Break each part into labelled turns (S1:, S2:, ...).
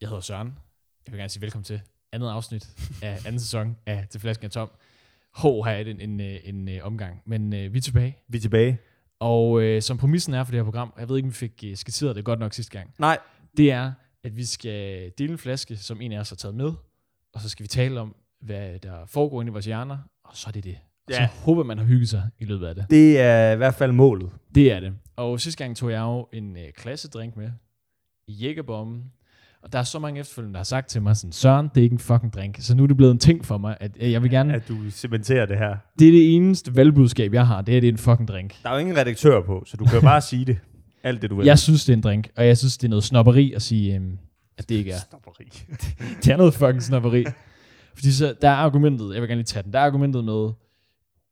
S1: Jeg hedder Søren. Jeg vil gerne sige velkommen til andet afsnit af anden sæson af Til Flasken er Tom. Ho, har jeg en, en, øh, en, en omgang. Men øh, vi er tilbage.
S2: Vi er tilbage.
S1: Og øh, som præmissen er for det her program, jeg ved ikke, om vi fik øh, skitseret det godt nok sidste gang,
S2: Nej.
S1: det er, at vi skal dele en flaske, som en af os har taget med, og så skal vi tale om, hvad der foregår inde i vores hjerner, og så er det det. Og så
S2: Ja.
S1: håber man har hygget sig i løbet af det.
S2: Det er i hvert fald målet.
S1: Det er det. Og sidste gang tog jeg jo en øh, klassedrink med i Jækkebomben. Og der er så mange efterfølgende, der har sagt til mig sådan, Søren, det er ikke en fucking drink. Så nu er det blevet en ting for mig, at øh, jeg vil gerne...
S2: At du cementerer det her.
S1: Det er det eneste valgbudskab, jeg har. Det er, det er en fucking drink.
S2: Der er jo ingen redaktør på, så du kan jo bare sige det. Alt det, du vil.
S1: Jeg synes, det er en drink. Og jeg synes, det er noget snopperi at sige, øhm, at det ikke er.
S2: Stopperi.
S1: Det er noget fucking snopperi. Fordi så, der er argumentet, jeg vil gerne lige tage den, der er argumentet med,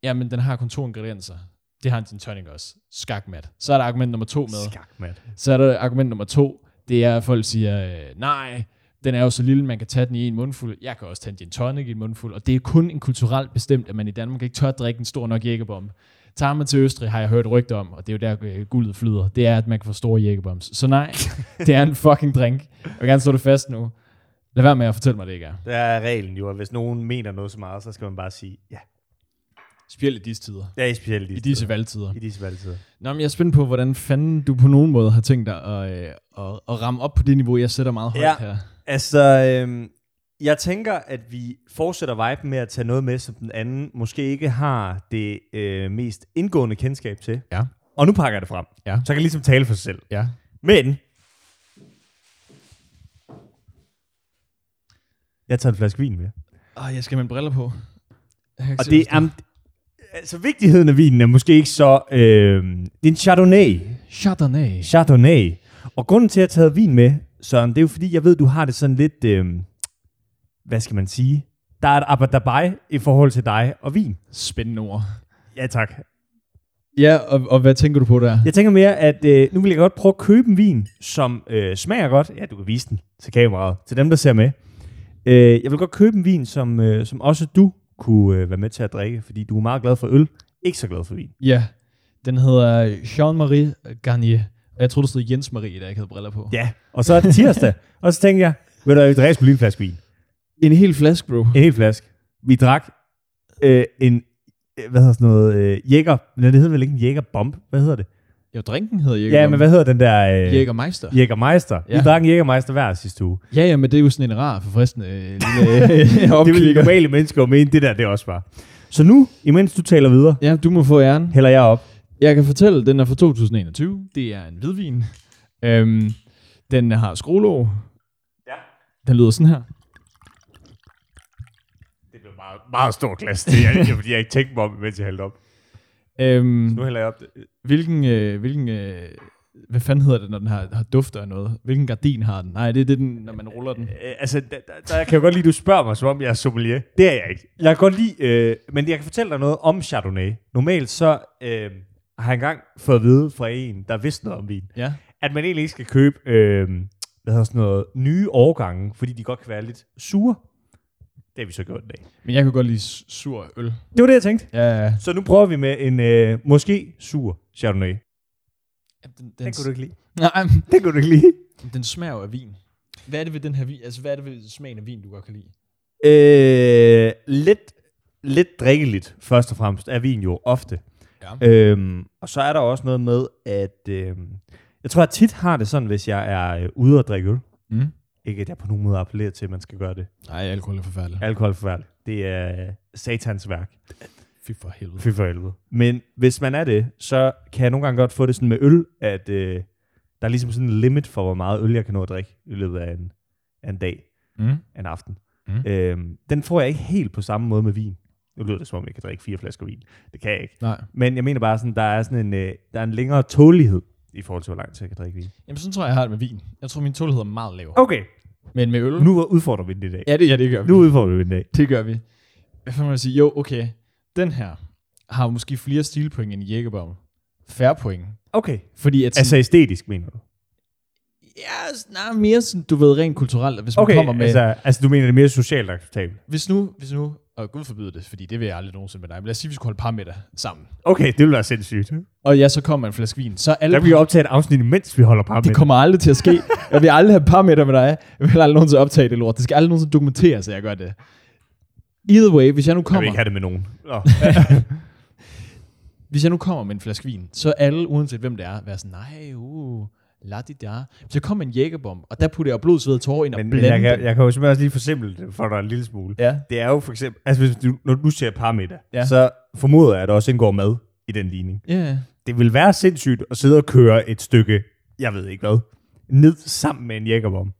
S1: jamen den har kun to ingredienser. Det har en gin tonic også. Skakmat. Så er der argument nummer to med,
S2: Skak, mand.
S1: Så er der argument nummer to, det er, at folk siger, øh, nej, den er jo så lille, man kan tage den i en mundfuld. Jeg kan også tage en gin tonic i en mundfuld, og det er kun en kulturelt bestemt, at man i Danmark ikke tør drikke en stor nok jækkebombe. Tager man til Østrig, har jeg hørt rygter om, og det er jo der øh, guldet flyder, det er, at man kan få store jækkebombs. Så nej, det er en fucking drink. Jeg vil gerne slå det fast nu. Lad være med at fortælle mig, det ikke er.
S2: Der er reglen jo, at hvis nogen mener noget så meget, så skal man bare sige, ja,
S1: Spjæl i disse tider.
S2: det er i specielt
S1: I disse valgtider.
S2: I disse valgtider.
S1: Nå, men jeg er spændt på, hvordan fanden du på nogen måde har tænkt dig at, øh, at, at ramme op på det niveau, jeg sætter meget højt
S2: Ja.
S1: her.
S2: Altså, øhm, jeg tænker, at vi fortsætter viben med at tage noget med, som den anden måske ikke har det øh, mest indgående kendskab til.
S1: Ja.
S2: Og nu pakker jeg det frem.
S1: Ja.
S2: Så jeg kan ligesom tale for sig selv.
S1: Ja.
S2: Men... Jeg tager en flaske vin med.
S1: Åh, jeg skal have mine briller på. Jeg kan ikke
S2: Og
S1: se,
S2: det
S1: hvad
S2: er... Altså, vigtigheden af vinen er måske ikke så... Øh, det er en Chardonnay.
S1: står. Chardonnay.
S2: Chardonnay. Og grunden til, at jeg har taget vin med, Søren, det er jo fordi, jeg ved, du har det sådan lidt... Øh, hvad skal man sige? Der er et abadabai i forhold til dig og vin.
S1: Spændende ord.
S2: Ja, tak.
S1: Ja, og, og hvad tænker du på der?
S2: Jeg tænker mere, at øh, nu vil jeg godt prøve at købe en vin, som øh, smager godt. Ja, du kan vise den til kameraet, til dem, der ser med. Øh, jeg vil godt købe en vin, som, øh, som også du kunne øh, være med til at drikke, fordi du er meget glad for øl, ikke så glad for vin.
S1: Ja, den hedder Jean-Marie Garnier. Og Jeg tror, det stod Jens Marie, der ikke havde briller på.
S2: Ja, og så er det tirsdag, og så tænker jeg, ved du, hvad, vi drikker sgu lige en flaske vin.
S1: En hel flaske, bro.
S2: En hel flaske. Vi drak øh, en, øh, hvad hedder sådan noget, øh, jæger, nej, det hedder vel ikke en jægerbomb, hvad hedder det?
S1: Jo, drinken hedder Øh, Jæger.
S2: Ja, men hvad hedder den der...
S1: Jægermeister.
S2: Jægermeister. Ja.
S1: Ja.
S2: Vi drak en jægermeister hver sidste uge.
S1: Ja, ja, men det er jo sådan en rar, forfriskende øh, lille
S2: det ville
S1: opklikker.
S2: normale mennesker jo mene, det der det også var. Så nu, imens du taler videre,
S1: Ja, du må få æren.
S2: hælder jeg op.
S1: Jeg kan fortælle, den er fra 2021. Det er en hvidvin. Øhm, den har skruelåg.
S2: Ja.
S1: Den lyder sådan her.
S2: Det blev meget, meget stor glas, det er, jeg, fordi jeg ikke tænkte mig om, imens jeg hældte op.
S1: Øhm,
S2: Nu hælder jeg op.
S1: Hvilken, øh, hvilken øh, hvad fanden hedder det, når den har, har dufter af noget? Hvilken gardin har den? Nej, det er det, den, når man ruller den.
S2: Øh, altså, der, der, der kan jeg godt lide, at du spørger mig, som om jeg er sommelier. Det er jeg ikke. Jeg kan godt lide, øh, men jeg kan fortælle dig noget om Chardonnay. Normalt så øh, har jeg engang fået at vide fra en, der vidste noget om vin,
S1: Ja.
S2: at man egentlig ikke skal købe øh, hvad hedder sådan noget, nye årgange, fordi de godt kan være lidt sure. Det har vi så gjort i dag.
S1: Men jeg kunne godt lide s- sur øl.
S2: Det var det, jeg tænkte.
S1: Ja, ja.
S2: Så nu prøver vi med en øh, måske sur Chardonnay.
S1: Den,
S2: Den kunne du ikke lide.
S1: nej,
S2: Den kunne du ikke lide.
S1: den smager jo af vin. Hvad er det ved den her vin? Altså, hvad er det ved smagen af vin, du godt kan lide?
S2: Øh, lidt, lidt drikkeligt, først og fremmest, er vin jo ofte.
S1: Ja.
S2: Øhm, og så er der også noget med, at øhm, jeg tror, jeg tit har det sådan, hvis jeg er øh, ude og drikke øl.
S1: Mm.
S2: Ikke at jeg på nogen måde appellerer til, at man skal gøre det.
S1: Nej, alkohol er forfærdeligt.
S2: Alkohol er forfærdeligt. Det er øh, satans værk.
S1: Fy for helvede.
S2: Fy for helvede. Men hvis man er det, så kan jeg nogle gange godt få det sådan med øl, at øh, der er ligesom sådan en limit for, hvor meget øl jeg kan nå at drikke i løbet af en, af en dag,
S1: Mm.
S2: af en aften.
S1: Mm.
S2: Øhm, den får jeg ikke helt på samme måde med vin. Nu lyder det som om, jeg kan drikke fire flasker vin. Det kan jeg ikke.
S1: Nej.
S2: Men jeg mener bare, sådan, der er sådan en, øh, der er en længere tålighed i forhold til, hvor lang tid jeg kan drikke vin.
S1: Jamen, sådan tror jeg, jeg har det med vin. Jeg tror, min tålighed er meget lav.
S2: Okay,
S1: Oh. Men med øl?
S2: nu udfordrer vi den i dag.
S1: Ja, det, ja, det gør vi.
S2: Nu udfordrer vi den i dag.
S1: Det gør vi. Hvad fanden må jeg sige? Jo, okay. Den her har måske flere stilpoint end Jægerbom. Færre point.
S2: Okay.
S1: Fordi at sådan-
S2: Altså æstetisk, mener du?
S1: Ja, s- nej, mere sådan, du ved, rent kulturelt, at hvis man okay, kommer med... Altså,
S2: altså, altså du mener det er mere socialt acceptabelt?
S1: hvis, nu, hvis nu og Gud forbyde det, fordi det vil jeg aldrig nogensinde med dig, men lad os sige, at vi skulle holde par middag sammen.
S2: Okay, det ville være sindssygt.
S1: Og ja, så kommer en flaske vin. Så alle
S2: Der vil vi optage et afsnit, mens vi holder par
S1: Det kommer aldrig til at ske. Jeg vil aldrig have par meter med dig. Jeg vil aldrig nogensinde optage det lort. Det skal aldrig nogensinde dokumenteres, at jeg gør det. Either way, hvis jeg nu
S2: Jeg vil
S1: kommer,
S2: ikke have det med nogen. Nå.
S1: hvis jeg nu kommer med en flaske vin, så er alle, uanset hvem det er, være sådan, nej, uh, la di da. Hvis jeg kommer med en jækkebom, og der putter jeg blod, sved og tårer ind og
S2: Men, men
S1: blander
S2: jeg,
S1: dem.
S2: kan, jeg kan jo simpelthen også lige forsimple det for dig en lille smule.
S1: Ja.
S2: Det er jo for eksempel, altså hvis du, når du ser parmiddag,
S1: Ja.
S2: ja. så formoder jeg, at der også indgår mad i den ligning.
S1: Ja.
S2: Det vil være sindssygt at sidde og køre et stykke, jeg ved ikke hvad, ned sammen med en jækkerbom.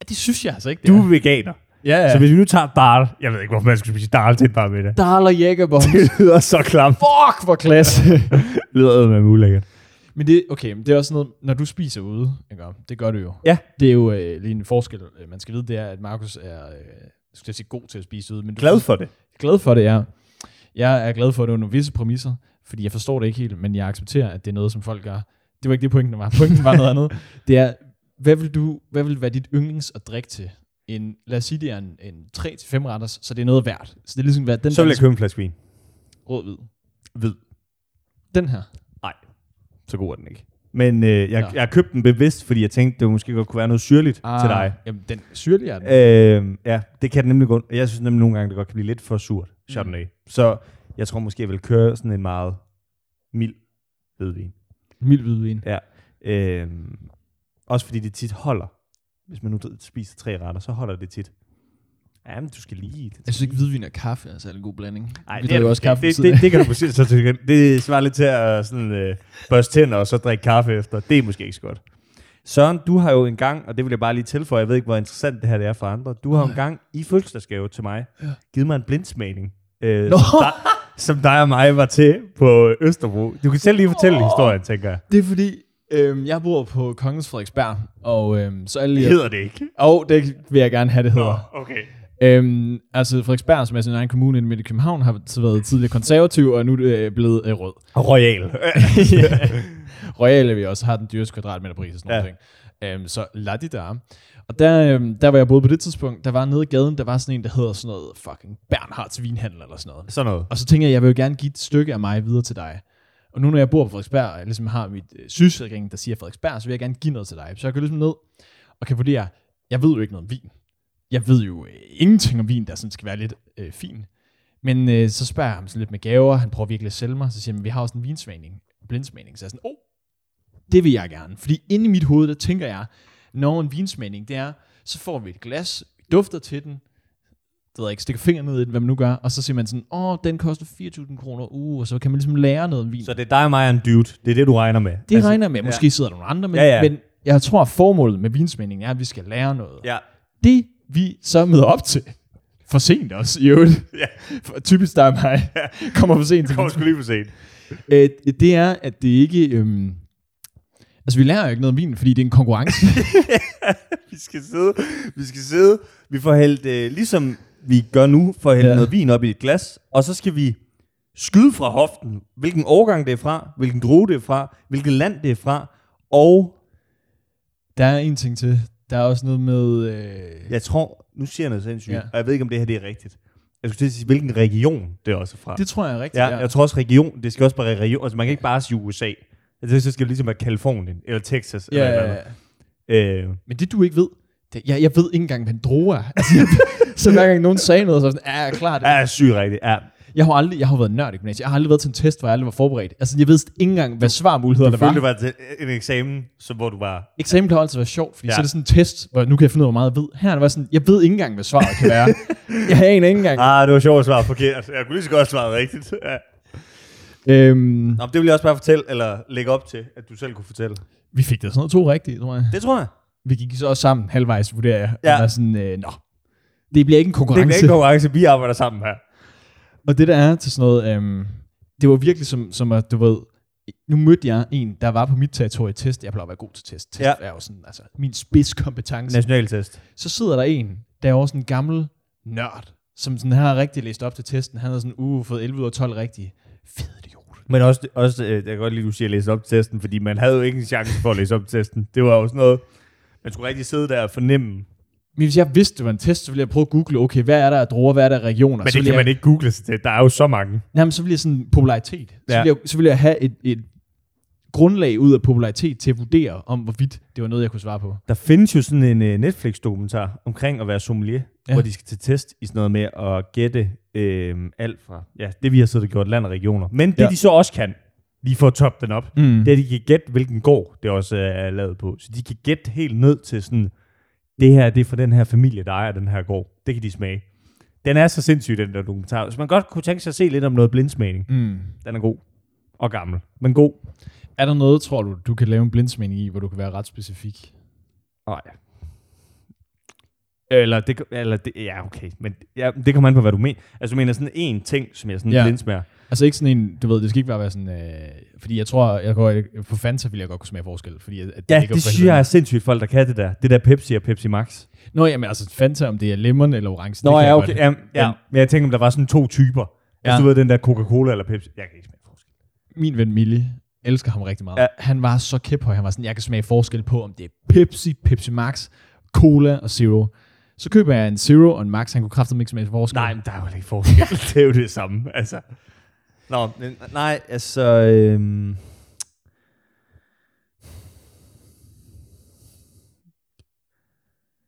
S1: ja, det synes jeg altså ikke, det
S2: Du
S1: er.
S2: er veganer,
S1: ja,
S2: ja.
S1: ja.
S2: så hvis vi nu tager darl, jeg ved ikke, hvorfor man skulle spise darl til en parmiddag.
S1: Darler jækkebom.
S2: Det lyder så klamt.
S1: Fuck, hvor klasse.
S2: Det lyder med ulækkert.
S1: men det, okay, men det er også sådan noget, når du spiser ude, ikke? om? det gør du jo.
S2: Ja.
S1: Det er jo øh, lige en forskel, øh, man skal vide, det er, at Markus er, øh, skal jeg sige, god til at spise ude. Men du
S2: Glad for det.
S1: glad for det, ja. Jeg er glad for det under visse præmisser, fordi jeg forstår det ikke helt, men jeg accepterer, at det er noget, som folk gør. Det var ikke det, pointen var. Pointen var noget andet. Det er, hvad vil, du, hvad vil være dit yndlings at drikke til? En, lad os sige, det er en, en 3-5 retters, så det er noget værd. Så det er ligesom, hvad den
S2: Så vil
S1: der
S2: jeg købe en flaske vin.
S1: rød hvid.
S2: Hvid.
S1: Den her.
S2: Så god er den ikke. Men øh, jeg,
S1: Nå. Ah.
S2: jeg købte den bevidst, fordi jeg tænkte, det måske godt kunne være noget syrligt til dig.
S1: Jamen, den syrlige er den.
S2: Øh, ja, det kan det nemlig gå. Jeg synes nemlig nogle gange, det godt kan blive lidt for surt, Chardonnay. Mm. Så jeg tror måske, jeg vil køre sådan en meget mild hvidvin.
S1: Mild hvidvin.
S2: Ja. Øh, også fordi det tit holder. Hvis man nu spiser tre retter, så holder det tit. Ja, men du skal lige...
S1: Jeg synes ikke, hvidvin og kaffe er særlig god blanding.
S2: Ej,
S1: Vi drikker også kaffe ved
S2: det,
S1: siden
S2: det, det, kan du præcis så til. Det svarer lidt til at sådan, øh, børste tænder og så drikke kaffe efter. Det er måske ikke så godt. Søren, du har jo en gang, og det vil jeg bare lige tilføje, jeg ved ikke, hvor interessant det her det er for andre, du har jo en gang i fødselsdagsgave til mig givet mig en blindsmagning, øh,
S1: Nå.
S2: som, dig, som dig og mig var til på Østerbro. Du kan selv lige fortælle historien, tænker jeg.
S1: Det er fordi, øhm, jeg bor på Kongens Frederiksberg, og øhm, så alle...
S2: Det hedder det ikke.
S1: Og oh, det vil jeg gerne have, det hedder.
S2: Okay.
S1: Øhm, altså Frederiksberg, som er sin egen kommune inde midt i København, har så været tidligere konservativ, og nu er det øh, blevet øh, rød.
S2: Royal.
S1: Royal er vi også, har den dyreste kvadratmeterpris og sådan ja.
S2: Ja.
S1: noget. Øhm, så la di da. Og der, øhm, der var jeg boede på det tidspunkt, der var nede i gaden, der var sådan en, der hedder sådan noget fucking Bernhards vinhandel eller sådan noget.
S2: Sådan noget.
S1: Og så tænker jeg, jeg vil jo gerne give et stykke af mig videre til dig. Og nu når jeg bor på Frederiksberg, og jeg ligesom har mit øh, sygesikring, der siger Frederiksberg, så vil jeg gerne give noget til dig. Så jeg går ligesom ned og kan vurdere, jeg ved jo ikke noget om vin. Jeg ved jo øh, ingenting om vin, der sådan skal være lidt øh, fin. Men øh, så spørger jeg ham sådan lidt med gaver, han prøver virkelig at sælge mig, så siger han, vi har også en vinsmagning, blindsmagning. Så jeg er sådan, oh, det vil jeg gerne. Fordi inde i mit hoved, der tænker jeg, når en vinsmagning, det er, så får vi et glas, dufter til den, det ved jeg ikke, stikker fingeren ned i den, hvad man nu gør, og så siger man sådan, åh, den koster 4.000 kroner, uh, og så kan man ligesom lære noget om vin.
S2: Så det er dig og mig og en dude. Det er det, du regner med.
S1: det altså, regner jeg med, måske ja. sidder der nogle andre, men, ja,
S2: Ja,
S1: ja.
S2: ja.
S1: men jeg tror, at formålet med vinsmændingen er, at vi skal lære noget. Ja.
S2: Ja.
S1: Det vi så møder op til, for sent også i øvrigt, ja. typisk dig og mig, kommer for sent til
S2: Kom, skulle lige for sent.
S1: Øh, det er, at det ikke... Øhm, altså, vi lærer jo ikke noget om vin, fordi det er en konkurrence.
S2: vi skal sidde, vi skal sidde, vi får hældt, øh, ligesom vi gør nu, får hældt
S1: Ja.
S2: ja. noget vin op i et glas, og så skal vi skyde fra hoften, hvilken årgang det er fra, hvilken droge det er fra, hvilket land det er fra, og
S1: der er en ting til. Der er også noget med... Øh,
S2: jeg tror, nu siger jeg noget sindssygt,
S1: Ja.
S2: ja. og jeg ved ikke, om det her det er rigtigt. Jeg skulle til at sige, hvilken region det er også fra.
S1: det tror jeg er rigtigt.
S2: ja, jeg tror også region, det skal også være region, altså man kan ikke bare sige USA. Altså, så skal det ligesom være Kalifornien, eller Texas,
S1: ja,
S2: eller et
S1: ja,
S2: eller
S1: ja.
S2: andet. Øh,
S1: Men det du ikke ved, det, jeg, jeg ved ikke engang, hvad en droge er. Altså, jeg- så hver gang nogen sagde noget, så var jeg sådan, ja, ja, klart.
S2: ja, er sygt rigtigt, ja.
S1: Jeg har aldrig, jeg har jo været nørd i gymnasiet. Jeg har aldrig været til en test, hvor jeg aldrig var forberedt. Altså, jeg vidste ikke engang, hvad svarmuligheder
S2: Jeg
S1: der var.
S2: følte, det var til en eksamen, så hvor du var
S1: Eksamen har altid været sjovt, fordi ja.
S2: Ja.
S1: så er det sådan en test, hvor nu kan jeg finde ud af, hvor meget jeg ved. Her er det bare sådan, jeg ved ikke engang, hvad svaret kan være. jeg aner ikke engang.
S2: Ah, det var sjovt at svare forkert. Jeg kunne lige så godt svare rigtigt. Ja.
S1: Øhm,
S2: Nå, men det vil jeg også bare fortælle, eller lægge op til, at du selv kunne fortælle.
S1: vi fik da sådan noget to rigtigt, tror jeg.
S2: Det tror jeg.
S1: Vi gik så også sammen halvvejs, vurderer jeg. Ja.
S2: Ja.
S1: Og var sådan, øh, nå, det bliver ikke en
S2: Det
S1: konkurrence.
S2: er ikke konkurrence, vi arbejder sammen her.
S1: Og det der er til sådan noget, øhm, det var virkelig som, som at, du ved, nu mødte jeg en, der var på mit territorie i test. Jeg plejer at være god til test. Test ja.
S2: Ja.
S1: er jo sådan, altså, min spidskompetence.
S2: Nationaltest.
S1: Så sidder der en, der er også en gammel nørd, som sådan her rigtig læst op til testen. Han har sådan, uh, fået 11 ud af 12 rigtige. Fed idiot.
S2: Men også, også øh, jeg kan godt lide, at du siger at læse op til testen, fordi man havde jo ikke en chance for at læse op til testen. Det var jo sådan noget, man skulle rigtig sidde der og fornemme,
S1: Men hvis jeg vidste, det var en test, så ville jeg prøve at google, okay, hvad er der af druer, hvad er der af regioner?
S2: Men
S1: så
S2: det
S1: ville
S2: kan
S1: jeg,
S2: man ikke google sig til. Der er jo så mange.
S1: Jamen, så ville jeg sådan popularitet. Så,
S2: Ja.
S1: ville jeg, så ville jeg have et, et grundlag ud af popularitet til at vurdere, om hvorvidt det var noget, jeg kunne svare på.
S2: Der findes jo sådan en øh, Netflix-dokumentar omkring at være sommelier,
S1: Ja.
S2: ja. hvor de skal til test i sådan noget med at gætte øh, alt fra ja, det, vi har siddet og gjort land og regioner. Men det,
S1: Ja.
S2: ja. de så også kan, lige for at toppe den op,
S1: Mm.
S2: det er, at de kan gætte, hvilken gård det også er lavet på. Så de kan gætte helt ned til sådan, det her det er for den her familie, der ejer den her gård. Det kan de smage. Den er så sindssyg, den der dokumentar. Så man godt kunne tænke sig at se lidt om noget blindsmagning.
S1: Mm.
S2: Den er god. Og gammel. Men god.
S1: Er der noget, tror du, du kan lave en blindsmening i, hvor du kan være ret specifik?
S2: Nej. Eller det, eller det, ja, okay. Men ja, det kommer an på, hvad du mener. Altså, du mener sådan en ting, som jeg sådan
S1: Ja.
S2: ja. blindsmager.
S1: Altså ikke sådan en, du ved, det skal ikke bare være sådan, øh, fordi jeg tror, jeg går, på Fanta ville jeg godt kunne smage forskel, fordi at, at
S2: Ja,
S1: ligger
S2: det
S1: på
S2: synes jeg er
S1: hinanden.
S2: sindssygt folk, der kan det der. Det der Pepsi og Pepsi Max.
S1: Nå, jamen altså Fanta, om det er lemmerne eller orange, det kan jeg godt.
S2: Ja, ja. Men jeg tænker, om der var sådan to typer. Ja.
S1: Ja.
S2: Altså, du ved, den der Coca-Cola eller Pepsi. Jeg kan ikke smage forskel.
S1: Min ven Mille elsker ham rigtig meget. Ja.
S2: Ja.
S1: Han var så kæphøj, han var sådan, jeg kan smage forskel på, om det er Pepsi, Pepsi Max, Cola og Zero. Så køber jeg en Zero og en Max, han kunne kraftedeme ikke smage forskel.
S2: Nej, men der er jo ikke forskel. det er jo det samme, altså. Nå, men, nej, altså... Øhm.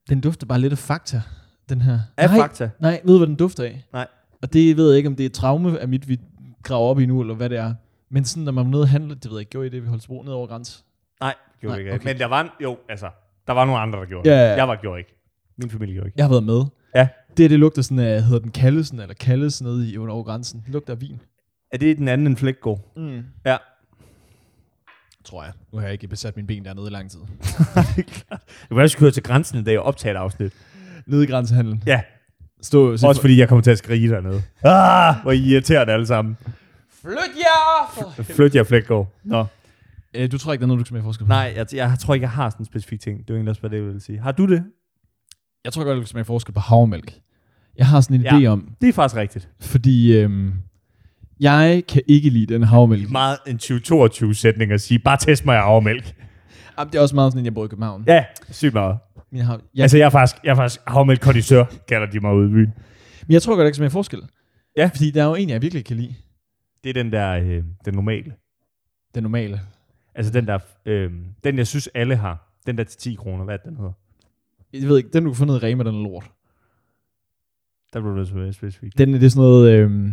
S1: Den dufter bare lidt af fakta, den her.
S2: Af
S1: nej,
S2: fakta?
S1: Nej, ved du, hvad den dufter af?
S2: Nej.
S1: Og det ved jeg ikke, om det er et traume af mit, vi graver op i nu, eller hvad det er. Men sådan, når man var nede og handle, det ved jeg ikke, gjorde I det ved Holstebro ned over grænsen?
S2: Nej, gjorde
S1: Nej,
S2: nej, ikke.
S1: okay.
S2: Okay. Men der var... en- Jo, altså, der var nogle andre, der gjorde
S1: Ja, ja,
S2: det.
S1: ja.
S2: Jeg var gjorde ikke. Min familie gjorde ikke.
S1: Jeg har været med.
S2: Ja.
S1: Det, det lugter sådan af, hedder den Kallesen, eller Kalles nede i under over grænsen. Det lugter af vin.
S2: Er det den anden end Flækgaard?
S1: Mm.
S2: Ja.
S1: Tror jeg. Nu har jeg ikke besat mine ben dernede i lang tid.
S2: Du kan også køre til grænsen i dag og optage et afsnit.
S1: Nede i grænsehandlen.
S2: Ja,
S1: Stå, se på-
S2: også fordi jeg kommer til at skrige dernede. Ah, hvor I irriterende alle sammen.
S1: Flyt jer!
S2: Flyt jer, Flækgaard. Nå.
S1: Øh, du tror ikke, der er noget, du kan smage forskel på?
S2: Nej, jeg, jeg tror ikke, jeg har sådan en specifik ting. Det er jo egentlig også, hvad det vil sige. Har du det?
S1: Jeg tror godt, du kan smage forskel på havremælk. Jeg har sådan en
S2: Ja.
S1: idé om,
S2: Det er faktisk rigtigt.
S1: fordi øhm, jeg kan ikke lide den havremælk.
S2: Meget en 2022-sætning at sige, bare test mig af afmælk.
S1: Jamen, det er også meget sådan, at jeg bor i København.
S2: Ja, sygt meget.
S1: Men jeg, har,
S2: Ja.
S1: jeg, altså,
S2: Altså, jeg er faktisk, jeg er faktisk havmælk-kondisør, kalder de mig ude i byen.
S1: men jeg tror godt, der kan smage forskel.
S2: Ja.
S1: Fordi der er jo en, jeg virkelig kan lide.
S2: Det er den der, øh, den normale.
S1: Den normale.
S2: Altså den der, øh, den jeg synes, alle har. Den der til 10 kroner, hvad er det, den hedder?
S1: Jeg ved ikke, den du kan få ned i Rema, den er lort.
S2: Der blev du nødt til at være specifik.
S1: Den er det er sådan noget... Øhm,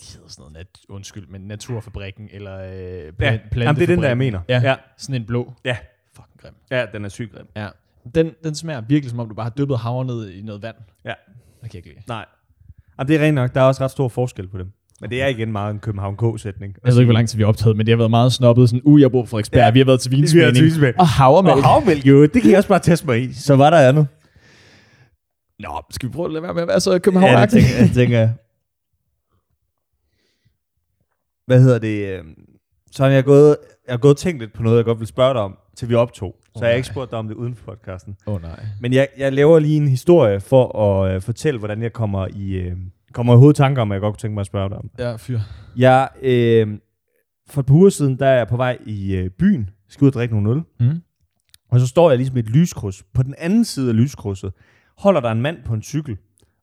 S1: de hedder sådan noget, nat, undskyld, men Naturfabrikken, eller øh, plan,
S2: Ja, jamen, det er den, der jeg mener.
S1: Ja, ja,
S2: Ja.
S1: sådan en blå.
S2: Ja.
S1: Fucking grim.
S2: Ja, den er sygt grim.
S1: Ja. Den, den smager virkelig, som om du bare har dyppet havre ned i noget vand.
S2: Ja.
S1: Det kan jeg ikke lide.
S2: Nej. Jamen, det er rent nok. Der er også ret stor forskel på dem. Men det er igen meget en København K-sætning.
S1: Jeg ved ikke, hvor lang tid vi har optaget, men det har været meget snobbet. Sådan, uh, jeg bor på Frederiksberg, ja.
S2: Ja.
S1: vi har været til
S2: Vi har været til
S1: vinsmænding.
S2: vinsmagning.
S1: Og havremælk.
S2: Og havmælk jo, det kan jeg også bare teste mig i. Så var der andet.
S1: Nå, skal vi prøve at lade være med at være så
S2: Ja, det
S1: københavn
S2: tænker, jeg, det tænker jeg. Hvad hedder det? øh, Så har jeg gået, jeg har gået og tænkt lidt på noget, jeg godt vil spørge dig om, til vi optog. Så
S1: Åh,
S2: jeg har
S1: nej.
S2: ikke spurgt dig om det uden for podcasten.
S1: Åh oh, nej.
S2: Men jeg, jeg laver lige en historie for at øh, fortælle, hvordan jeg kommer i, øh, kommer i hovedtanker om, at jeg godt kunne tænke mig at spørge dig om.
S1: Ja, fyr.
S2: Jeg, øh, for et par uger siden, der er jeg på vej i øh, byen, skal ud og drikke nogle øl.
S1: Mm.
S2: Og så står jeg ligesom i et lyskryds. På den anden side af lyskrydset holder der en mand på en cykel,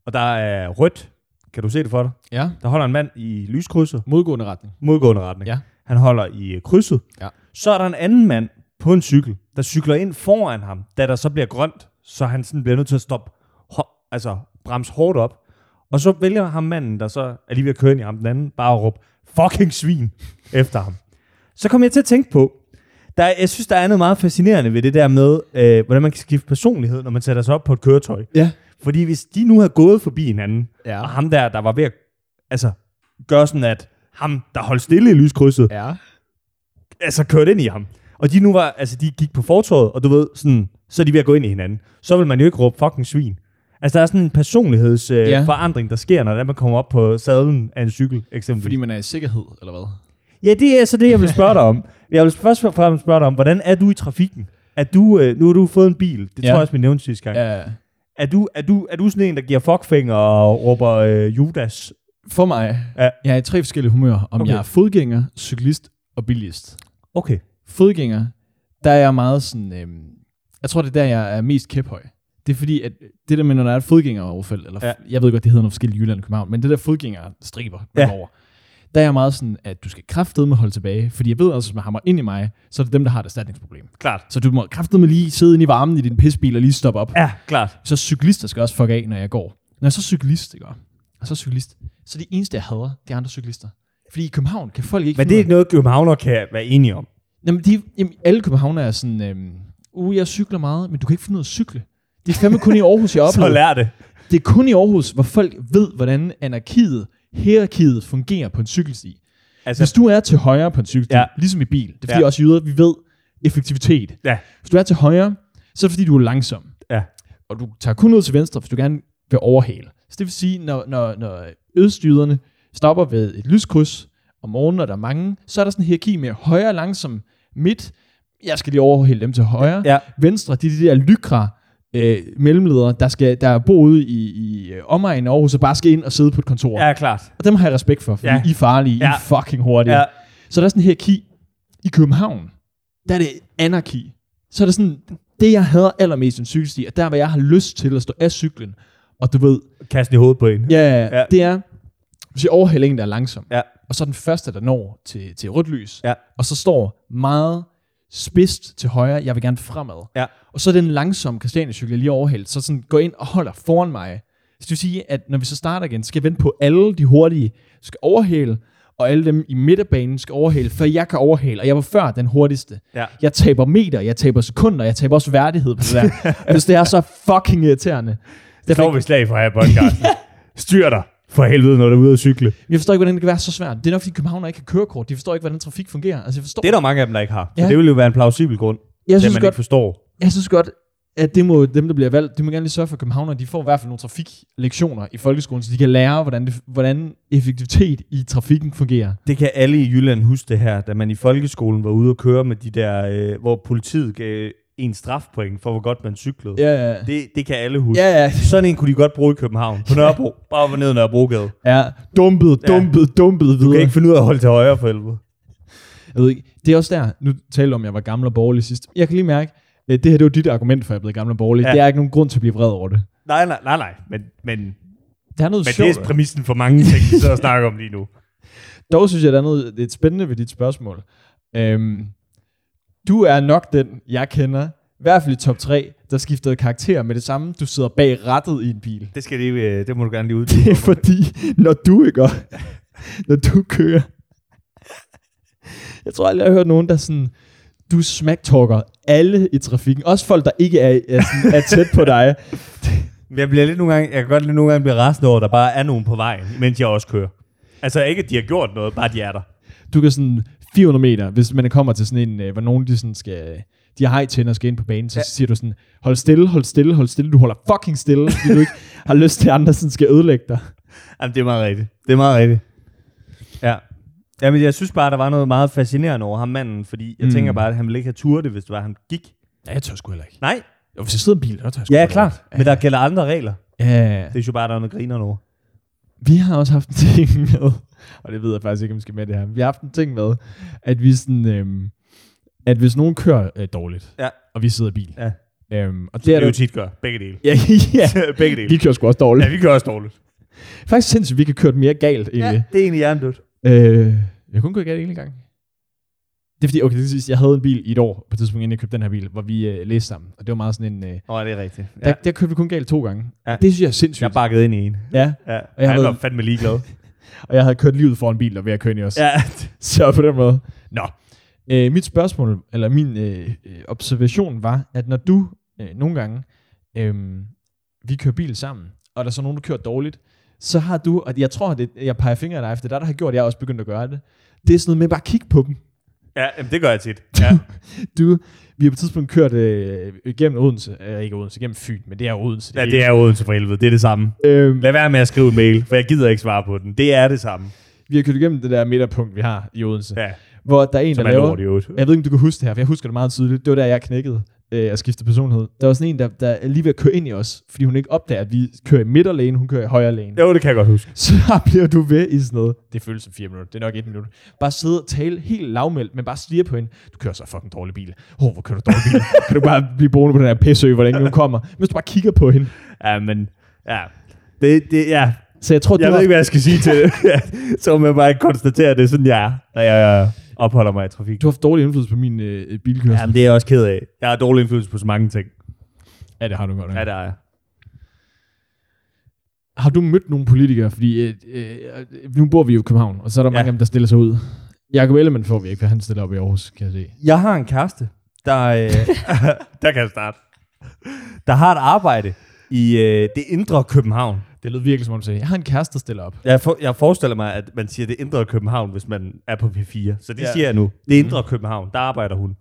S2: og der er rødt. Kan du se det for dig?
S1: Ja,
S2: Der holder en mand i lyskrydset,
S1: modgående retning.
S2: modgående retning.
S1: Ja.
S2: Han holder i øh, krydset.
S1: Ja.
S2: Så er der en anden mand på en cykel, der cykler ind foran ham, da der så bliver grønt, så han sådan bliver nødt til at stoppe, ho- altså bremse hårdt op. Og så vælger ham manden, der så er lige ved at køre ind i ham, den anden, bare at råbe, fucking svin, efter ham. Så kom jeg til at tænke på, der, er- jeg synes, der er noget meget fascinerende ved det der med, øh, hvordan man kan skifte personlighed, når man sætter sig op på et køretøj.
S1: Ja.
S2: Fordi hvis de nu havde gået forbi hinanden,
S1: Ja.
S2: og ham der, der var ved at altså, gøre sådan, at ham, der holdt stille i lyskrydset, ja.
S1: Ja.
S2: altså kørte ind i ham. Og de nu var, altså de gik på fortorvet, og du ved, sådan, så er de ved at gå ind i hinanden. Så vil man jo ikke råbe fucking svin. Altså der er sådan en personlighedsforandring, øh,
S1: Ja.
S2: ja. forandring, der sker, når man kommer op på sadlen af en cykel, eksempelvis.
S1: Fordi man er i sikkerhed, eller hvad?
S2: Ja, det er så det, jeg vil spørge dig om. Jeg vil først og fremmest spørge dig om, hvordan er du i trafikken? Er du, øh, nu har du fået en bil, det
S1: Ja.
S2: ja. tror jeg også, vi nævnte sidste gang. Ja.
S1: Ja.
S2: Er, du, er, du, er du sådan en, der giver fuckfinger og råber øh, Judas?
S1: For mig, ja.
S2: Ja.
S1: jeg er i tre forskellige humører. Om okay.
S2: Okay.
S1: jeg er fodgænger, cyklist og billigst.
S2: Okay.
S1: Fodgænger, der er jeg meget sådan... Øhm, jeg tror, det er der, jeg er mest kæphøj. Det er fordi, at det der med, når der er et fodgængeroverfald, eller
S2: Ja.
S1: ja. jeg ved godt, det hedder noget forskelligt i Jylland og København, men det der fodgængerstriber, man
S2: Ja.
S1: ja. over, der er jeg meget sådan, at du skal kraftedeme holde tilbage, fordi jeg ved også, hvis man hammer ind i mig, så er det dem, der har et erstatningsproblem.
S2: Klart.
S1: Så du må kraftedeme lige sidde inde i varmen i din pisbil og lige stoppe op.
S2: Ja, klart.
S1: Så cyklister skal også fuck af, når jeg går. Når jeg så er cyklist, ikke? Og så er cyklist. Så det eneste, jeg hader, det er andre cyklister. Fordi i København kan folk ikke
S2: Men det
S1: finde
S2: er ikke noget, københavner kan være enige om.
S1: Jamen, de, jamen alle københavnere er sådan, øhm, uh, jeg cykler meget, men du kan ikke finde ud af at cykle. Det er fandme kun i Aarhus, jeg
S2: Så
S1: oplever.
S2: lær det.
S1: Det er kun i Aarhus, hvor folk ved, hvordan anarkiet, hierarkiet fungerer på en cykelsti.
S2: Altså,
S1: Hvis du er til højre på en cykelsti,
S2: Ja.
S1: ja. ligesom i bil, det er fordi
S2: Ja.
S1: ja. også jyder, vi ved effektivitet.
S2: Ja.
S1: Hvis du er til højre, så er det fordi, du er langsom.
S2: Ja.
S1: Og du tager kun ud til venstre, hvis du gerne vil overhale. Så det vil sige, når, når, når ødstyderne stopper ved et lyskryds om morgenen, og der er mange, så er der sådan en hierarki med højre langsom midt. Jeg skal lige overhale dem til højre.
S2: Ja.
S1: Venstre, de er de der lykra øh, mellemledere, der, skal, der bor ude i, i øh, omegnen af Aarhus, og bare skal ind og sidde på et kontor.
S2: ja, klart.
S1: Og dem har jeg respekt for, fordi
S2: Ja.
S1: ja. I er farlige, ja. I
S2: Ja.
S1: er fucking hurtige.
S2: Ja.
S1: Ja. Så er der sådan en hierarki. I København, der er det anarki. Så er det sådan, det jeg hader allermest i en cykelsti, og der hvor jeg har lyst til at stå af cyklen, og du ved,
S2: Kasten i hovedet på en.
S1: ja,
S2: Ja.
S1: ja. det er, hvis jeg overhælder en, der er langsom,
S2: Ja.
S1: og så er den første, der når til, til rødt lys,
S2: Ja.
S1: og så står meget spidst til højre, jeg vil gerne fremad.
S2: Ja.
S1: Og så er den langsomme Christiania-cykel, jeg lige overhældt, så sådan går ind og holder foran mig. Så det vil sige, at når vi så starter igen, skal jeg vente på, at alle de hurtige skal overhale, og alle dem i midterbanen skal overhale, før jeg kan overhale, og jeg var før den hurtigste.
S2: Ja.
S1: Jeg taber meter, jeg taber sekunder, jeg taber også værdighed på det der. altså, det er så fucking irriterende.
S2: Det får vi slag for her i podcasten. Styr dig for helvede, når du er ude at cykle.
S1: Jeg forstår ikke, hvordan det kan være så svært. Det er nok, fordi københavnere ikke har kørekort. De forstår ikke, hvordan trafik fungerer. Altså, jeg forstår.
S2: Det er der mange af dem, der ikke har. Ja. Så
S1: Ja.
S2: det ville jo være en plausibel grund,
S1: jeg,
S2: det
S1: synes
S2: man
S1: godt,
S2: ikke forstår.
S1: jeg synes godt, at det må, dem, der bliver valgt, de må gerne lige sørge for, at københavnere de får i hvert fald nogle trafiklektioner i folkeskolen, så de kan lære, hvordan, det, hvordan effektivitet i trafikken fungerer.
S2: Det kan alle i Jylland huske det her, da man i folkeskolen var ude og køre med de der, øh, hvor politiet gav en strafpoint for, hvor godt man cyklede.
S1: Ja, ja.
S2: Det, det kan alle huske.
S1: Ja, ja.
S2: Sådan en kunne de godt bruge i København. På Nørrebro. Bare over ned Nørrebrogade.
S1: ja. Dumpet,
S2: Ja.
S1: dumpet, ja. dumpet videre.
S2: Du kan ikke finde ud af at holde til højre for helvede.
S1: Jeg ved ikke. Det er også der, nu talte om, at jeg var gammel og borgerlig sidst. Jeg kan lige mærke, at det her det var dit argument for, at jeg blev gammel og borgerlig.
S2: Ja.
S1: Ja. Der er ikke nogen grund til at blive vred over det.
S2: Nej, nej, nej, nej. Men, men,
S1: Der er noget
S2: men det
S1: sjovt.
S2: er præmissen for mange ting, vi sidder og snakker om lige nu.
S1: Dog synes jeg, der er noget lidt spændende ved dit spørgsmål. Øhm, du er nok den, jeg kender, i hvert fald i top 3, der skiftede karakter med det samme. Du sidder bag rattet i en bil.
S2: Det, skal det, øh, det må du gerne lige uddybe.
S1: Det er fordi, når du ikke når du kører. Jeg tror aldrig, jeg har hørt nogen, der sådan, du smacktalker alle i trafikken. Også folk, der ikke er, er, sådan, er tæt på dig.
S2: Jeg, bliver lidt nogle gange, jeg kan godt lidt nogle gange blive rasende over, at der bare er nogen på vejen, mens jeg også kører. Altså ikke, at de har gjort noget, bare de er der.
S1: du kan sådan 400 meter, hvis man kommer til sådan en, øh, hvor nogen de sådan skal, de har high-tænder og skal ind på banen, så
S2: Ja.
S1: ja. siger du sådan, hold stille, hold stille, hold stille, du holder fucking stille, fordi du ikke har lyst til, at andre sådan skal ødelægge dig.
S2: Jamen, det er meget rigtigt. Det er meget rigtigt. Ja. Jamen, jeg synes bare, der var noget meget fascinerende over ham manden, fordi jeg mm.
S1: Mm.
S2: tænker bare, at han ville ikke have turde det, hvis det var, han gik.
S1: Ja, jeg tør sgu heller ikke.
S2: Nej,
S1: Jo, hvis jeg sidder i en bil, så tør jeg sgu
S2: ja,
S1: heller
S2: klart. Men der gælder andre regler.
S1: ikke. Ja,
S2: Det er jo bare, der er noget griner over.
S1: vi har også haft en ting med, og det ved jeg faktisk ikke, om vi skal med det her, men vi har haft en ting med, at vi sådan, øhm, at hvis nogen kører øh, dårligt,
S2: Ja.
S1: og vi sidder i bil,
S2: Ja.
S1: øhm, og det er
S2: Det er jo
S1: det,
S2: tit gør. Begge dele.
S1: ja, ja,
S2: Begge dele.
S1: vi kører sgu også dårligt.
S2: Ja,
S1: Ja.
S2: vi kører også dårligt.
S1: Faktisk sindssygt, vi kan køre mere galt, egentlig.
S2: Ja, det er egentlig hjernedødt.
S1: Øh, jeg kunne køre galt en gang. Det er fordi, okay, det vil sige, jeg havde en bil i et år, på et tidspunkt, inden jeg købte den her bil, hvor vi øh, læste sammen. Og det var meget sådan en... Øh,
S2: Åh, det er rigtigt. Ja.
S1: der, ja. der købte vi kun galt to gange.
S2: Ja.
S1: Ja. Det synes jeg er sindssygt.
S2: Jeg
S1: Jeg
S2: er bakket ind i en.
S1: ja,
S2: Ja.
S1: jeg har
S2: Han var
S1: været-
S2: fandme ligeglad.
S1: og jeg havde kørt livet foran bilen, og ved at køre ind i os.
S2: ja.
S1: Så på den måde. Nå. Øh, mit spørgsmål, eller min øh, øh, observation var, at når du øh, nogle gange, øh, vi kører bil sammen, og der er så nogen, der kører dårligt, så har du, og jeg tror, at det, jeg peger fingre af dig, for det er dig, der har gjort, at jeg er også begyndt at gøre det, det er sådan noget med bare at kigge på dem.
S2: Ja, jamen, det gør jeg tit. Ja.
S1: Du, vi har på et tidspunkt kørt øh, gennem Odense, øh, ikke Odense, gennem Fyn, men det er Odense.
S2: ja, det er Odense for helvede. Det er det samme.
S1: Øh,
S2: Lad være med at skrive en mail, for jeg gider ikke svare på den. Det er det samme.
S1: vi har kørt igennem det der midterpunkt, vi har i Odense, ja.
S2: Ja,
S1: hvor der er en,
S2: som
S1: der
S2: er
S1: laver...
S2: lort i øvrigt.
S1: Jeg ved ikke, om du kan huske det her, for jeg husker det meget tydeligt. Det var der, jeg knækkede. øh, og skifte personlighed. Der var sådan en, der, der er lige ved at køre ind i os, fordi hun ikke opdager, at vi kører i midterlægen, hun kører i højre lægen.
S2: Jo, det kan jeg godt huske.
S1: Så bliver du ved i sådan noget. Det føles som fire minutter. Det er nok et minut. Bare sidde og tale helt lavmældt, men bare stige på hende. Du kører så fucking dårlig bil. Åh, oh, hvor kører du dårlig bil? kan du bare blive boende på den her pissø, hvor længe hun kommer? Mens du bare kigger på hende.
S2: Ja, men... Ja. Det, det, ja.
S1: Så jeg tror,
S2: Jeg
S1: du
S2: ved
S1: har-
S2: ikke, hvad jeg skal sige til det. så må jeg bare konstatere, at det er sådan, jeg er, når jeg øh, opholder mig i trafik.
S1: du har haft dårlig indflydelse på min øh, bilkørsel.
S2: Jamen, det er jeg også ked af. Jeg har dårlig indflydelse på så mange ting.
S1: Ja, det har du godt. nok.
S2: Ja, det er jeg.
S1: Har du mødt nogle politikere? Fordi øh, øh, øh, nu bor vi jo i København, og så er der ja.
S2: Ja.
S1: mange af dem, der stiller sig ud. Jakob Ellemann får vi ikke, for han stiller op i Aarhus, kan jeg se.
S2: Jeg har en kæreste, der... Øh, der kan jeg starte. Der har et arbejde i øh, det indre København.
S1: Det lød virkelig som om, du sagde, jeg har en kæreste, der stiller op.
S2: Jeg, for, jeg forestiller mig, at man siger det indre København, hvis man er på P4. Så det
S1: Ja.
S2: ja. siger jeg nu. Det indre København, der arbejder hun.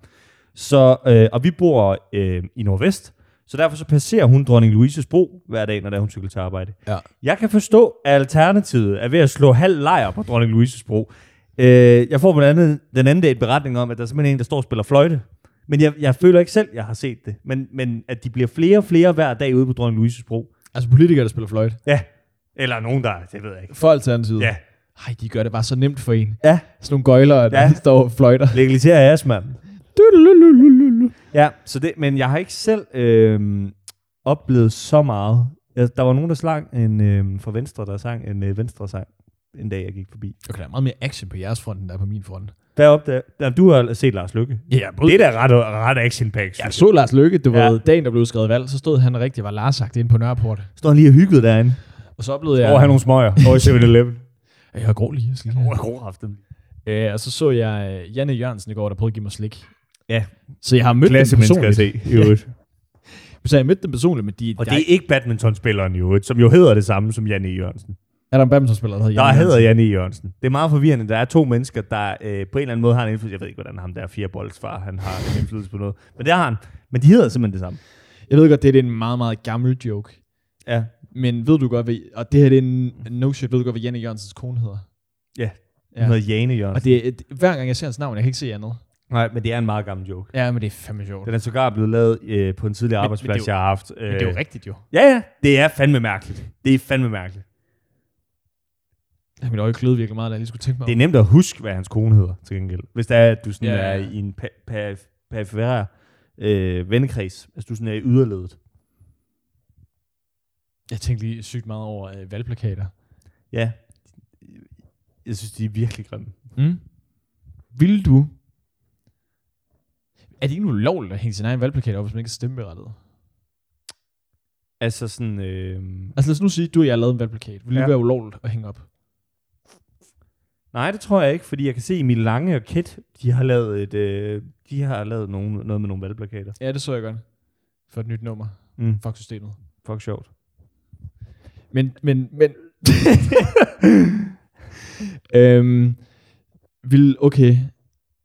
S2: Så, øh, og vi bor øh, i Nordvest, så derfor så passerer hun dronning Louises bro hver dag, når der hun cykler til arbejde.
S1: Ja.
S2: Jeg kan forstå, at Alternativet er ved at slå halv lejr på dronning Louises bro. Øh, jeg får blandt andet den anden dag et beretning om, at der er simpelthen en, der står og spiller fløjte. Men jeg, jeg føler ikke selv, jeg har set det. Men, men at de bliver flere og flere hver dag ude på dronning Louises bro.
S1: Altså politikere, der spiller fløjte.
S2: Ja. Eller nogen, der... Det ved jeg ikke.
S1: For alternativet.
S2: Ja.
S1: Ej, de gør det bare så nemt for en.
S2: Ja.
S1: Sådan nogle gøjlere, der ja.
S2: Ja.
S1: står og fløjter.
S2: Legalisere jeres, mand.
S1: Dudulululululu.
S2: Ja, så det, men jeg har ikke selv øh, oplevet så meget. Jeg, der var nogen, der sang en, øh, fra Venstre, der sang en øh, Venstre-sang en dag, jeg gik forbi.
S1: Okay, der er meget mere action på jeres front, end der er på min front.
S2: Hvad opdagede Jamen, Du har set Lars Lykke.
S1: Ja, jeg,
S2: Det er da ret, ret action pack,
S1: jeg så Lars Løkke, du
S2: Ja.
S1: ja. ved, dagen der blev udskrevet valg, så stod han rigtig, var Lars sagt inde på Nørreport.
S2: Står han lige og hygget derinde.
S1: Og så oplevede
S2: Ja.
S1: jeg...
S2: Over at have nogle smøger. Over i 7-Eleven.
S1: Jeg har grå lige, jeg skal lige. have-
S2: god aften.
S1: Øh, og så så jeg øh, Janne Jørgensen i går, der prøvede at give mig slik.
S2: Ja.
S1: Så jeg har mødt
S2: Klasse
S1: dem
S2: mennesker at
S1: personligt.
S2: se, i øvrigt.
S1: Så jeg mødte dem personligt, men de,
S2: Og
S1: der
S2: det er ikke badmintonspilleren i øvrigt, som jo hedder det samme som Janne E. Jørgensen.
S1: er der en badmintonspiller, der hedder
S2: Der
S1: Jan
S2: hedder
S1: Jørgensen?
S2: Janne E. Jørgensen. Det er meget forvirrende. Der er to mennesker, der øh, på en eller anden måde har en indflydelse. Jeg ved ikke, hvordan ham der fire boldsfar, han har en indflydelse på noget. Men det har han. Men de hedder simpelthen det samme.
S1: Jeg ved godt, det er en meget, meget gammel joke.
S2: Ja.
S1: Men ved du godt, hvad, og det her det er en no shit, ved du godt, hvad Janne Jørgensens kone hedder?
S2: Ja.
S1: Ja.
S2: Han hedder Jane E.
S1: Og
S2: Jørgensen.
S1: det, er- det, hver gang jeg ser hans navn, jeg kan ikke se andet.
S2: Nej, men det er en meget gammel joke.
S1: Ja, men det er fandme sjovt.
S2: Den er sågar blevet lavet øh, på en tidligere
S1: Men- men
S2: arbejdsplads,
S1: det er jo-
S2: jeg har haft. øh.
S1: Men det er jo rigtigt jo.
S2: Ja, ja. Det er fandme mærkeligt. Det er fandme mærkeligt.
S1: Ja, mit øje kløede virkelig meget, da jeg lige skulle tænke mig
S2: Det er
S1: om.
S2: nemt at huske, hvad hans kone hedder, til gengæld. Hvis det er, at du sådan
S1: Ja,
S2: ja,
S1: ja,
S2: ja. er
S1: ja.
S2: i en pa- pa- periferær øh, vennekreds. Altså, du sådan er i yderledet.
S1: Jeg tænkte lige sygt meget over øh, valgplakater.
S2: Ja. Jeg synes, de er virkelig grimme.
S1: Mm. Vil du... Er det ikke ulovligt at hænge sin egen valgplakat op, hvis man ikke er stemmeberettiget?
S2: Altså sådan... Øh...
S1: Altså lad os nu sige, at du og jeg har lavet en valgplakat. Vil det
S2: Ja.
S1: være ulovligt at hænge op?
S2: Nej, det tror jeg ikke, fordi jeg kan se, at Emil Lange og Kit, de har lavet, et, øh... de har lavet nogen, noget med nogle valgplakater.
S1: Ja, det så jeg godt. For et nyt nummer.
S2: Mm.
S1: Fuck systemet.
S2: Fuck sjovt.
S1: Men, men, men... øhm, vil, okay.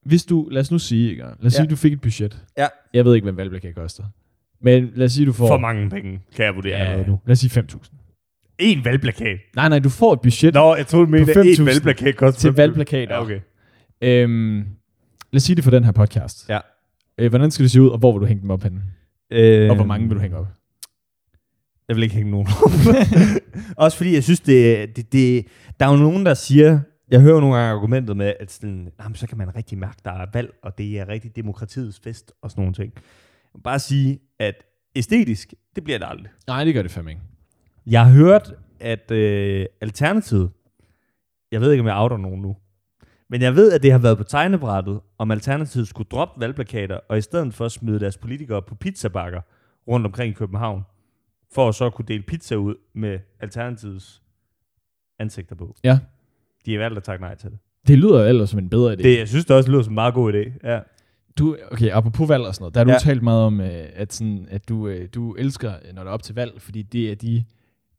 S1: Hvis du, lad os nu sige, ikke? lad os ja.
S2: Ja.
S1: sige, du fik et budget.
S2: Ja.
S1: Jeg ved ikke, hvad en valgplakat koster. Men lad os sige, du får...
S2: For mange penge, kan jeg vurdere
S1: ja,
S2: allerede nu.
S1: Lad os sige 5.000.
S2: En valgplakat.
S1: Nej, nej, du får et budget Nå,
S2: Nå, jeg troede, du mente,
S1: På
S2: at en
S1: 5.000
S2: valgplakat koster
S1: til
S2: 5.000.
S1: valgplakater.
S2: Ja, okay.
S1: Øhm, lad os sige det for den her podcast.
S2: Ja.
S1: Øh, hvordan skal det se ud, og hvor vil du hænge dem op henne?
S2: Øh...
S1: Og hvor mange vil du hænge op?
S2: Jeg vil ikke hænge nogen op. Også fordi jeg synes, det, det, det, der er jo nogen, der siger, jeg hører nogle gange argumentet med, at sådan, "Nå, men så kan man rigtig mærke, der er valg, og det er rigtig demokratiets fest og sådan nogle ting. Jeg vil bare sige, at æstetisk, det bliver det aldrig.
S1: Nej, det gør det fandme ikke.
S2: Jeg har hørt, at øh, Alternativet, jeg ved ikke, om jeg outer nogen nu, men jeg ved, at det har været på tegnebrættet, om Alternativet skulle droppe valgplakater, og i stedet for smide deres politikere på pizzabakker rundt omkring i København, for at så kunne dele pizza ud med Alternativets ansigter på.
S1: Ja.
S2: De har valgt at takke nej til det.
S1: Det lyder ellers som en bedre idé.
S2: det jeg synes, det også lyder som en meget god idé. Ja.
S1: Du, okay, apropos valg og sådan noget, der har du ja.
S2: Ja.
S1: talt meget om, øh, at, sådan, at du, øh, du elsker, øh, når det er op til valg, fordi det er de,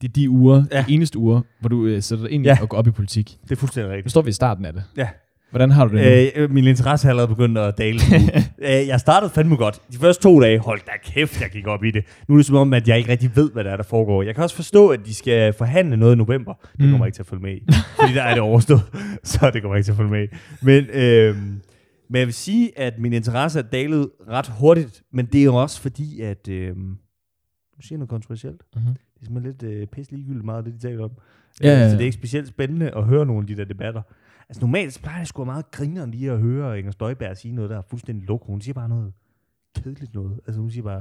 S1: det er de uger, ja.
S2: Ja.
S1: de eneste uger, hvor du øh, sætter dig ind ja.
S2: Ja.
S1: og går op i politik.
S2: Det er fuldstændig rigtigt.
S1: Nu står vi i starten af det.
S2: Ja.
S1: Hvordan har du det øh, nu?
S2: Øh, min interesse er allerede begyndt at dale. nu. øh, jeg startede fandme godt. De første to dage, hold da kæft, jeg gik op i det. Nu er det som om, at jeg ikke rigtig ved, hvad der er, der foregår. Jeg kan også forstå, at de skal forhandle noget i november. Det kommer
S1: Mm.
S2: jeg ikke til at følge med i. Fordi der er det overstået, så det kommer jeg ikke til at følge med i. Men øh, Men jeg vil sige, at min interesse er dalet ret hurtigt, men det er jo også fordi, at... Øh, nu siger jeg noget kontroversielt.
S1: Mhm.
S2: Det er simpelthen lidt øh, pisse ligegyldigt meget, af det de taler om.
S1: Ja,
S2: Øh,
S1: ja,
S2: Så
S1: ja.
S2: det er ikke specielt spændende at høre nogle af de der debatter. Altså normalt så plejer det sgu at være meget grineren lige at høre Inger Støjberg sige noget, der er fuldstændig luk. Hun siger bare noget kedeligt noget. Altså hun siger bare,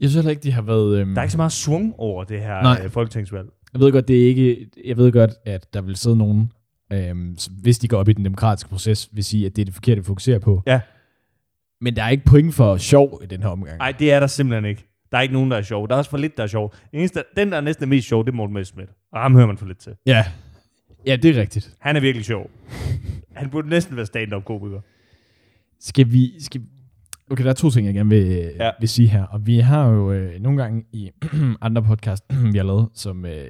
S1: Jeg synes heller ikke, de har været... Øhm,
S2: der er ikke så meget swung over det her
S1: Nej.
S2: Nej. folketingsvalg.
S1: Jeg ved godt, det er ikke, jeg ved godt, at der vil sidde nogen, øhm, som, hvis de går op i den demokratiske proces, vil sige, at det er det forkerte, vi fokuserer på.
S2: Ja.
S1: Men der er ikke point for sjov i den her omgang.
S2: Nej, det er der simpelthen ikke. Der er ikke nogen, der er sjov. Der er også for lidt, der er sjov. Den, eneste, den der er næsten er mest sjov, det er Morten Messerschmidt. Og ham hører man for lidt til.
S1: Ja. ja, det er rigtigt.
S2: Han er virkelig sjov. Han burde næsten være stand-up komiker.
S1: Skal vi... Skal... Okay, der er to ting, jeg gerne vil,
S2: Ja.
S1: ja. vil sige her. Og vi har jo øh, nogle gange i andre podcast, vi har lavet, som øh,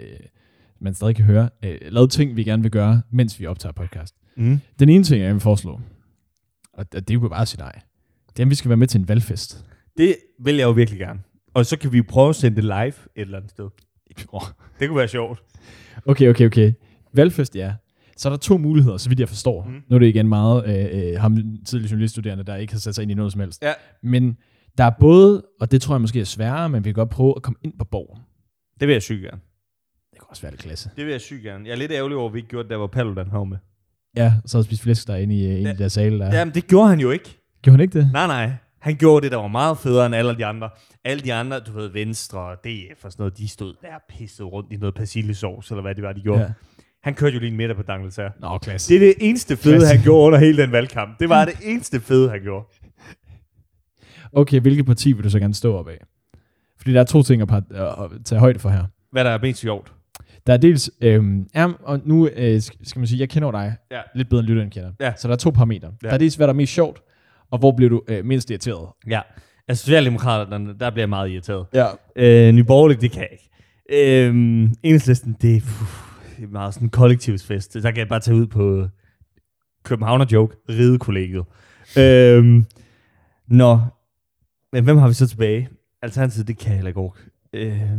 S1: man stadig kan høre, øh, lavet ting, vi gerne vil gøre, mens vi optager podcast.
S2: Mm.
S1: Den ene ting, jeg vil foreslå, og og det er jo bare at sige nej, det er, at vi skal være med til en valgfest.
S2: Det vil jeg jo virkelig gerne. Og så kan vi prøve at sende det live et eller andet sted. Det kunne være sjovt.
S1: Okay, okay, okay. Valgfest, ja. Så er der to muligheder, så vidt jeg forstår.
S2: Mhm.
S1: Mm. Nu er det igen meget øh, øh, ham den tidligere journaliststuderende, der ikke har sat sig ind i noget som helst.
S2: Ja.
S1: Men der er både, og det tror jeg måske er sværere, men vi kan godt prøve at komme ind på borgen.
S2: Det vil jeg sygt gerne.
S1: Det kan også være lidt klasse.
S2: Det vil jeg sygt gerne. Jeg er lidt ærgerlig over, at vi ikke gjorde det, der var Paludan havde med.
S1: Ja, så havde spist flæsk derinde i, øh, ja. i der sale der.
S2: Ja.
S1: Ja.
S2: Jamen, det gjorde han jo ikke.
S1: Gjorde han ikke det?
S2: Nej, nej. Han gjorde det, der var meget federe end alle de andre. Alle de andre, du ved, Venstre og DF og sådan noget, de stod der pisset rundt i noget persillesovs, eller hvad det var, de gjorde. Ja.
S1: Ja.
S2: Han kørte jo lige en middag på Dangletær.
S1: Nå, klasse.
S2: Det er det eneste fede,
S1: Klasse.
S2: han gjorde under hele den valgkamp. Det var det eneste fede, han gjorde.
S1: Okay, hvilket parti vil du så gerne stå op af? Fordi der er to ting at, par- at at tage højde for her.
S2: Hvad der er mest sjovt.
S1: Der er dels, øhm, ja, og nu øh, sk- skal man sige, jeg kender jo dig
S2: Ja.
S1: lidt bedre end lytteren kender.
S2: Ja.
S1: Så der er to parametre.
S2: Ja.
S1: Der er dels, hvad der er mest sjovt, og hvor bliver du øh, mindst irriteret.
S2: Ja. Altså, Socialdemokraterne, der bliver jeg meget irriteret.
S1: Ja.
S2: Øh, Nye Borgerlige, det kan jeg ikke. Øh, enhedslisten, det er, puh, det er meget sådan en kollektivsfest. Der kan jeg bare tage ud på Københavner Joke, ridekollegiet. Øh, nå, men hvem har vi så tilbage? Alternativet, det kan jeg heller ikke orke. Øh,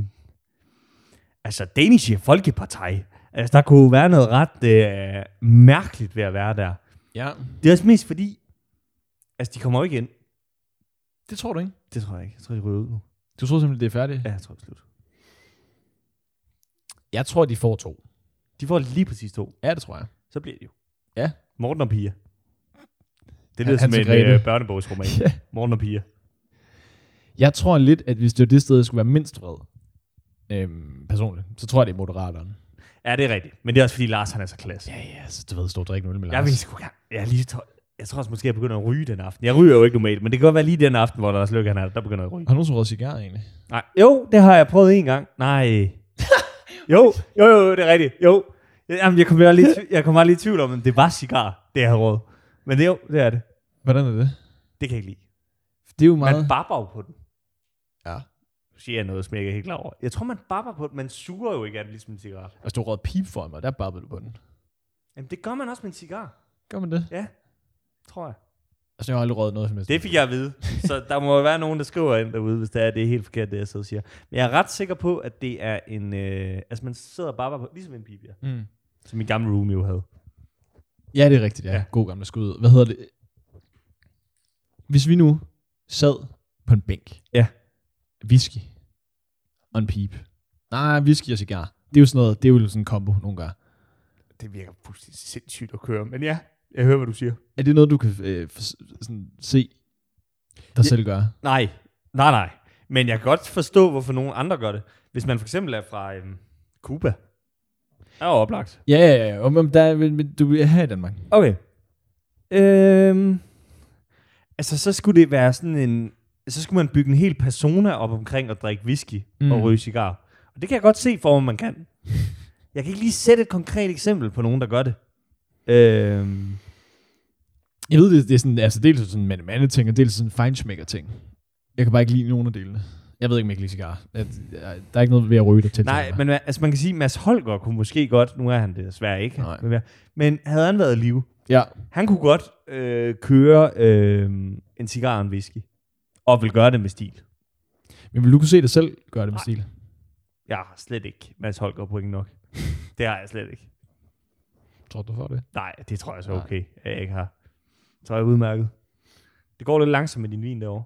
S2: altså, Danish Folkeparti. Altså, der kunne være noget ret øh, mærkeligt ved at være der.
S1: ja.
S2: Det er også mest fordi, altså, de kommer jo ikke ind.
S1: Det tror du ikke?
S2: Det tror jeg ikke. Jeg tror, de ryger ud nu.
S1: Du tror simpelthen, det er færdigt?
S2: Ja, jeg tror, det er slut.
S1: Jeg tror, de får to.
S2: De får lige præcis to.
S1: Ja, det tror jeg.
S2: så bliver det jo.
S1: Ja.
S2: Morten og Pia. Det lyder
S1: lyder
S2: som
S1: som en,
S2: en
S1: øh,
S2: øh, børnebogsroman.
S1: Ja.
S2: Morten og Pia.
S1: Jeg tror lidt, at hvis det var det sted, jeg skulle være mindst vred, øhm, personligt, så tror jeg, det er moderaterne.
S2: Ja, det er rigtigt. Men det er også fordi Lars, han er så klasse.
S1: Ja, ja, så du ved, stå og drikke en øl med Lars.
S2: Jeg vil sgu gerne. Jeg, er lige tå- jeg tror også måske, jeg begynder at ryge den aften. Jeg ryger jo ikke normalt, men det kan godt være lige den aften, hvor Lars Løkke han er, der, der begynder jeg at ryge.
S1: Har du nogensinde røget cigar egentlig?
S2: Nej. Jo, det har jeg prøvet en gang. Nej. jo, jo, jo, det er rigtigt. Jo. Jamen, jeg kom bare lige, i tv- jeg kom bare lige i tvivl om, om det var cigar, det jeg har råd. Men det, jo, det er det.
S1: Hvordan er det?
S2: Det kan jeg ikke lide.
S1: Det er jo
S2: Man
S1: meget...
S2: barber jo på den.
S1: Ja.
S2: Nu siger jeg noget, som jeg ikke er helt klar over. Jeg tror, man barber på den. Man suger jo ikke af det, ligesom en cigaret.
S1: Altså, du røget pip for mig, der babbede du på den.
S2: Jamen, det gør man også med en cigar.
S1: Gør man det?
S2: Ja, tror jeg.
S1: Altså, jeg har aldrig røget noget som helst.
S2: Det fik jeg at vide. Så der må jo være nogen, der skriver ind derude, hvis det er, det er helt forkert, det jeg sidder og siger. Men jeg er ret sikker på, at det er en... Øh, altså, man sidder og barber på, ligesom en pibier.
S1: Mm.
S2: Som min gamle roomie jo havde.
S1: Ja, det er rigtigt, ja.
S2: Ja.
S1: ja. God gamle skud. Hvad hedder det? Hvis vi nu sad på en bænk.
S2: Ja.
S1: Whisky. Og en pip. Nej, whisky og cigar. Det er jo sådan noget, det er jo sådan en kombo nogle gange.
S2: Det virker fuldstændig sindssygt at køre, men ja, jeg hører, hvad du siger.
S1: Er det noget, du kan øh, for, sådan, se dig ja. selv gøre?
S2: Nej, nej, nej. Men jeg kan godt forstå, hvorfor nogen andre gør det. Hvis man for eksempel er fra øhm, Cuba. Er jo oplagt.
S1: Ja, ja, ja. Og, men der, er- men, men, du er her i Danmark.
S2: Okay. Øhm, altså, så skulle det være sådan en... Så skulle man bygge en hel persona op omkring at drikke whisky mm.
S1: Mm.
S2: og ryge cigar. Og det kan jeg godt se for, man kan. Jeg kan ikke lige sætte et konkret eksempel på nogen, der gør det. Øhm,
S1: Jeg ved, det, det er sådan, altså dels sådan en mande-mande-ting, og dels sådan en feinschmecker-ting. Jeg kan bare ikke lide nogen af delene. Jeg ved ikke, om jeg kan lide cigar. Jeg, jeg, der er ikke noget ved at ryge det til.
S2: nej, men altså, man kan sige, at Mads Holger kunne måske godt... Nu er han det desværre ikke.
S1: Nej.
S2: Men- Men havde han været i live,
S1: Ja,
S2: Han kunne godt øh, køre øh, en cigar og en whisky. Og vil gøre det med stil.
S1: men vil du kunne se dig selv gøre det med stil?
S2: Jeg har slet ikke Mads Holger point nok. det har jeg slet ikke.
S1: Tror du, du får det?
S2: Nej, det tror jeg så
S1: Nej.
S2: okay, at jeg ikke har. tror jeg er udmærket. Det går lidt langsomt med din vin derovre.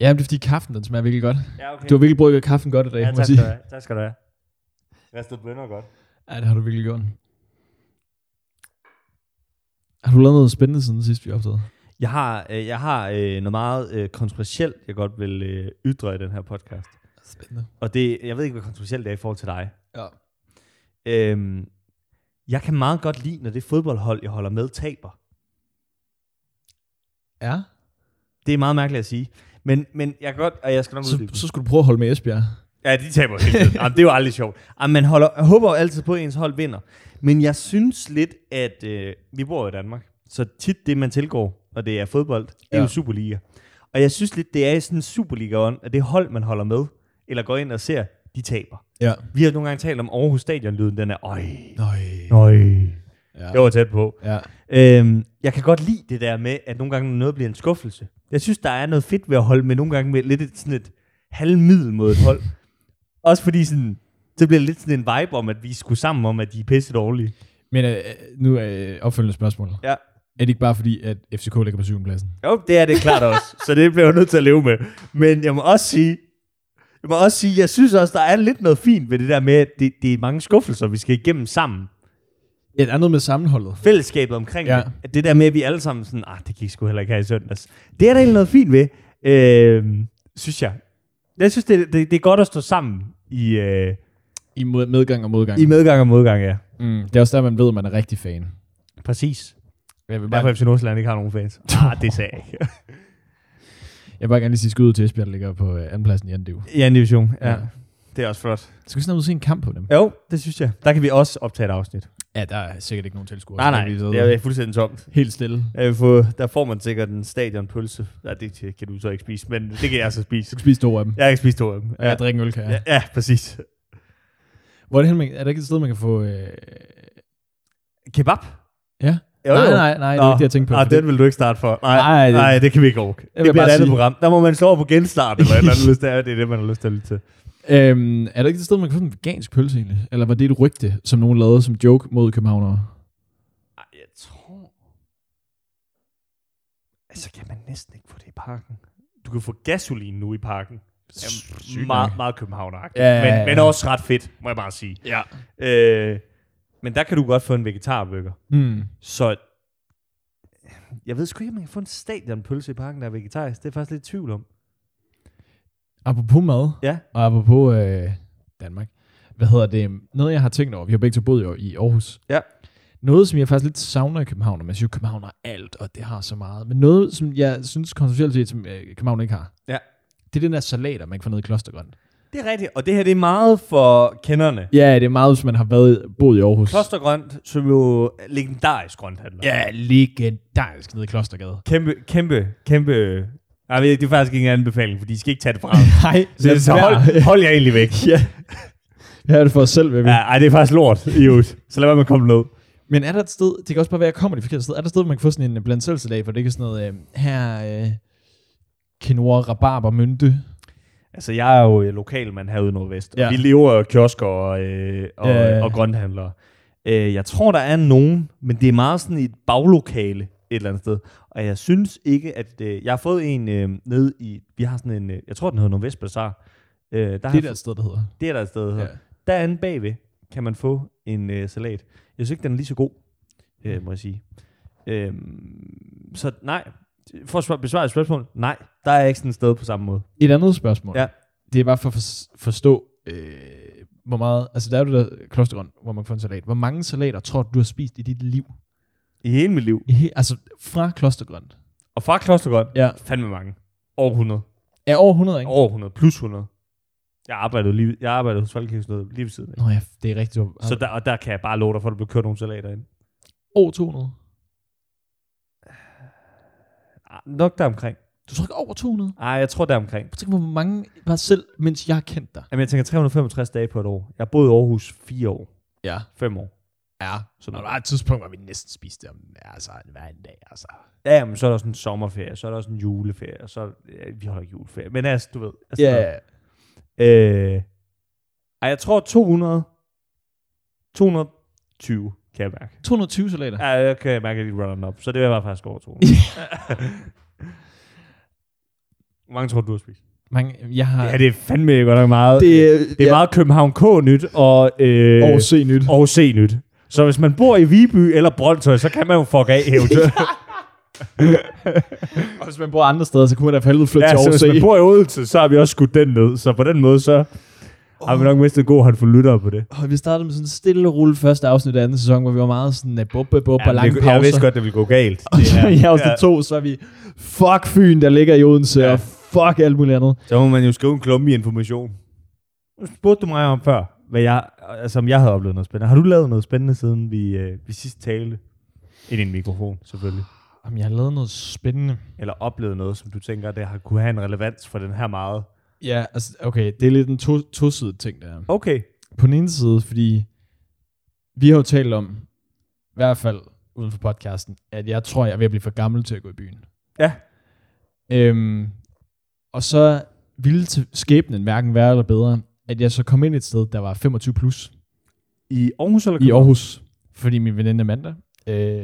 S1: Ja, men det er fordi kaffen, den smager virkelig godt.
S2: Ja, okay.
S1: Du har virkelig brugt kaffen godt i dag,
S2: ja,
S1: må jeg
S2: tak,
S1: sige.
S2: skal du have. tak skal du have. Ristet bønder godt.
S1: Ja, det har du virkelig gjort. Har du lavet noget spændende siden sidst, vi opdagede?
S2: Jeg har, øh, jeg har øh, noget meget øh, kontroversielt, jeg godt vil øh, ytre i den her podcast.
S1: Spændende.
S2: Og det, jeg ved ikke, hvor kontroversielt det er i forhold til dig.
S1: Ja.
S2: Øhm, jeg kan meget godt lide, når det fodboldhold, jeg holder med, taber.
S1: Ja?
S2: Det er meget mærkeligt at sige. Men, men jeg kan godt, og jeg skal nok
S1: Så,
S2: uddybe det.
S1: så skulle du prøve at holde med Esbjerg.
S2: Ja, de taber hele tiden. Jamen, det er jo aldrig sjovt. Jamen, man holder, jeg håber jo altid på, at ens hold vinder. Men jeg synes lidt, at øh, vi bor jo i Danmark, så tit det, man tilgår, og det er fodbold, det er
S1: Ja.
S2: jo Superliga. Og jeg synes lidt, det er i sådan en Superliga-ånd, at det hold, man holder med, eller går ind og ser, de taber.
S1: Ja.
S2: Vi har nogle gange talt om Aarhus Stadion-lyden, den er, øj,
S1: Nøj.
S2: øj.
S1: Ja.
S2: Det var tæt på.
S1: ja.
S2: Øhm, jeg kan godt lide det der med, at nogle gange noget bliver en skuffelse. Jeg synes, der er noget fedt ved at holde med nogle gange med lidt et, sådan et halvmiddel mod et hold. Også fordi sådan, det bliver lidt sådan en vibe om, at vi skulle sammen om, at de er pisse dårlige.
S1: Men øh, nu er øh, opfølgende spørgsmål.
S2: Ja.
S1: Er det ikke bare fordi, at FCK ligger på syvende pladsen?
S2: Jo, det er det klart også. så det bliver jeg nødt til at leve med. Men jeg må også sige, jeg må også sige, jeg synes også, der er lidt noget fint ved det der med, at det, det er mange skuffelser, vi skal igennem sammen.
S1: Ja, der er noget med sammenholdet.
S2: fællesskabet omkring
S1: Ja.
S2: ja. det. At Det der med, at vi alle sammen sådan, ah, det gik sgu heller ikke her i søndags. Det er der egentlig noget fint ved, øh, synes jeg. Jeg synes, det, det, det er godt at stå sammen i, øh,
S1: I mod- medgang og modgang.
S2: i medgang og modgang, ja.
S1: Mm, det er også der, man ved, at man er rigtig fan.
S2: Præcis.
S1: Jeg vil bare,
S2: Derfor FC Nordsjælland ikke har nogen fans. Ah, det sagde jeg ikke.
S1: jeg vil bare gerne lige sige skud ud til Esbjerg, der ligger på øh, andenpladsen i anden div.
S2: I anden division, ja.
S1: Ja.
S2: ja. Det er også flot.
S1: Skal vi snart ud og se en kamp på dem?
S2: Jo, det synes jeg. Der kan vi også optage et afsnit.
S1: Ja, der er sikkert ikke nogen tilskuere.
S2: Nej,
S1: så
S2: nej,
S1: kan vi
S2: det
S1: sidde
S2: er fuldstændig tomt.
S1: Helt stille.
S2: Jeg få, der får man sikkert en stadionpølse. Ja, det kan du så ikke spise, men det kan jeg så spise.
S1: Du kan spise to af dem.
S2: Jeg kan spise to af dem.
S1: Ja. Jeg drikker en øl, kan jeg.
S2: ja, ja præcis.
S1: Hvor er, det hen, man, er der ikke et sted, man kan få... Øh...
S2: Kebab?
S1: Ja.
S2: Jo,
S1: nej,
S2: jo.
S1: nej, nej, det er ikke det, jeg tænkte på.
S2: Nej,
S1: fordi-
S2: Ah, den vil du ikke starte for. Nej,
S1: Nej,
S2: nej,
S1: det-
S2: det, nej, det kan vi ikke overgå. Det
S1: vil
S2: bliver
S1: bare
S2: et andet
S1: sige-
S2: program. Der må man slå over på genstart, eller et eller andet, hvis det er, det er det, man har lyst til at lytte til.
S1: Øhm, er der ikke et sted, man kan få en vegansk pølse egentlig? Eller var det et rygte, som nogen lavede som joke mod københavnere?
S2: Ej, jeg tror... Altså, kan man næsten ikke få det i parken. Du kan få gasolin nu i parken. Jamen, meget, meget københavneragtigt.
S1: Ja, ja, ja.
S2: Men, men også ret fedt, må jeg bare sige.
S1: Ja.
S2: Øh, men der kan du godt få en vegetarburger.
S1: Mm.
S2: Så jeg ved sgu ikke, om man kan få en stadionpølse i parken, der er vegetarisk. Det er jeg faktisk lidt i tvivl om.
S1: Apropos mad,
S2: Ja.
S1: og apropos øh, Danmark. Hvad hedder det? Noget, jeg har tænkt over. Vi har begge to boet jo i Aarhus.
S2: Ja.
S1: Noget, som jeg faktisk lidt savner i København, og man siger, at København har alt, og det har så meget. Men noget, som jeg synes konceptuelt set, som øh, København ikke har,
S2: Ja.
S1: det er den der salater, man kan få ned i klostergrøn.
S2: Det er rigtigt, og det her det er meget for kenderne.
S1: Ja, det er meget, hvis man har været, boet i Aarhus.
S2: Klostergrønt, som jo er legendarisk grønthandler.
S1: Ja, legendarisk nede i Klostergade.
S2: Kæmpe, kæmpe, kæmpe... Nej, det er faktisk ikke en anbefaling, fordi I skal ikke tage det fra mig.
S1: Nej,
S2: Så, så hold, hold jer egentlig væk.
S1: ja. Jeg har det for os selv, baby.
S2: Ja,
S1: Ja.
S2: ej, det er faktisk lort, i øvrigt. Så lad være med at komme ned.
S1: Men er der et sted, det kan også bare være, at jeg kommer det forkerte sted, er der et sted, hvor man kan få sådan en blandt selv salat, hvor det ikke er sådan noget, øh, her øh, quinoa, rabarber, mynte.
S2: Altså, jeg er jo øh, lokalmand herude i Nordvest,
S1: Ja.
S2: og vi lever af kiosker og, øh, og,
S1: Ja.
S2: ja. og grønthandlere. Øh, jeg tror, der er nogen, men det er meget sådan i et baglokale et eller andet sted. Og jeg synes ikke, at... Øh, jeg har fået en øh, nede i... Vi har sådan en... Øh, jeg tror, den hedder Nordvest Bazaar. Øh, der har jeg
S1: Det er der et sted, der hedder.
S2: Det er der et sted, der hedder.
S1: Ja.
S2: Ja. Derinde bagved kan man få en øh, salat. Jeg synes ikke, den er lige så god, øh, må jeg sige. Øh, så nej, for at svar- besvare et spørgsmål, nej, der er ikke sådan et sted på samme måde.
S1: Et andet spørgsmål.
S2: Ja.
S1: Det er bare for at for- forstå, øh, hvor meget, altså der er jo det der klostergrøn, hvor man får en salat. Hvor mange salater tror du, du har spist i dit liv?
S2: I hele mit liv.
S1: I he, altså fra klostergrøn.
S2: Og fra klostergrøn,
S1: Ja.
S2: fandme mange. Over 100.
S1: Er over 100, ikke?
S2: Over 100, plus 100. Jeg arbejdede, lige, jeg arbejdede hos Folkekirkenet lige ved siden af.
S1: Nå ja, det er rigtigt. Du har-
S2: Så der, og der kan jeg bare love dig for, at du bliver kørt nogle salater ind.
S1: Over 200.
S2: Ah, Nok deromkring.
S1: Du tror ikke over 200?
S2: Ej, jeg tror deromkring.
S1: Tænk, hvor mange var selv, mens jeg har kendt dig.
S2: Jamen, jeg tænker 365 dage på et år. Jeg har boet i Aarhus 4 år.
S1: Ja.
S2: 5 år.
S1: Ja. Så når
S2: Sådan noget.
S1: der var et tidspunkt, hvor vi næsten spiste om altså, hver en dag. Altså.
S2: Ja, men så er der sådan en sommerferie, så er der sådan en juleferie, og så... Ja, vi holder ikke juleferie, men altså, du ved. Altså, noget. Øh, ej, jeg tror 200... 220 kan kan jeg mærke.
S1: 220 salater.
S2: Ja, jeg kan mærke, at jeg lige runner den op. Så det var faktisk over to. Hvor mange tror du, du har spist?
S1: Mange, jeg har...
S2: Ja, det er fandme godt nok meget. Det,
S1: det,
S2: det er ja. meget København K-nyt og øh,
S1: Åh, se nyt.
S2: og C-nyt. Så hvis man bor i Viby eller Brøndshøj, så kan man jo fuck af hævde.
S1: Og hvis man bor andre steder, så kunne man da for helvede flytte
S2: ja,
S1: til
S2: så
S1: Aarhus.
S2: hvis man
S1: ikke?
S2: bor i Odense, så har vi også skudt den ned. Så på den måde, så har vi nok mistet en god håndfuld lyttere på det.
S1: Og vi startede med sådan en stille og rolig første afsnit af anden sæson, hvor vi var meget sådan uh, bubbe, bubbe ja, og lange
S2: det,
S1: pauser.
S2: jeg vidste godt, det ville gå galt.
S1: Og så i afsnit
S2: Ja.
S1: to, så er vi, fuck Fyn, der ligger i Odense,
S2: Ja.
S1: og fuck alt muligt andet.
S2: Så må man jo skrive en klumme i information. Nu spurgte du mig om før, hvad jeg, altså om jeg havde oplevet noget spændende. Har du lavet noget spændende, siden vi, øh, vi sidst talte? Ind i en mikrofon, selvfølgelig.
S1: Jamen, jeg har lavet noget spændende.
S2: Eller oplevet noget, som du tænker, der har kunne have en relevans for den her meget.
S1: Ja, altså, okay, det er lidt en to, tosidig ting, der
S2: Okay.
S1: På den ene side, fordi vi har jo talt om, i hvert fald uden for podcasten, at jeg tror, jeg er ved at blive for gammel til at gå i byen.
S2: Ja.
S1: Øhm, og så ville til skæbnen hverken være eller bedre, at jeg så kom ind et sted, der var 25 plus
S2: I Aarhus eller
S1: i Aarhus, fordi min veninde Amanda øh,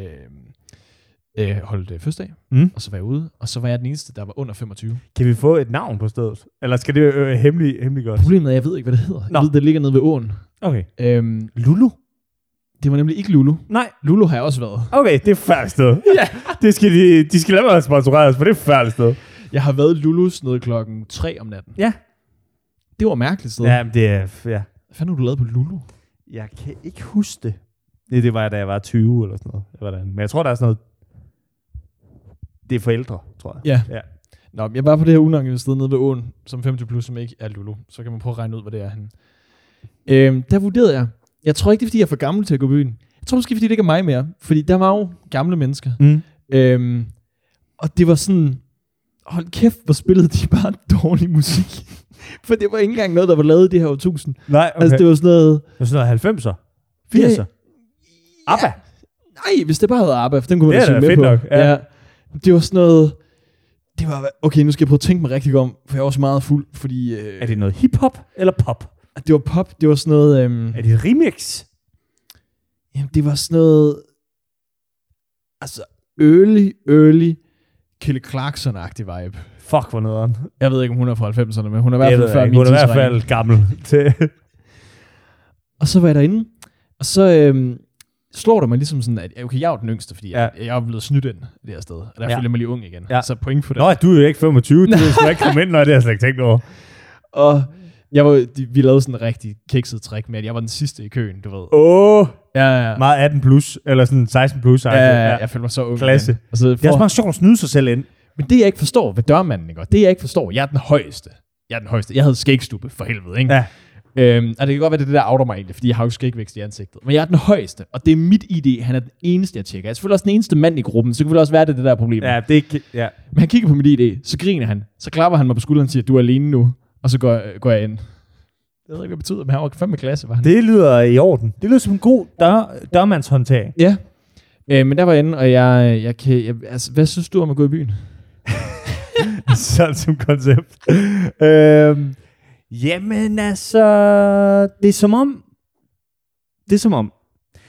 S1: øh, holdt øh, fødselsdag,
S2: Mm.
S1: og så var jeg ude, og så var jeg den eneste, der var under 25.
S2: Kan vi få et navn på stedet? Eller skal det øh, hemmelig, hemmelig godt?
S1: Problemet er, at jeg ved ikke, hvad det hedder.
S2: Nå.
S1: Jeg ved, det ligger nede ved åen.
S2: Okay.
S1: Øhm,
S2: Lulu?
S1: det var nemlig ikke Lulu.
S2: Nej.
S1: Lulu har jeg også været.
S2: Okay, det er færdigt sted. ja. Det skal de, de skal lade mig sponsorere os, for det er færdigt sted.
S1: Jeg har været i Lulus nede klokken 3 om natten.
S2: Ja.
S1: Det var et mærkeligt sted.
S2: Ja, men det er... Ja.
S1: Hvad fanden har du lavet på Lulu?
S2: Jeg kan ikke huske det. Det, det var jeg, da jeg var 20 eller sådan noget. Det var der. Men jeg tror, der er sådan noget... Det er forældre, tror jeg.
S1: Ja.
S2: ja.
S1: Nå, men jeg var på det her unangivet sted nede ved åen, som 50 plus, som ikke er Lulu. Så kan man prøve at regne ud, hvad det er henne. Øhm, der vurderede jeg. Jeg tror ikke, det er, fordi jeg er for gammel til at gå i byen. Jeg tror måske, fordi det ikke er mig mere. Fordi der var jo gamle mennesker.
S2: Mm.
S1: Øhm, og det var sådan, hold kæft, hvor spillede de bare dårlig musik. For det var ikke engang noget, der var lavet i det her årtusind. Okay.
S2: Nej, okay.
S1: Altså, det var sådan noget...
S2: var sådan noget 90'er. 80'er.
S1: Ja,
S2: Abba.
S1: Nej, hvis det bare havde ABBA, for den kunne man
S2: Det
S1: da
S2: er
S1: synge
S2: da
S1: med
S2: fedt
S1: på.
S2: nok, ja.
S1: Det var sådan noget... Det var, okay, nu skal jeg prøve at tænke mig rigtig om, for jeg var også meget fuld, fordi øh,
S2: Er det noget hiphop eller pop?
S1: det var pop, det var sådan noget, øhm,
S2: Er det et remix?
S1: jamen, det var sådan noget, altså early, early Kelly Clarkson-agtig vibe.
S2: Fuck, hvor nederen.
S1: Jeg ved ikke, om hun er fra 90'erne, men hun er i
S2: Jeg
S1: hvert
S2: ved
S1: fald før
S2: ikke.
S1: min
S2: Hun er i hvert
S1: tidsregning.
S2: fald gammel. Til.
S1: Og så var jeg derinde, og så øhm, slår det mig ligesom sådan, at okay, jeg er jo den yngste, fordi
S2: Ja.
S1: jeg, jeg er blevet snydt ind det her sted, og der
S2: Ja.
S1: ja. føler jeg mig lige ung igen.
S2: Ja.
S1: Så point på det.
S2: Nå, du er jo ikke 25. Du er slet ikke komme ind, når det har jeg slet ikke tænkt over.
S1: Og jeg var, de, vi lavede sådan en rigtig kikset trick med, at jeg var den sidste i køen, du ved.
S2: Åh, oh,
S1: Ja, ja, ja.
S2: meget 18 plus, eller sådan 16 plus.
S1: Ja, ja, ja. Jeg følte mig så ung.
S2: Klasse.
S1: igen. Og så
S2: Det er også
S1: for,
S2: meget sjovt at snyde sig selv ind.
S1: men det, jeg ikke forstår ved dørmanden, ikke? Og det, jeg ikke forstår, jeg er den højeste. Jeg er den højeste. Jeg havde skægstube, for helvede, ikke?
S2: Ja.
S1: Øhm, og det kan godt være, det er det der outer mig egentlig, fordi jeg har jo skægvækst i ansigtet. Men jeg er den højeste, og det er mit ID. Han er den eneste, jeg tjekker. Jeg er selvfølgelig også den eneste mand i gruppen, så det kunne vel også være, det er det der problem.
S2: Ja, det er ikke... Ja.
S1: Men han kigger på mit ID, så griner han, så klapper han mig på skulderen og siger, du er alene nu, og så går, jeg- går jeg ind. Jeg ved ikke, hvad det betyder, men han var fandme klasse, var han.
S2: Det lyder i orden. Det lyder som en god dør, dørmandshåndtag.
S1: Ja. Øh, men der var jeg inde, og jeg, jeg kan... Jeg, altså, hvad synes du om at gå i byen?
S2: Sådan som koncept. øhm, jamen altså, det er som om, det er som om,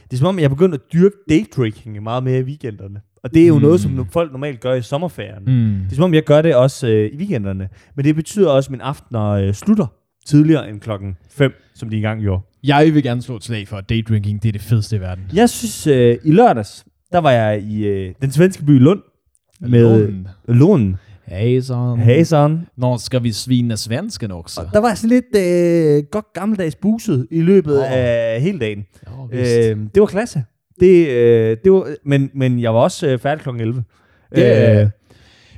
S2: det er som om, jeg er begyndt at dyrke daydrinking meget mere i weekenderne. Og det er jo
S1: Mm.
S2: mm. noget, som folk normalt gør i sommerferien. Mm.
S1: Mm.
S2: Det er som om, jeg gør det også øh, i weekenderne. Men det betyder også, at mine aftener øh, slutter tidligere end klokken 5, som de engang gjorde.
S1: Jeg vil gerne slå et slag for, at daydrinking, det er det fedeste i verden.
S2: Jeg synes, øh, i lørdags, der var jeg i øh, den svenske by Lund med Lund.
S1: Hey, så.
S2: Hey, son.
S1: Nå, skal vi svine svensken også?
S2: Og Mm-hmm. der var jeg sådan lidt øh, godt gammeldags buset i løbet
S1: Åh.
S2: oh. af hele dagen.
S1: Ja, vist.
S2: Øh, det var klasse. Det, øh, det var, men, men jeg var også øh, færdig kl. 11.
S1: Det-
S2: øh,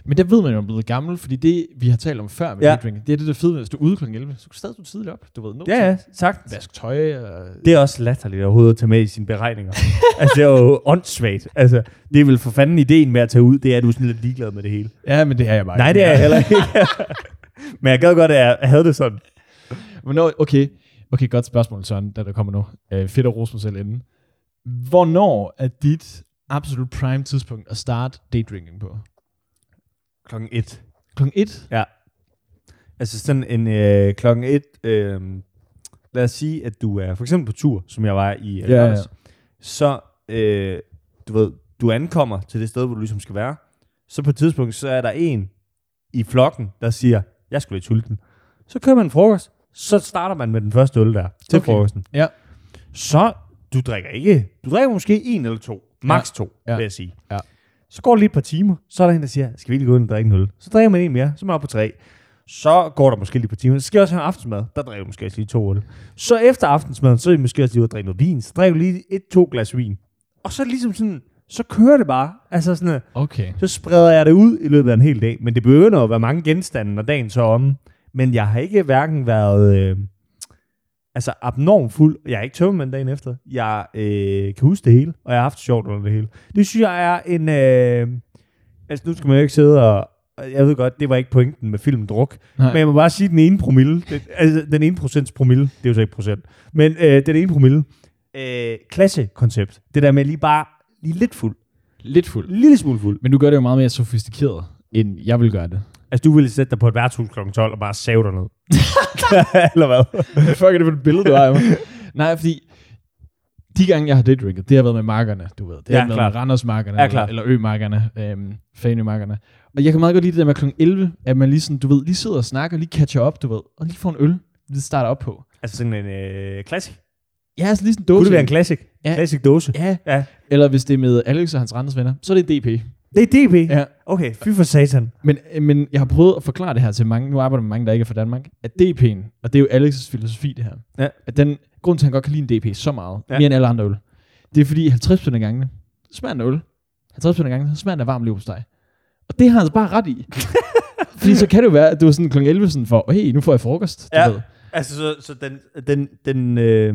S1: Men der ved man jo, at man er blevet gammel, fordi det, vi har talt om før med
S2: Ja.
S1: ja. daydrinking, det er det, der er fede, ved, hvis du er ude kl. 11, så kan du stadig stå tidligt op. Du ved, nå,
S2: ja, ja,
S1: til
S2: sagt.
S1: at vaske tøj. Og...
S2: Det er også latterligt overhovedet at tage med i sine beregninger. altså, det er jo åndssvagt. Altså, det er vel for fanden ideen med at tage ud, det er, at du er sådan lidt ligeglad med det hele.
S1: Ja, men det er jeg bare.
S2: Nej,
S1: ikke.
S2: det er jeg heller ikke. men jeg gad godt, at jeg havde det sådan.
S1: Hvornår, okay, okay, godt spørgsmål, Søren, da der kommer nu. Øh, fedt at rose mig selv inden. Hvornår er dit absolut prime tidspunkt at starte daydrinking på?
S2: Klokken 1.
S1: Klokken 1?
S2: Altså sådan en øh, klokken et, øh, lad os sige, at du er for eksempel på tur, som jeg var i øh,
S1: Ja,
S2: ja, ja. så øh, du ved, du ankommer til det sted, hvor du ligesom skal være, så på et tidspunkt, så er der en i flokken, der siger, jeg skulle lidt sulten. Så kører man en frokost, så starter man med den første øl der,
S1: Okay.
S2: til okay. frokosten.
S1: Ja.
S2: Så du drikker ikke, du drikker måske en eller to, maks to,
S1: Ja.
S2: ja. vil jeg sige.
S1: Ja.
S2: Så går det lige et par timer, så er der en, der siger, skal vi lige gå ind og drikke en øl? Så drikker man en mere, så er man oppe på tre. Så går der måske lige et par timer. Så skal jeg også have aftensmad. Der drikker du måske også lige to øl. Så efter aftensmaden, så er I måske også lige ude og drikke noget vin. Så drikker du lige et, to glas vin. Og så er det ligesom sådan, så kører det bare. Altså sådan, øh,
S1: Okay.
S2: så spreder jeg det ud i løbet af en hel dag. Men det begynder at være mange genstande, når dagen så er omme. Men jeg har ikke hverken været øh, altså abnorm fuld. Jeg er ikke tømmermand dagen efter. Jeg øh, kan huske det hele, og jeg har haft det sjovt under det hele. Det synes jeg er en... Øh, altså nu skal man jo ikke sidde og... og Jeg ved godt, det var ikke pointen med filmen Druk.
S1: Nej.
S2: Men jeg må bare sige, den ene promille... Den, altså den ene procents promille. Det er jo så ikke procent. Men øh, den ene promille. Øh, klassekoncept. Det der med lige bare... Lige lidt fuld.
S1: Lidt fuld.
S2: Lille smule fuld.
S1: Men du gør det jo meget mere sofistikeret, end jeg vil gøre det.
S2: Altså, du ville sætte dig på et værtshus kl. 12 og bare save dig ned. Eller hvad?
S1: Fuck, er det for et billede, du har af mig? Nej, fordi de gange, jeg har daydrinket, det har været med markerne, du ved. Det har
S2: Ja,
S1: været
S2: klart.
S1: med Randersmarkerne,
S2: Ja,
S1: eller,
S2: klart.
S1: eller Ø-markerne, øhm, Fanø-markerne. Og jeg kan meget godt lide det der med kl. 11, at man lige sådan, du ved, lige sidder og snakker, lige catcher op, du ved, og lige får en øl, lige starter op på.
S2: Altså sådan en øh, klassik.
S1: Ja, altså lige sådan en
S2: Kunne
S1: dåse.
S2: det være en klassik?
S1: Ja.
S2: Ja. Klassik dåse?
S1: Ja.
S2: Ja.
S1: Eller hvis det er med Alex og hans Randers venner, så er det en DP.
S2: Det er DB?
S1: Ja.
S2: Okay, fy for satan.
S1: Men, øh, men jeg har prøvet at forklare det her til mange, nu arbejder jeg med mange, der ikke er fra Danmark, at DP'en, og det er jo Alex' filosofi det her,
S2: Ja.
S1: at den grund til, at han godt kan lide en DP så meget, ja.
S2: Ja.
S1: mere end alle andre øl, det er fordi 50 af gangene, så smager den af øl. 50 af gangene, så smager den af varm leverpostej. Og det har han altså bare ret i. fordi så kan det jo være, at du er sådan kl. 11 sådan for, hey, nu får jeg frokost. Du ved.
S2: Altså, så, så den, den, den, øh,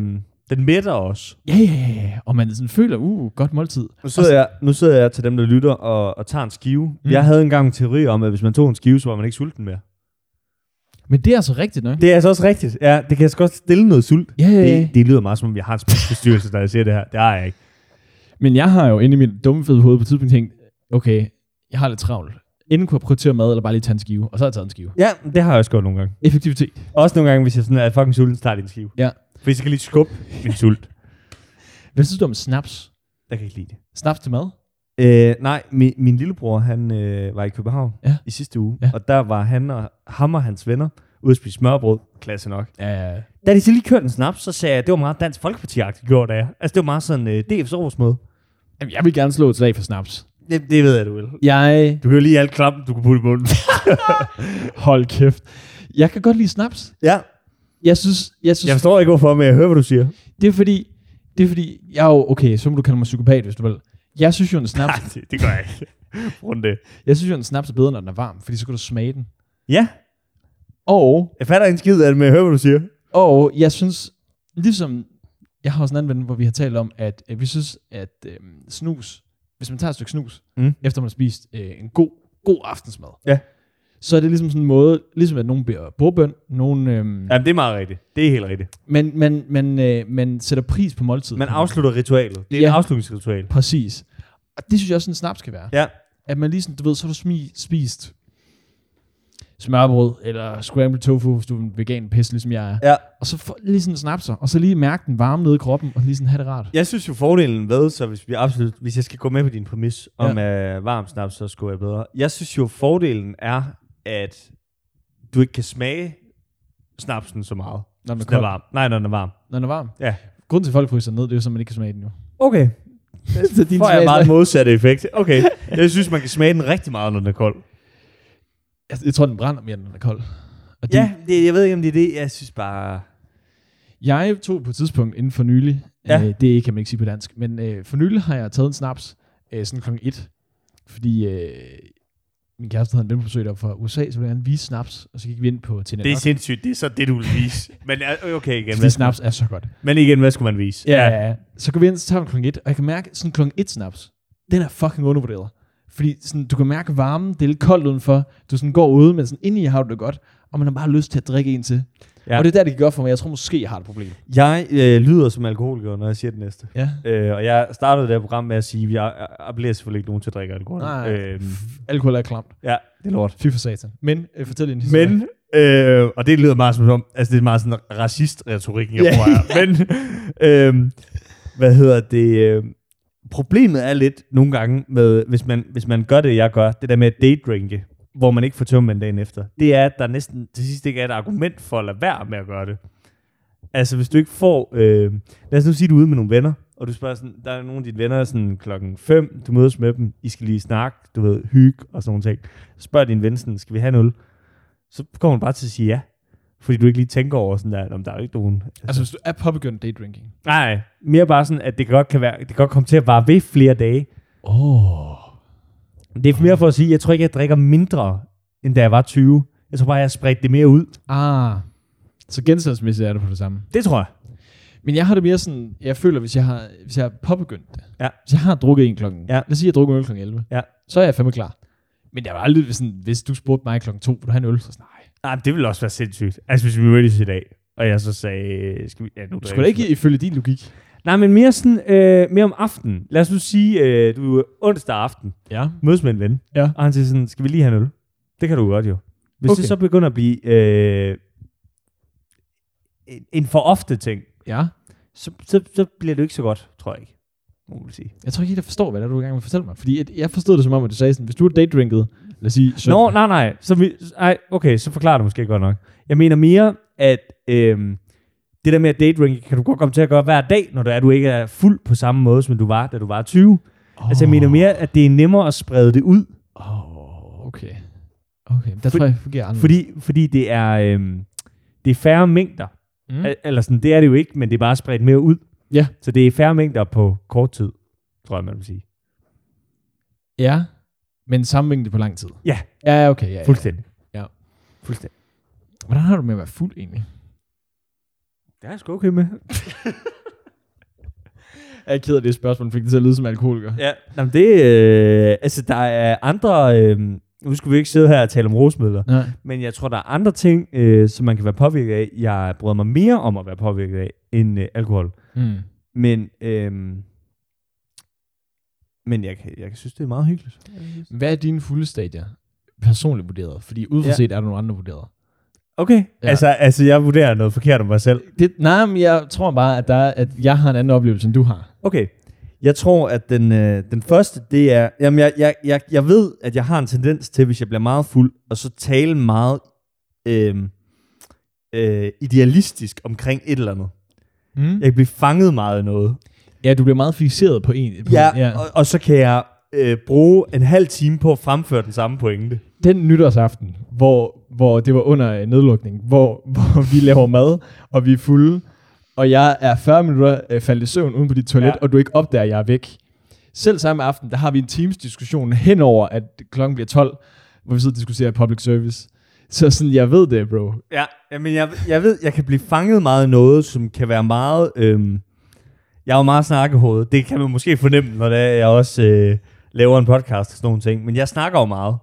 S2: den mætter os.
S1: ja, ja, ja, ja. Og man sådan føler, uh, godt måltid.
S2: Nu sidder, jeg, nu sidder jeg til dem, der lytter og, og tager en skive. Mm. Jeg havde engang en teori om, at hvis man tog en skive, så var man ikke sulten mere.
S1: Men det er altså rigtigt nok.
S2: Det er altså også rigtigt. Ja, det kan jeg godt stille noget sult.
S1: Ja, ja, ja.
S2: Det, det lyder meget som om, jeg har en spidsbestyrelse, når jeg siger det her. Det har jeg ikke.
S1: Men jeg har jo inde i mit dumme fede hoved på et tidspunkt tænkt, okay, jeg har lidt travlt. Inden kunne jeg prioritere mad, eller bare lige tage en skive. Og så har jeg taget en skive.
S2: Ja, det har jeg også gjort nogle gange.
S1: Effektivitet.
S2: Også nogle gange, hvis jeg sådan er fucking sulten, starter en skive.
S1: Ja.
S2: Fordi så kan jeg lige skubbe min sult.
S1: Hvad synes du om snaps?
S2: Jeg kan ikke lide det.
S1: Snaps til mad?
S2: Øh, nej, min, min lillebror, han øh, var i København
S1: Ja.
S2: i sidste uge.
S1: Ja.
S2: Og der var han og ham og hans venner ude at spise smørbrød. Klasse nok.
S1: Ja,
S2: Da de så lige kørte en snaps, så sagde jeg, at det var meget Dansk Folkeparti-agtigt gjort af jer. Altså, det var meget sådan øh, DF's årsmøde.
S1: Jamen, jeg vil gerne slå et slag for snaps.
S2: Det, det ved jeg, du vil.
S1: Jeg...
S2: Du kan jo lige alt klam, du kan putte i munden.
S1: Hold kæft. Jeg kan godt lide snaps.
S2: ja.
S1: Jeg synes, jeg synes
S2: Jeg forstår ikke, hvorfor, men jeg hører, hvad du siger.
S1: det er fordi, det er fordi, jeg er jo, okay, så må du kalde mig psykopat, hvis du vil. Jeg synes jo, en snaps,
S2: Nej, det, det gør jeg ikke. Rundt det.
S1: jeg synes jo, en snaps er bedre, når den er varm, fordi så kan du smage den.
S2: Ja,
S1: Og
S2: jeg fatter ikke en skid af det, men jeg hører, hvad du siger.
S1: Og jeg synes, ligesom jeg har også en anden ven, hvor vi har talt om, at øh, vi synes, at øh, snus, hvis man tager et stykke snus, mm.
S2: Mm.
S1: efter man har spist øh, en god, god aftensmad,
S2: Ja.
S1: så er det ligesom sådan en måde, ligesom at nogen beder bordbøn, nogen, øh, ja.
S2: Jamen, det er meget rigtigt. Det er helt rigtigt.
S1: man, man, man, øh, man sætter pris på måltiden.
S2: Man afslutter ritualet. Det er
S1: Ja.
S2: ja. et afslutningsritual.
S1: Præcis. Og det synes jeg også, en snaps kan være.
S2: Ja.
S1: At man ligesom, du ved, så har du smi, spist smørbrød, eller scrambled tofu, hvis du er en vegan pisse, ligesom jeg er.
S2: ja.
S1: Og så få, lige sådan snapser, og så lige mærke den varme nede i kroppen, og lige sådan have det rart.
S2: Jeg synes jo, fordelen ved, så hvis, vi absolut, hvis jeg skal gå med på din præmis om ja. øh, varm snaps, så skulle jeg bedre. Jeg synes jo, fordelen er, at du ikke kan smage snapsen så meget.
S1: Når den er
S2: Hvis den er
S1: kold.
S2: varm. Nej, når den er varm.
S1: Når den er varm.
S2: Ja.
S1: Grunden til, at folk fryser den ned, det er jo så, at man ikke kan smage den jo.
S2: Okay.
S1: så din
S2: Får jeg
S1: smag-
S2: meget modsatte effekt. Okay. Jeg synes, man kan smage den rigtig meget, når den er kold.
S1: Altså, Jeg, jeg tror, den brænder mere, end den er kold. Og din-
S2: Ja, det, jeg ved ikke, om det er det. Jeg synes bare...
S1: Jeg tog på et tidspunkt inden for nylig, ja.
S2: Ja.
S1: øh, det kan man ikke sige på dansk, men øh, for nylig har jeg taget en snaps øh, sådan klokken 1, fordi øh, min kæreste havde en ven på besøg deroppe fra USA, så ville han vise snaps, og så gik vi ind på Tinder.
S2: Det er sindssygt. Det er så det, du vil vise. Men øh, okay, igen.
S1: fordi
S2: Hvad, skulle-
S1: snaps er så godt.
S2: men igen, hvad skulle man vise?
S1: ja. ja. Så går vi ind, så tager vi klokken 1, og jeg kan mærke, sådan klokken 1 snaps, den er fucking undervurderet. Fordi sådan, du kan mærke varmen, det er lidt koldt udenfor, du sådan går ude, men sådan indeni har du det godt, og man har bare lyst til at drikke en til. Ja.
S2: Ja.
S1: Og det er der, det gik op for mig. Jeg tror måske, jeg har et problem.
S2: Jeg øh, lyder som alkoholiker, når jeg siger det næste.
S1: Ja.
S2: Øh, og jeg startede det her program med at sige, at jeg appellerer selvfølgelig ikke nogen til at drikke alkohol.
S1: Nej.
S2: Øhm,
S1: Alkohol er klamt.
S2: ja, det er lort.
S1: Fy for satan. Men, øh, fortæl en historie.
S2: Men, øh, og det lyder meget som om, altså det er meget sådan racist-retorikken, jeg
S1: Ja.
S2: bruger her. Men, øh, hvad hedder øhm, det? Øh, Problemet er lidt nogle gange, med, hvis, man, hvis man gør det, jeg gør, det der med at date-drinke, hvor man ikke får tømmermænd dagen efter, det er, at der næsten til sidst ikke er et argument for at lade være med at gøre det. Altså, hvis du ikke får... Øh, lad os nu sige, at du er ude med nogle venner, og du spørger sådan, der er nogle af dine venner der er sådan klokken 5, du mødes med dem, I skal lige snakke, du ved, hygge og sådan nogle ting. Så spørger din ven sådan, skal vi have en øl? Så kommer man bare til at sige ja, fordi du ikke lige tænker over sådan der, om der er jo ikke nogen.
S1: Altså, hvis du er påbegyndt day drinking.
S2: Nej, mere bare sådan, at det godt kan, være, det kan godt komme til at vare ved flere dage.
S1: Åh. Oh.
S2: Det er mere for at sige, jeg tror ikke, jeg drikker mindre, end da jeg var 20. Jeg tror bare, jeg har spredt det mere ud.
S1: Ah. Så genstandsmæssigt er det på det samme.
S2: Det tror jeg.
S1: Men jeg har det mere sådan, jeg føler, hvis jeg har, hvis jeg har påbegyndt det.
S2: Ja.
S1: Hvis jeg har drukket en klokken.
S2: Ja.
S1: Lad os sige, jeg har drukket en øl klokken 11.
S2: Ja.
S1: Så er jeg fandme klar. Men jeg var aldrig sådan, hvis du spurgte mig klokken 2, vil du have en øl? Så sådan, nej.
S2: Ah, det ville også være sindssygt. Altså, hvis vi mødtes i dag, og jeg så sagde, skal vi... Ja, nu
S1: Du skulle da ikke ifølge din logik.
S2: Nej, men mere, sådan, øh, mere om aftenen. Lad os nu sige, øh, du er onsdag aften,
S1: Ja.
S2: mødes med en ven,
S1: Ja.
S2: og han siger sådan, skal vi lige have en øl? Det kan du godt jo. Hvis okay.
S1: Okay.
S2: det så begynder at blive øh, en- en for ofte ting,
S1: Ja.
S2: så, så, så bliver det ikke så godt, tror jeg ikke. Må man sige.
S1: Jeg tror ikke helt, jeg forstår, hvad det er, du er i gang med at fortælle mig. Fordi at jeg forstod det som om, at du sagde sådan, hvis du har date drinket, lad os sige, så...
S2: Nå, nej, nej. Så vi, ej, okay, så forklarer du måske godt nok. Jeg mener mere, at øhm, det der med at date ring, kan du godt komme til at gøre hver dag, når du, er, du ikke er fuld på samme måde, som du var, da du var 20. Oh.
S1: oh,
S2: Altså jeg mener mere, at det er nemmere at sprede det ud,
S1: Åh, okay. Okay, men der
S2: For-
S1: tror jeg, jeg fungerer andet.
S2: fordi, fordi det er... Øhm, det er færre mængder.
S1: mm.
S2: Mm. Eller sådan, det er det jo ikke, men det er bare spredt mere ud.
S1: Ja.
S2: Så det er færre mængder på kort tid, tror jeg, man vil sige.
S1: Ja, men samme mængde på lang tid.
S2: Ja.
S1: Ja, okay. Ja, ja.
S2: Fuldstændig.
S1: Ja.
S2: Fuldstændig.
S1: Hvordan har du det med at være fuld egentlig?
S2: Det er jeg sgu okay med.
S1: Jeg er ked af det spørgsmål, fik det til at lyde som alkoholiker.
S2: Ja, jamen det, øh, altså der er andre, øh, nu skulle vi ikke sidde her og tale om rosmidler,
S1: Nej.
S2: men jeg tror, der er andre ting, øh, som man kan være påvirket af. Jeg bryder mig mere om at være påvirket af, end øh, alkohol.
S1: Mm.
S2: Men, øh, men jeg, kan, jeg kan synes, det er meget hyggeligt.
S1: Hvad er dine fulde stadier? Personligt vurderet. Fordi udefra
S2: Ja.
S1: set er der nogle andre vurderet.
S2: Okay,
S1: Ja.
S2: ja. altså, altså jeg vurderer noget forkert om mig selv.
S1: Det, nej, men jeg tror bare, at, der, er- at jeg har en anden oplevelse, end du har.
S2: Okay. Jeg tror, at den, øh, den første, det er... Jamen, jeg, jeg, jeg, jeg ved, at jeg har en tendens til, hvis jeg bliver meget fuld, og så tale meget øh, øh, idealistisk omkring et eller andet.
S1: Mm.
S2: Jeg kan blive fanget meget af noget.
S1: Ja, du bliver meget fixeret på en. På
S2: Ja,
S1: en- ja.
S2: Og, og så kan jeg øh, bruge en halv time på at fremføre den samme pointe.
S1: Den nytårsaften, hvor, hvor det var under øh, nedlukning, hvor, hvor vi laver mad, og vi er fulde, og jeg er 40 minutter øh, faldet i søvn uden på dit toilet, ja.
S2: Ja.
S1: og du ikke opdager, at jeg er væk. Selv samme aften, der har vi en Teams-diskussion henover, at klokken bliver 12, hvor vi sidder og diskuterer public service. Så sådan, jeg ved det, bro.
S2: Ja, men jeg, jeg ved, jeg kan blive fanget meget af noget, som kan være meget... Øh, jeg er jo meget snakkehovedet. Det kan man måske fornemme, når det er, jeg også øh, laver en podcast og sådan nogle ting. Men jeg snakker jo meget.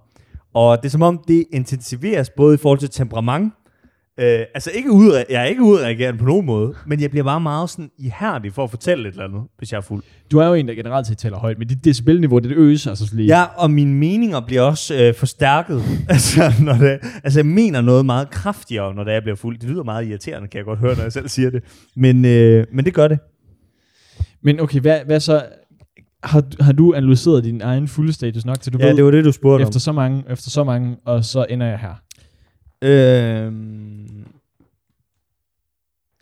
S2: Og det er som om, det intensiveres både i forhold til temperament. Øh, altså, ikke udre- jeg er ikke udreagerende på nogen måde, men jeg bliver bare meget sådan ihærdig for at fortælle et eller andet, hvis jeg er fuld.
S1: Du er jo en, der generelt set taler højt, men dit decibelniveau, det øges altså lige.
S2: Ja, og mine meninger bliver også øh, forstærket. altså, når det, altså, jeg mener noget meget kraftigere, når det er, jeg bliver fuld. Det lyder meget irriterende, kan jeg godt høre, når jeg selv siger det. Men, øh, men det gør det.
S1: Men okay, hvad, hvad så? Har, har du analyseret din egen fulde status nok, til du
S2: Ja,
S1: ved,
S2: det var det, du spurgte
S1: efter så mange, efter så mange, og så ender jeg her?
S2: om. Øh,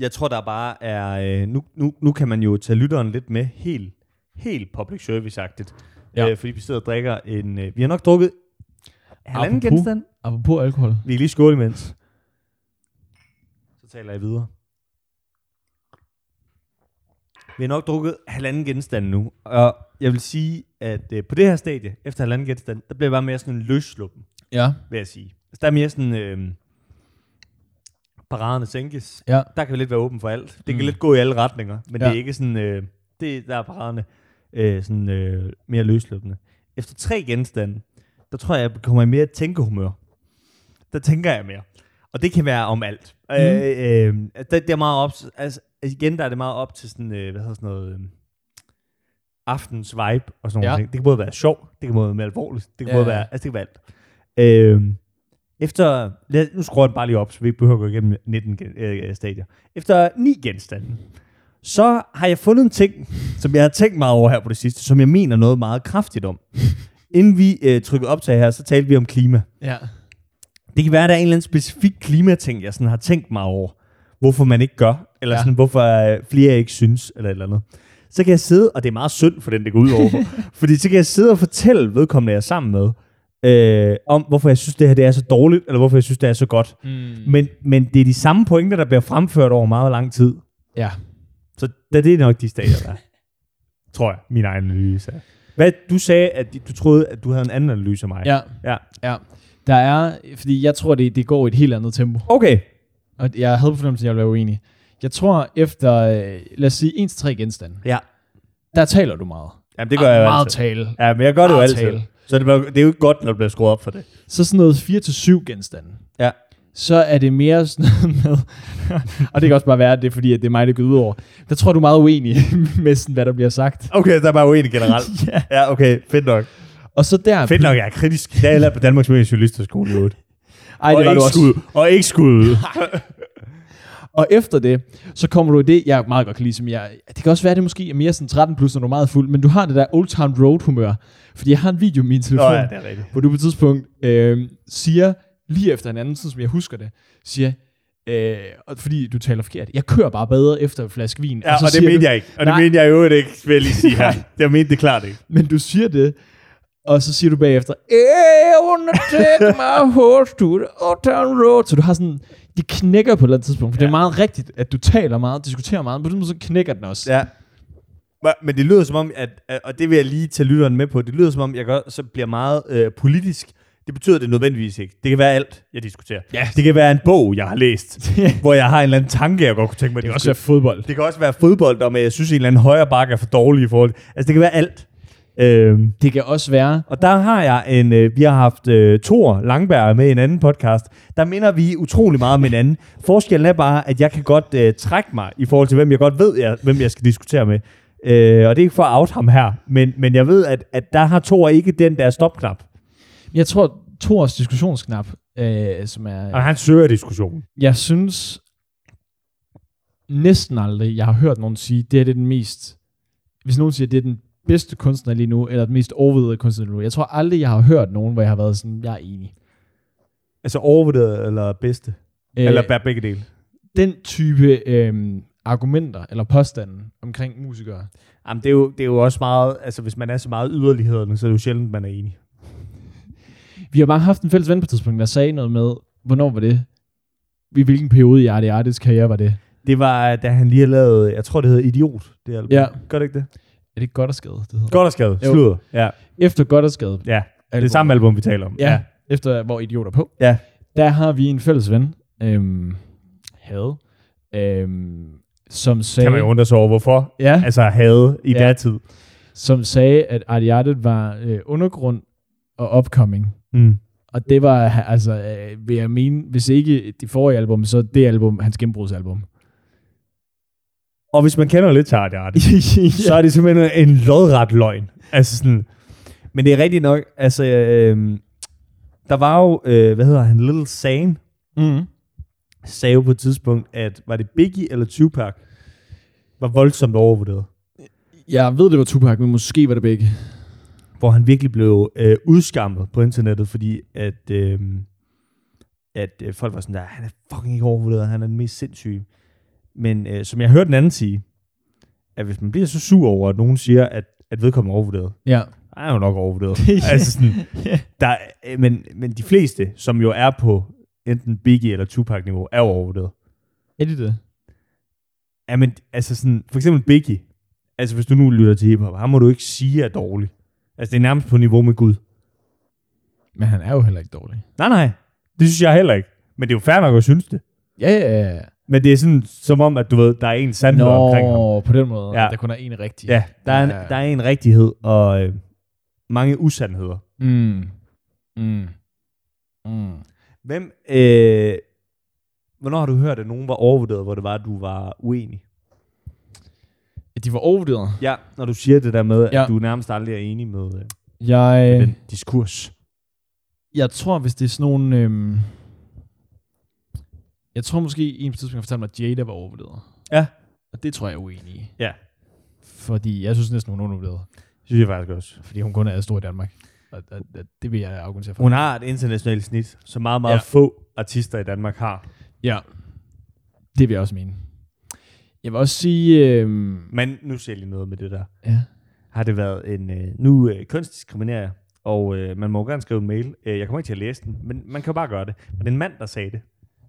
S2: jeg tror, der bare er... Øh, nu, nu, nu kan man jo tage lytteren lidt med helt, helt public service-agtigt.
S1: Ja.
S2: Ja. Øh, fordi vi sidder og drikker en... Øh, vi har nok drukket halvanden
S1: Apropos.
S2: genstand.
S1: Apropos alkohol.
S2: Vi kan lige skåle imens. Så taler jeg videre. Vi har nok drukket halvanden genstand nu, og jeg vil sige, at øh, på det her stadie, efter halvanden genstand, der bliver jeg bare mere sådan en løsluppen,
S1: Ja.
S2: vil jeg sige. Altså, der er mere sådan, øh, paraderne sænkes.
S1: Ja.
S2: Der kan vi lidt være åben for alt. Det kan
S1: Mm.
S2: lidt gå i alle retninger, men ja.
S1: Ja.
S2: det er ikke sådan, øh, det, der er paraderne øh, sådan, øh, mere løsluppende. Efter tre genstande, der tror jeg, jeg kommer i mere tænkehumør. Der tænker jeg mere. Og det kan være om alt. Mm. Øh, øh, det, det er meget op, altså, igen, der er det meget op til sådan, øh, hvad hedder sådan noget, øh, aftens vibe og sådan
S1: Ja.
S2: ja. noget. Det kan både være sjov, det kan både være alvorligt, det kan
S1: Ja,
S2: ja. både
S1: ja.
S2: være, altså det kan være alt. Øh, efter, lad, nu skruer jeg den bare lige op, så vi ikke behøver at gå igennem øh, 19 gen, øh, stadier. Efter ni genstande, så har jeg fundet en ting, som jeg har tænkt meget over her på det sidste, som jeg mener noget meget kraftigt om. Inden vi øh, trykkede optag her, så talte vi om klima.
S1: Ja.
S2: Det kan være, at der er en eller anden specifik klimating, jeg sådan har tænkt meget over. Hvorfor man ikke gør, eller
S1: Ja.
S2: ja. sådan, hvorfor øh, flere ikke synes, eller et eller andet. Så kan jeg sidde, og det er meget synd for den, det går ud over, fordi så kan jeg sidde og fortælle vedkommende, jeg er sammen med, øh, om hvorfor jeg synes, det her det er så dårligt, eller hvorfor jeg synes, det er så godt.
S1: Mm.
S2: Men, men det er de samme pointer, der bliver fremført over meget lang tid.
S1: Ja.
S2: Så da det er nok de stadier, der er. Tror jeg, min egen analyse er. Hvad, du sagde, at du troede, at du havde en anden analyse af mig.
S1: Ja.
S2: ja.
S1: Ja. Der er, fordi jeg tror, det, det går i et helt andet tempo.
S2: Okay.
S1: Og jeg havde på fornemmelsen, at jeg ville være uenig. Jeg tror, efter, øh, lad os sige, 1-3 genstande,
S2: Ja.
S1: der taler du meget.
S2: Jamen, det gør jeg jo
S1: Ah, Meget
S2: altid.
S1: tale.
S2: Ja, men jeg gør det jo
S1: Meget
S2: altid.
S1: tale.
S2: Så det, bliver- det er jo ikke godt, når det bliver skruet op for det.
S1: Så sådan noget 4-7 genstande.
S2: Ja.
S1: Så er det mere sådan noget med, og det kan også bare være, at det er fordi, at det er mig, det går ud over. Der tror du er meget uenig med sådan, hvad der bliver sagt.
S2: Okay, der er bare uenig generelt. ja. ja, okay, fedt nok.
S1: Og så der...
S2: Fedt nok, jeg er kritisk. Det er jeg lært på Danmarks Medies Journalisterskole i øvrigt.
S1: Ej,
S2: og,
S1: det var
S2: ikke
S1: du også.
S2: skud, og ikke skud.
S1: Og efter det, så kommer du i det, jeg meget godt kan lide, som jeg... Det kan også være, at det måske er mere sådan 13 plus, når du er meget fuld, men du har det der Old Town Road humør. Fordi jeg har en video i min
S2: Nå
S1: telefon,
S2: ja, det er rigtigt.
S1: hvor du på et tidspunkt øh, siger, lige efter hinanden, sådan som jeg husker det, siger, øh, og fordi du taler forkert, jeg kører bare bedre efter en flaske vin.
S2: Ja, og, og det
S1: siger
S2: mente
S1: du,
S2: jeg ikke. Og det
S1: Nej.
S2: mente jeg i øvrigt ikke, vil jeg lige sige her. Jeg mente det klart ikke.
S1: Men du siger det, og så siger du bagefter, "Øh, Evne take my horse to the Old Town Road. Så du har sådan, det knækker på et eller andet tidspunkt, for ja. det er meget rigtigt, at du taler meget, diskuterer meget, men på den måde så knækker den også.
S2: Ja. Men- Men det lyder som om, at, at- og det vil jeg lige tage lytteren med på, det lyder som om, jeg gør, så bliver meget øh, politisk. Det betyder det nødvendigvis ikke. Det kan være alt, jeg diskuterer.
S1: Ja.
S2: Det kan være en bog, jeg har læst, hvor jeg har en eller anden tanke, jeg godt kunne tænke mig at
S1: Det kan
S2: diskutere.
S1: også være fodbold.
S2: Det kan også være fodbold, om at jeg synes, en eller anden højre bakke er for dårlig i forhold. Altså, det kan være alt. Øhm,
S1: Det kan også være,
S2: og der har jeg en, øh, vi har haft øh, Thor Langberg med i en anden podcast, der minder vi utrolig meget om hinanden. Forskellen er bare, at jeg kan godt øh, trække mig i forhold til, hvem jeg godt ved, jeg, hvem jeg skal diskutere med. Øh, og det er ikke for at out ham her, men, men jeg ved, at, at der har Thor ikke den der stopknap.
S1: jeg tror, Thors diskussionsknap, øh, som er...
S2: Og han søger diskussionen.
S1: Jeg synes næsten aldrig, jeg har hørt nogen sige, det her det er den mest, hvis nogen siger, det er den bedste kunstner lige nu, eller den mest overvurdede kunstner lige nu. Jeg tror aldrig, jeg har hørt nogen, hvor jeg har været sådan, jeg er enig.
S2: Altså overvurderet eller bedste.
S1: Øh,
S2: eller bare begge dele.
S1: den type øh, argumenter eller påstanden omkring musikere.
S2: Jamen, det er, jo, det er jo også meget, altså hvis man er så meget yderlighederne, så er det jo sjældent, man er enig.
S1: Vi har bare haft en fælles ven på et tidspunkt, der sagde noget med, hvornår var det? I hvilken periode i Arte Artis karriere var det?
S2: Det var, da han lige har lavet, jeg tror det hedder Idiot, det album.
S1: Ja.
S2: Gør det ikke det?
S1: Er det godt og skade? Det hedder?
S2: Godt og skade.
S1: Jo.
S2: Sludder. Ja.
S1: Efter godt og skade.
S2: ja. Det er samme album, vi taler om.
S1: Ja, ja. efter hvor idioter på.
S2: Ja.
S1: Der har vi en fælles ven, øhm, Had, øhm, som sagde,
S2: Kan man jo undre sig over, hvorfor?
S1: ja,
S2: Altså havde i
S1: Ja.
S2: ja. datid.
S1: som sagde, at Adiartet var øh, undergrund og upcoming.
S2: Mm.
S1: Og det var, altså, øh, vil jeg mene, hvis ikke de forrige album, så det album, hans gennembrudsalbum.
S2: Og hvis man kender lidt til Art Art, så er det simpelthen en lodret løgn. Altså sådan. Men det er rigtigt nok, altså, øh, der var jo, øh, hvad hedder han, Little Sane,
S1: mm.
S2: sagde jo på et tidspunkt, at var det Biggie eller Tupac, var voldsomt overvurderet.
S1: Jeg ved, det var Tupac, men måske var det begge.
S2: hvor han virkelig blev øh, udskammet på internettet, fordi at, øh, at øh, folk var sådan der, han er fucking ikke overvurderet, han er den mest sindssyge. Men øh, som jeg hørte den anden sige, at hvis man bliver så sur over, at nogen siger, at, at vedkommende er overvurderet,
S1: Ja.
S2: han er jo nok overvurderet. altså sådan, der, øh, men, men de fleste, som jo er på enten Biggie eller Tupac-niveau, er jo overvurderet.
S1: Er det det?
S2: Ja, men altså sådan, for eksempel Biggie, altså hvis du nu lytter til hiphop, ham må du ikke sige er dårlig. Altså det er nærmest på niveau med Gud.
S1: Men han er jo heller ikke dårlig.
S2: Nej, nej. Det synes jeg heller ikke. Men det er jo fair nok at synes det.
S1: Ja, ja, ja.
S2: Men det er sådan, som om, at du ved, der er en sandhed Nå. omkring ham.
S1: Nå, på den måde. Ja.
S2: Ja.
S1: Der kun er en rigtig.
S2: Ja, der er, en,
S1: Ja.
S2: der er en rigtighed og øh, mange usandheder.
S1: Mm. Mm. Mm.
S2: Hvem, øh, hvornår har du hørt, at nogen var overvurderet, hvor det var, at du var uenig?
S1: At de var overvurderet.
S2: Ja, når du siger det der med, at
S1: Ja.
S2: ja. du nærmest aldrig er enig med øh,
S1: Jeg,
S2: den diskurs.
S1: jeg tror, hvis det er sådan nogle... Øhm, jeg tror måske, en på et tidspunkt har fortalt mig, at Jada var overvurderet.
S2: Ja.
S1: Og det tror jeg er uenig i.
S2: Ja.
S1: Fordi jeg synes næsten, hun er undervurderet.
S2: Synes jeg faktisk også.
S1: Fordi hun kun er stor i Danmark. Og, og, og det vil jeg argumentere for.
S2: Hun har et internationalt snit, som meget, meget
S1: Ja.
S2: ja. få artister i Danmark har.
S1: Ja. Det vil jeg også mene. Jeg vil også sige... Øhm,
S2: Men nu ser jeg lige noget med det der.
S1: ja.
S2: Har det været en... Øh, nu øh, kønsdiskriminerer jeg, og øh, man må jo gerne skrive en mail. Øh, jeg kommer ikke til at læse den, men man kan jo bare gøre det. Men det er en mand, der sagde det.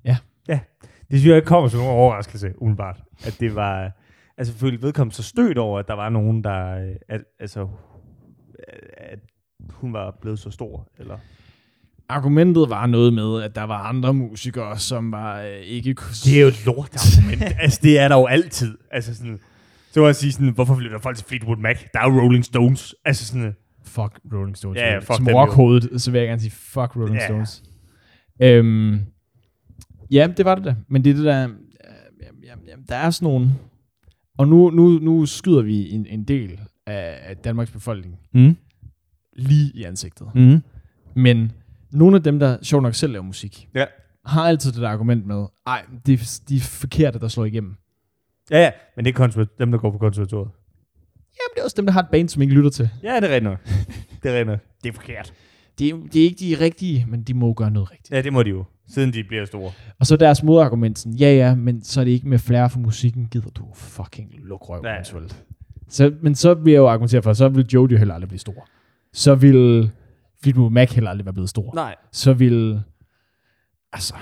S1: Ja.
S2: Ja. Det synes jeg ikke kommer som nogen overraskelse, umiddelbart. At det var... Altså, selvfølgelig vedkommende så stødt over, at der var nogen, der... Øh, at, altså, øh, at hun var blevet så stor, eller...
S1: Argumentet var noget med, at der var andre musikere, som var øh, ikke... kunne-
S2: Det er jo et lort argument. altså, det er der jo altid. Altså sådan, så var jeg sige sådan, hvorfor flytter folk til Fleetwood Mac? Der er jo Rolling Stones. Altså sådan,
S1: Fuck Rolling Stones.
S2: Ja, ja, fuck
S1: Som
S2: dem jo.
S1: rockhovedet, så vil jeg gerne sige, fuck Rolling
S2: Ja.
S1: Stones. Øhm, ja, det var det da. Men det er det der... Øh, jamen, jamen, jamen, der er sådan nogle... Og nu, nu, nu skyder vi en, en del af af Danmarks befolkning
S2: mm.
S1: lige i ansigtet.
S2: Mm.
S1: Men nogle af dem, der sjovt nok selv laver musik,
S2: Ja.
S1: har altid det der argument med, ej, det er de forkerte, der slår igennem.
S2: ja, ja, men det er konservat- dem, der går på konservatoriet.
S1: Jamen, det er også dem, der har et band, som ikke lytter til.
S2: Ja, det er rigtigt nok. det er rigtigt nok. Det er forkert.
S1: Det er, det er ikke de rigtige, men de må gøre noget rigtigt.
S2: Ja, det må de jo, siden de bliver store.
S1: Og så er deres modargument sådan, ja ja, men så er det ikke med flere for musikken, gider du fucking luk røv,
S2: Ja.
S1: ja. så, Men så vil jeg jo argumentere for, så vil Jody heller aldrig blive stor. Så vil Fleetwood Mac heller aldrig være blevet stor.
S2: Nej.
S1: så vil altså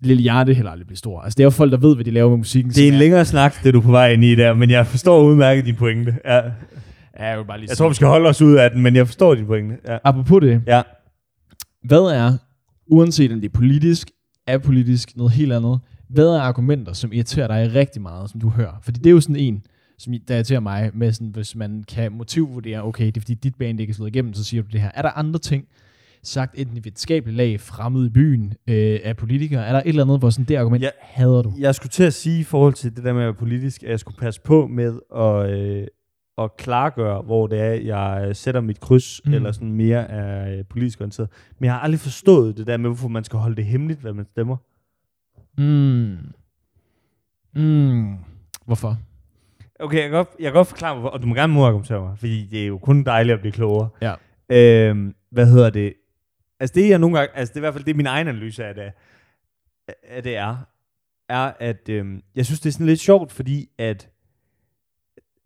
S1: Lille Hjerte heller aldrig blive stor. Altså, det er jo folk, der ved, hvad de laver med musikken.
S2: Det er en
S1: så
S2: længere snak, det du er på vej ind i der, men jeg forstår udmærket din pointe. Ja.
S1: jeg, jeg, vil bare lige
S2: Jeg
S1: sige-
S2: tror, vi skal holde os ud af den, men jeg forstår din pointe. Ja.
S1: Apropos det,
S2: ja.
S1: hvad er, uanset om det er politisk, er politisk, noget helt andet, hvad er argumenter, som irriterer dig rigtig meget, som du hører? Fordi det er jo sådan en, som der irriterer mig, med sådan, hvis man kan motivvurdere, okay, det er fordi dit band ikke er slået igennem, så siger du det her. Er der andre ting, sagt enten i videnskabeligt lag, fremmede i byen, øh, af politikere, er der et eller andet, hvor sådan det argument,
S2: Ja.
S1: ja. hader du?
S2: Jeg skulle til at sige i forhold til det der med at være politisk, at jeg skulle passe på med at, øh, at klargøre, hvor det er, jeg sætter mit kryds, mm.
S1: Mm.
S2: eller sådan mere er øh, politisk orienteret. Men jeg har aldrig forstået det der med, hvorfor man skal holde det hemmeligt, hvad man stemmer.
S1: Mm. Mm. Hvorfor?
S2: Okay, jeg kan godt, jeg kan godt forklare, hvorfor, og du må gerne modargumentere mig, fordi det er jo kun dejligt at blive klogere.
S1: Ja.
S2: Øhm, hvad hedder det? Altså det, jeg nogle gange, altså det er i hvert fald det, er min egen analyse af det, af det er, er, at øhm, jeg synes, det er sådan lidt sjovt, fordi at,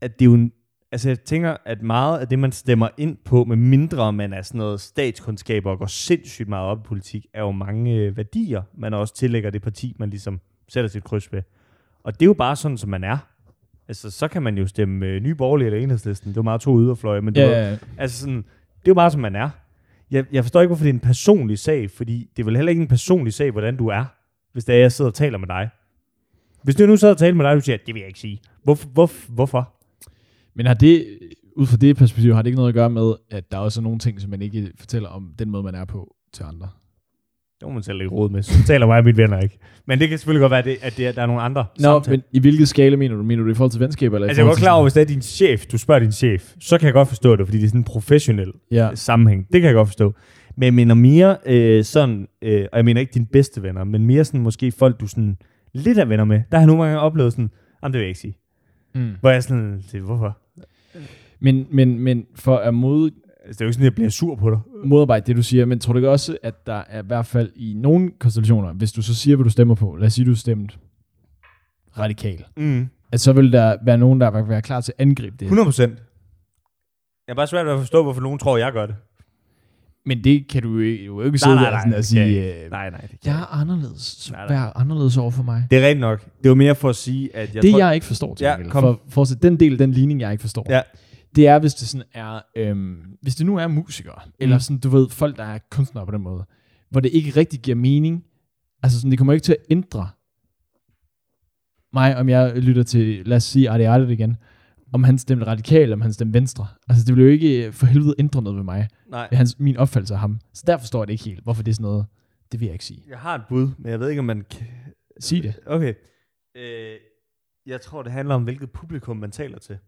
S2: at det er jo en, altså jeg tænker, at meget af det, man stemmer ind på, med mindre man er sådan noget statskundskaber og går sindssygt meget op i politik, er jo mange øh, værdier, man også tillægger det parti, man ligesom sætter sit kryds ved. Og det er jo bare sådan, som man er. Altså, så kan man jo stemme øh, Nye Borgerlige eller Enhedslisten. Det er jo meget to yderfløje, men du ved,
S1: Ja,
S2: Altså sådan, det er jo bare, som man er. Jeg, jeg forstår ikke, hvorfor det er en personlig sag, fordi det er vel heller ikke en personlig sag, hvordan du er, hvis det er, jeg sidder og taler med dig. Hvis du nu sidder og taler med dig, og du siger, det vil jeg ikke sige. Hvorfor? Hvor, hvorfor?
S1: men har det, ud fra det perspektiv, har det ikke noget at gøre med, at der også er nogle ting, som man ikke fortæller om den måde, man er på til andre?
S2: Det må man selv ikke råd med. Så taler mig og mine venner ikke. Men det kan selvfølgelig godt være, det, at det er, der er nogle andre
S1: Nå,
S2: samtaler.
S1: men i hvilket skala mener du? Mener du det i forhold til venskaber? Eller i
S2: Altså, jeg er
S1: forhold
S2: godt
S1: til
S2: klar over,
S1: sådan-
S2: hvis det er din chef, du spørger din chef, så kan jeg godt forstå det, fordi det er sådan en professionel
S1: Ja,
S2: sammenhæng. Det kan jeg godt forstå. Men jeg mener mere øh, sådan, øh, og jeg mener ikke dine bedste venner, men mere sådan måske folk, du sådan lidt er venner med. Der har jeg nogle gange oplevet sådan, jamen det vil jeg ikke sige.
S1: mm.
S2: Hvor jeg er sådan, "Det- hvorfor?
S1: men, men, men for at mod,
S2: Altså, det er jo ikke sådan, at jeg bliver sur på dig.
S1: modarbejde det, du siger, men tror du ikke også, at der er i hvert fald i nogle konstellationer, hvis du så siger, hvad du stemmer på, lad os sige, du stemte radikal,
S2: Mm.
S1: at så vil der være nogen, der vil være klar til at angribe det.
S2: 100 procent. Jeg er bare svært ved at forstå, hvorfor nogen tror, jeg gør det.
S1: Men det kan du jo ikke, du kan jo ikke sidde der sådan og sige, øh,
S2: nej, nej. Det,
S1: Jeg er anderledes. Så
S2: Nej, nej.
S1: vær anderledes over for mig.
S2: det er rigtigt nok. Det var mere for at sige, at jeg
S1: Jeg det,
S2: tror...
S1: jeg ikke forstår, til
S2: Ja,
S1: gengæld,
S2: kom.
S1: for, for at se den del af den ligning, jeg ikke forstår,
S2: Ja.
S1: det er, hvis det sådan er, øhm, hvis det nu er musikere, mm. eller sådan, du ved, folk, der er kunstnere på den måde, hvor det ikke rigtig giver mening, altså sådan, det kommer ikke til at ændre mig, om jeg lytter til, lad os sige, Arte Arte igen, om han stemte radikal, eller om han stemte venstre. Altså, det vil jo ikke øh, for helvede ændre noget ved mig,
S2: Nej.
S1: ved hans, min opfattelse af ham. Så der forstår jeg det ikke helt, hvorfor det er sådan noget, det vil jeg ikke sige.
S2: Jeg har et bud, men jeg ved ikke, om man kan...
S1: Sig det.
S2: Okay. Øh, jeg tror, det handler om, hvilket publikum man taler til.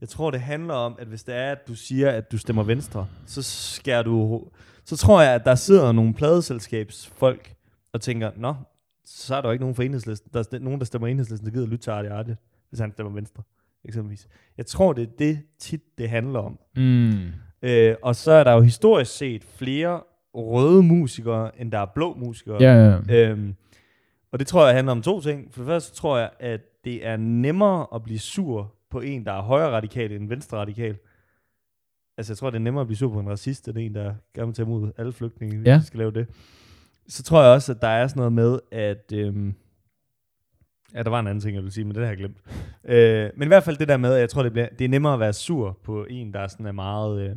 S2: Jeg tror, det handler om, at hvis det er, at du siger, at du stemmer venstre, så skærer du... Så tror jeg, at der sidder nogle pladeselskabsfolk og tænker, nå, så er der jo ikke nogen for enhedslisten. Der er st- nogen, der stemmer enhedslisten, der gider lytte til Artie Artie, hvis han stemmer venstre. eksempelvis. Jeg tror, det er det tit, det handler om.
S1: Mm.
S2: Øh, og så er der jo historisk set flere røde musikere, end der er blå musikere.
S1: Ja, ja.
S2: Øhm, og det tror jeg handler om to ting. For det første tror jeg, at det er nemmere at blive sur på en, der er højre radikal end venstre radikal. Altså jeg tror, det er nemmere at blive sur på en racist, end en, der gerne vil tage imod alle flygtninge, hvis
S1: Ja.
S2: ja. skal lave det. Så tror jeg også, at der er sådan noget med, at... Øhm, ja, der var en anden ting, jeg ville sige, men det har jeg glemt. Øh, men i hvert fald det der med, at jeg tror, det, bliver, det er nemmere at være sur på en, der sådan er meget... Øh,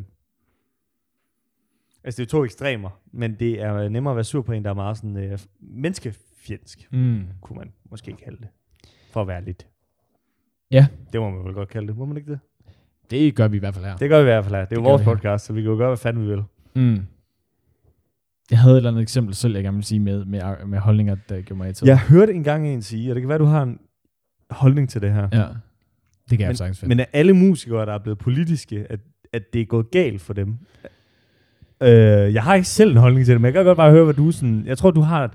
S2: altså, det er jo to ekstremer, men det er nemmere at være sur på en, der er meget sådan øh, menneskefjendsk,
S1: Mm.
S2: kunne man måske kalde det. For at være lidt.
S1: Ja.
S2: Det må man vel godt kalde det, må man ikke det?
S1: Det gør vi i hvert fald her.
S2: Det gør vi i hvert fald her. Det er jo
S1: Det gør
S2: vores
S1: vi her.
S2: podcast, så vi kan jo gøre, hvad fanden vi vil.
S1: Mm. Jeg havde et eller andet eksempel selv, jeg gerne ville sige med, med, med holdninger, der gjorde mig til.
S2: Jeg hørte engang en sige, og det kan være, du har en holdning til det her.
S1: ja. Det kan jeg jo sagtens finde.
S2: Men er alle musikere, der er blevet politiske, at, at det er gået galt for dem? Øh, jeg har ikke selv en holdning til det, men jeg kan godt bare høre, hvad du sådan... Jeg tror, du har... Et,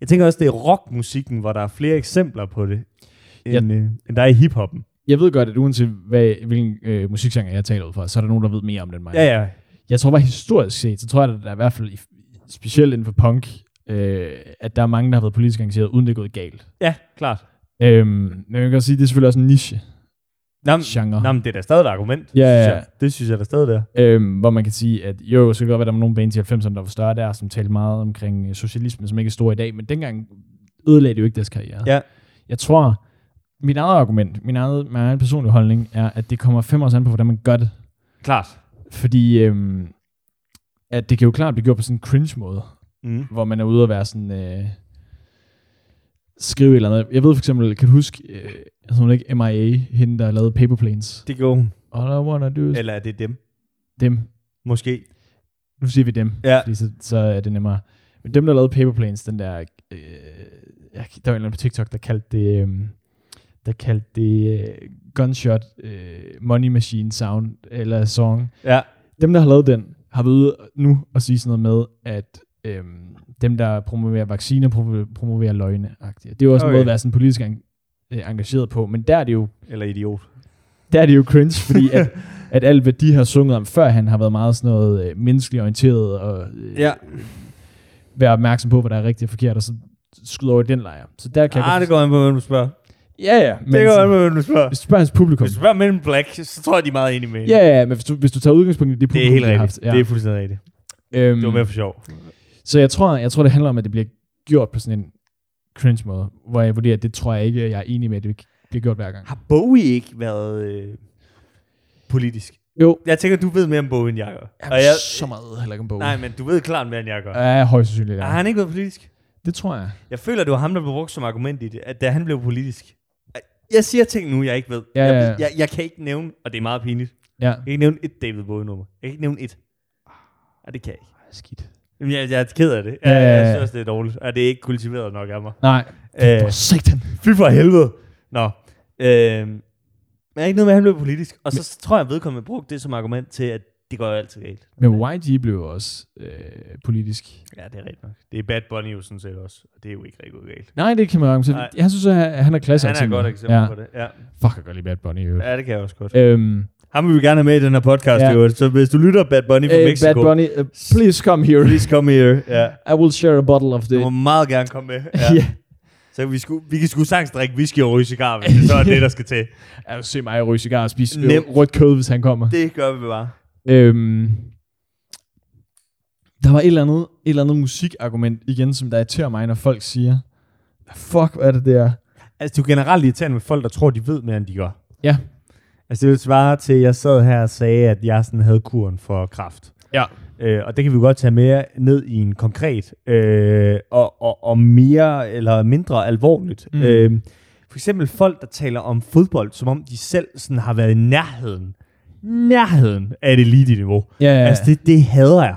S2: jeg tænker også, det er rockmusikken, hvor der er flere eksempler på det, end, øh, end der er i hiphoppen.
S1: Jeg ved godt, at uanset hvad, hvilken øh, musikgenre jeg taler ud fra, så er der nogen, der ved mere om det end mig.
S2: Ja, ja.
S1: Jeg tror bare historisk set, så tror jeg, at der er i hvert fald, i, specielt inden for punk, øh, at der er mange, der har været politisk engageret, uden det er gået galt.
S2: Ja, klart.
S1: Øhm, men man kan godt sige, at det er selvfølgelig også en niche.
S2: Nå, men-
S1: Genre.
S2: nå, men det er da stadig et argument.
S1: Ja,
S2: synes
S1: ja.
S2: jeg. Det synes jeg da stadig der.
S1: Øhm, hvor man kan sige, at jo, så kan det godt være, at der var nogle bands i 90'erne, der var større der, som talte meget omkring øh, socialisme, som ikke er store i dag, men dengang ødelagde det jo ikke deres karriere.
S2: Ja.
S1: Jeg tror, mit eget argument, min eget, min egen personlige holdning, er, at det kommer fem år an på, hvordan man gør det.
S2: Klart.
S1: Fordi øhm, at det kan jo klart blive gjort på sådan en cringe måde,
S2: Mm.
S1: hvor man er ude og være sådan... Øh, skrive et eller andet. Jeg ved for eksempel, kan du huske, øh, altså hun er ikke MIA, hende der lavede Paper Planes.
S2: Det går hun.
S1: All I wanna do is
S2: Eller er det dem?
S1: dem.
S2: Måske.
S1: Nu siger vi dem,
S2: Ja.
S1: fordi så, så er det nemmere. Men dem, der lavede Paper Planes, den der... Øh, jeg- der var en eller anden på TikTok, der kaldte det... Øh, der kaldte det øh, Gunshot øh, Money Machine Sound, eller song.
S2: Ja.
S1: Dem, der har lavet den, har været ude nu og sige sådan noget med, at øh, dem, der promoverer vacciner, promoverer, promoverer løgne. Det er jo også okay. en
S2: Okay.
S1: måde at være sådan politisk en, øh, engageret på, men der er det jo
S2: Eller idiot.
S1: der er det jo cringe, fordi at, at alt, hvad de har sunget om før, han har været meget sådan noget øh, menneskeligt orienteret og øh,
S2: Ja.
S1: være opmærksom på, hvad der er rigtigt og forkert, og så skyder over i den lejr. Så der kan
S2: Ah,
S1: jeg
S2: det
S1: godt...
S2: går an på, hvem du spørger.
S1: Ja, ja. Men
S2: Det går an
S1: sådan,
S2: på, hvem du spørger.
S1: hvis du spørger hans publikum...
S2: Hvis du spørger Men in Black, så tror jeg, de er meget enige med hende.
S1: Ja, ja, men hvis du, hvis du tager udgangspunkt i det
S2: Det
S1: publikum,
S2: er
S1: de
S2: helt
S1: har
S2: rigtigt.
S1: haft. Ja.
S2: Det er fuldstændig rigtigt.
S1: øhm,
S2: Det var mere for sjov.
S1: Så jeg tror, jeg tror, det handler om, at det bliver gjort på sådan en cringe måde, hvor jeg vurderer, at det tror jeg ikke, jeg er enig med, at det bliver gjort hver gang.
S2: Har Bowie ikke været øh, politisk?
S1: Jo,
S2: Jeg tænker, du ved mere om Bowie, end jeg gør.
S1: jeg
S2: Og
S1: er
S2: jeg,
S1: så meget heller ikke en bog.
S2: nej, men du ved klart mere, end jeg gør.
S1: Ja, højst sandsynligt.
S2: Har
S1: Ja.
S2: han ikke været politisk?
S1: Det tror jeg.
S2: Jeg føler, det var ham, der blev brugt som argument i det, at da han blev politisk. Jeg siger ting nu, jeg ikke ved.
S1: Ja, ja, ja.
S2: Jeg, jeg, jeg kan ikke nævne, og det er meget pinligt,
S1: Ja.
S2: jeg kan ikke nævne et David Bowie-nummer. Jeg kan ikke nævne et. Og Ah, det kan jeg ikke.
S1: Skidt.
S2: Jamen, jeg, jeg er ked af det.
S1: Ja, ja,
S2: Jeg,
S1: ja.
S2: jeg synes også, det er dårligt. Og det er ikke kultiveret nok af mig.
S1: Nej,
S2: Øh,
S1: for satan.
S2: Fy for helvede. Nå. Øh, men jeg er ikke noget med, at han blev politisk. Og så men, tror jeg, at vedkommende brugte det som argument til, at det går jo altid galt.
S1: Men YG blev jo også øh, politisk.
S2: Ja, det er rigtigt nok. Det er Bad Bunny jo sådan set også. Og det er jo ikke rigtig gået galt.
S1: Nej, det kan man jo ikke.
S2: Nej.
S1: sige. Jeg synes, at han- han er klasse.
S2: Han er et godt eksempel
S1: ja.
S2: ja. på det. Ja.
S1: Fuck, jeg godt lide Bad Bunny. Jo. Ja.
S2: ja, det kan jeg også godt.
S1: Øhm,
S2: Ham vil vi gerne have med i den her podcast,
S1: Ja.
S2: ja. jo. Så hvis du lytter Bad Bunny fra
S1: øh,
S2: Mexico,
S1: Bad Bunny, uh, please come here.
S2: please come here.
S1: I
S2: Ja.
S1: will share a bottle of
S2: Du
S1: the...
S2: må meget gerne komme med.
S1: Ja.
S2: Ja. Så kan vi, sku, vi kan sgu sagtens drikke whisky og ryge cigar, hvis det så er det, der skal til.
S1: Ja, se mig ryge cigar og spise
S2: Nem.
S1: øh, rødt kød, hvis han kommer.
S2: Det gør vi bare.
S1: Øhm, der var et eller, andet, et eller andet musikargument igen, som der irriterer mig, når folk siger, fuck, hvad er det der?
S2: Altså, du er generelt irriterende med folk, der tror, de ved mere, end de gør.
S1: Ja.
S2: Altså, det vil svare til, at jeg sad her og sagde, at jeg sådan havde kuren for kraft.
S1: Ja.
S2: Øh, og det kan vi jo godt tage mere ned i en konkret øh, og, og, og mere eller mindre alvorligt.
S1: Mm.
S2: Mm. Øh, for eksempel folk, der taler om fodbold, som om de selv sådan har været i nærheden, nærheden af et elite-niveau.
S1: Ja, ja.
S2: Altså, det, det hader jeg.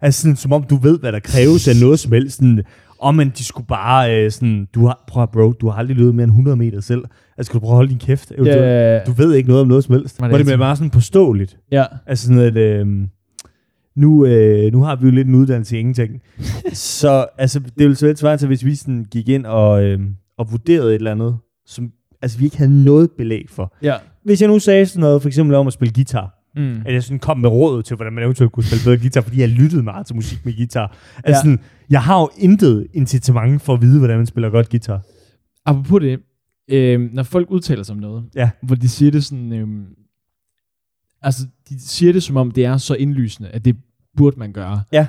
S2: Altså, sådan, som om du ved, hvad der kræves af noget som helst. Sådan, om man de skulle bare øh, sådan, du har, prøv at bro, du har aldrig løbet mere end 100 meter selv. Altså, skal du prøve at holde din kæft?
S1: ja, ja, ja.
S2: Du ved ikke noget om noget som helst.
S1: Var
S2: Var
S1: det
S2: det, var det
S1: altid?
S2: bliver bare sådan påståeligt.
S1: ja.
S2: Altså sådan, at øh, nu, øh, nu har vi jo lidt en uddannelse i ingenting. øhm, så altså, det ville så lidt svare til, hvis vi sådan gik ind og, øh, og vurderede et eller andet, som altså vi ikke havde noget belæg for.
S1: Ja.
S2: Hvis jeg nu sagde sådan noget, for eksempel om at spille guitar,
S1: Mm.
S2: at jeg sådan kom med råd til, hvordan man eventuelt kunne spille bedre guitar, fordi jeg lyttede meget til musik med guitar. Altså
S1: Ja.
S2: ja. sådan, jeg har jo intet incitament for at vide, hvordan man spiller godt guitar.
S1: Apropos det, øh, når folk udtaler sig om noget,
S2: Ja.
S1: hvor de siger det sådan, øh, altså de siger det som om, det er så indlysende, at det burde man gøre.
S2: Ja.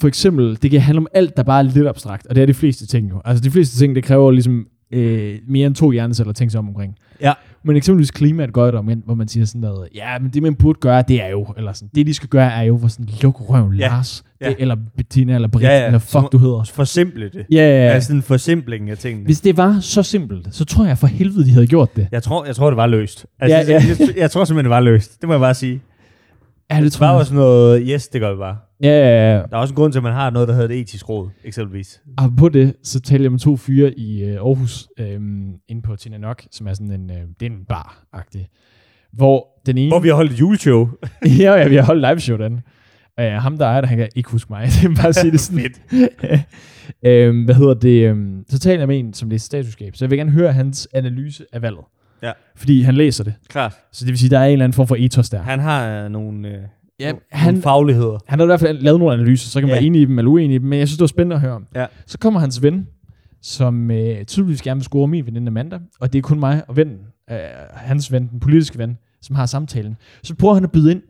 S1: For eksempel, det kan handle om alt, der bare er lidt abstrakt, og det er de fleste ting jo. Altså de fleste ting, det kræver jo ligesom øh, mere end to hjerneceller at tænke sig om omkring.
S2: Ja.
S1: Men eksempelvis klima er et godt argument, hvor man siger sådan noget, ja, men det man burde gøre, det er jo, eller sådan, det de skal gøre er jo, hvor sådan, luk røven,
S2: Ja.
S1: Lars,
S2: Ja.
S1: Det, eller Bettina, eller Britt,
S2: Ja,
S1: ja,
S2: ja.
S1: ja. eller
S2: Som-
S1: fuck, du hedder.
S2: Og forsimple det.
S1: Ja, ja,
S2: Ja.
S1: ja.
S2: Altså en forsimpling af tingene.
S1: Hvis det var så simpelt, så tror jeg for helvede, de havde gjort det.
S2: Jeg tror, jeg tror, det var løst. Altså,
S1: Ja,
S2: ja,
S1: ja.
S2: ja. Jeg, jeg tror simpelthen, det var løst. Det må jeg bare sige.
S1: Ja, det
S2: Det
S1: tror
S2: var
S1: jeg.
S2: jo
S1: Også.
S2: sådan noget, yes, det gør vi bare.
S1: Altså, Ja, ja, ja.
S2: Der er også en grund til, at man har noget, der hedder et etisk råd, eksempelvis.
S1: Og på det, så talte jeg med to fyre i øh, Aarhus, øh, inde på Tina Nok, som er sådan en, øh, det er en bar-agtig. Hvor den ene...
S2: Hvor vi har holdt et juleshow.
S1: ja, ja, vi har holdt liveshow den. Uh, ham, der ejer det, han kan ikke huske mig. det er bare at sige det sådan. øhm, hvad hedder det? øhm, Så taler jeg med en, som læser statskundskab, så jeg vil gerne høre hans analyse af valget.
S2: Ja.
S1: Fordi han læser det.
S2: Klart.
S1: Så det vil sige, der er en eller anden form for ethos der.
S2: Han har øh, nogle, øh,
S1: Ja,
S2: no-
S1: han-
S2: nogle fagligheder.
S1: Han har i hvert fald lavet nogle analyser, så kan man
S2: Ja.
S1: være enig i dem eller uenig i dem, men jeg synes, det var spændende at høre om.
S2: Ja.
S1: Så kommer hans ven, som øh, tydeligvis gerne vil score min veninde Amanda, og det er kun mig og vennen, øh, hans ven, den politiske ven, som har samtalen. Så prøver han at byde ind,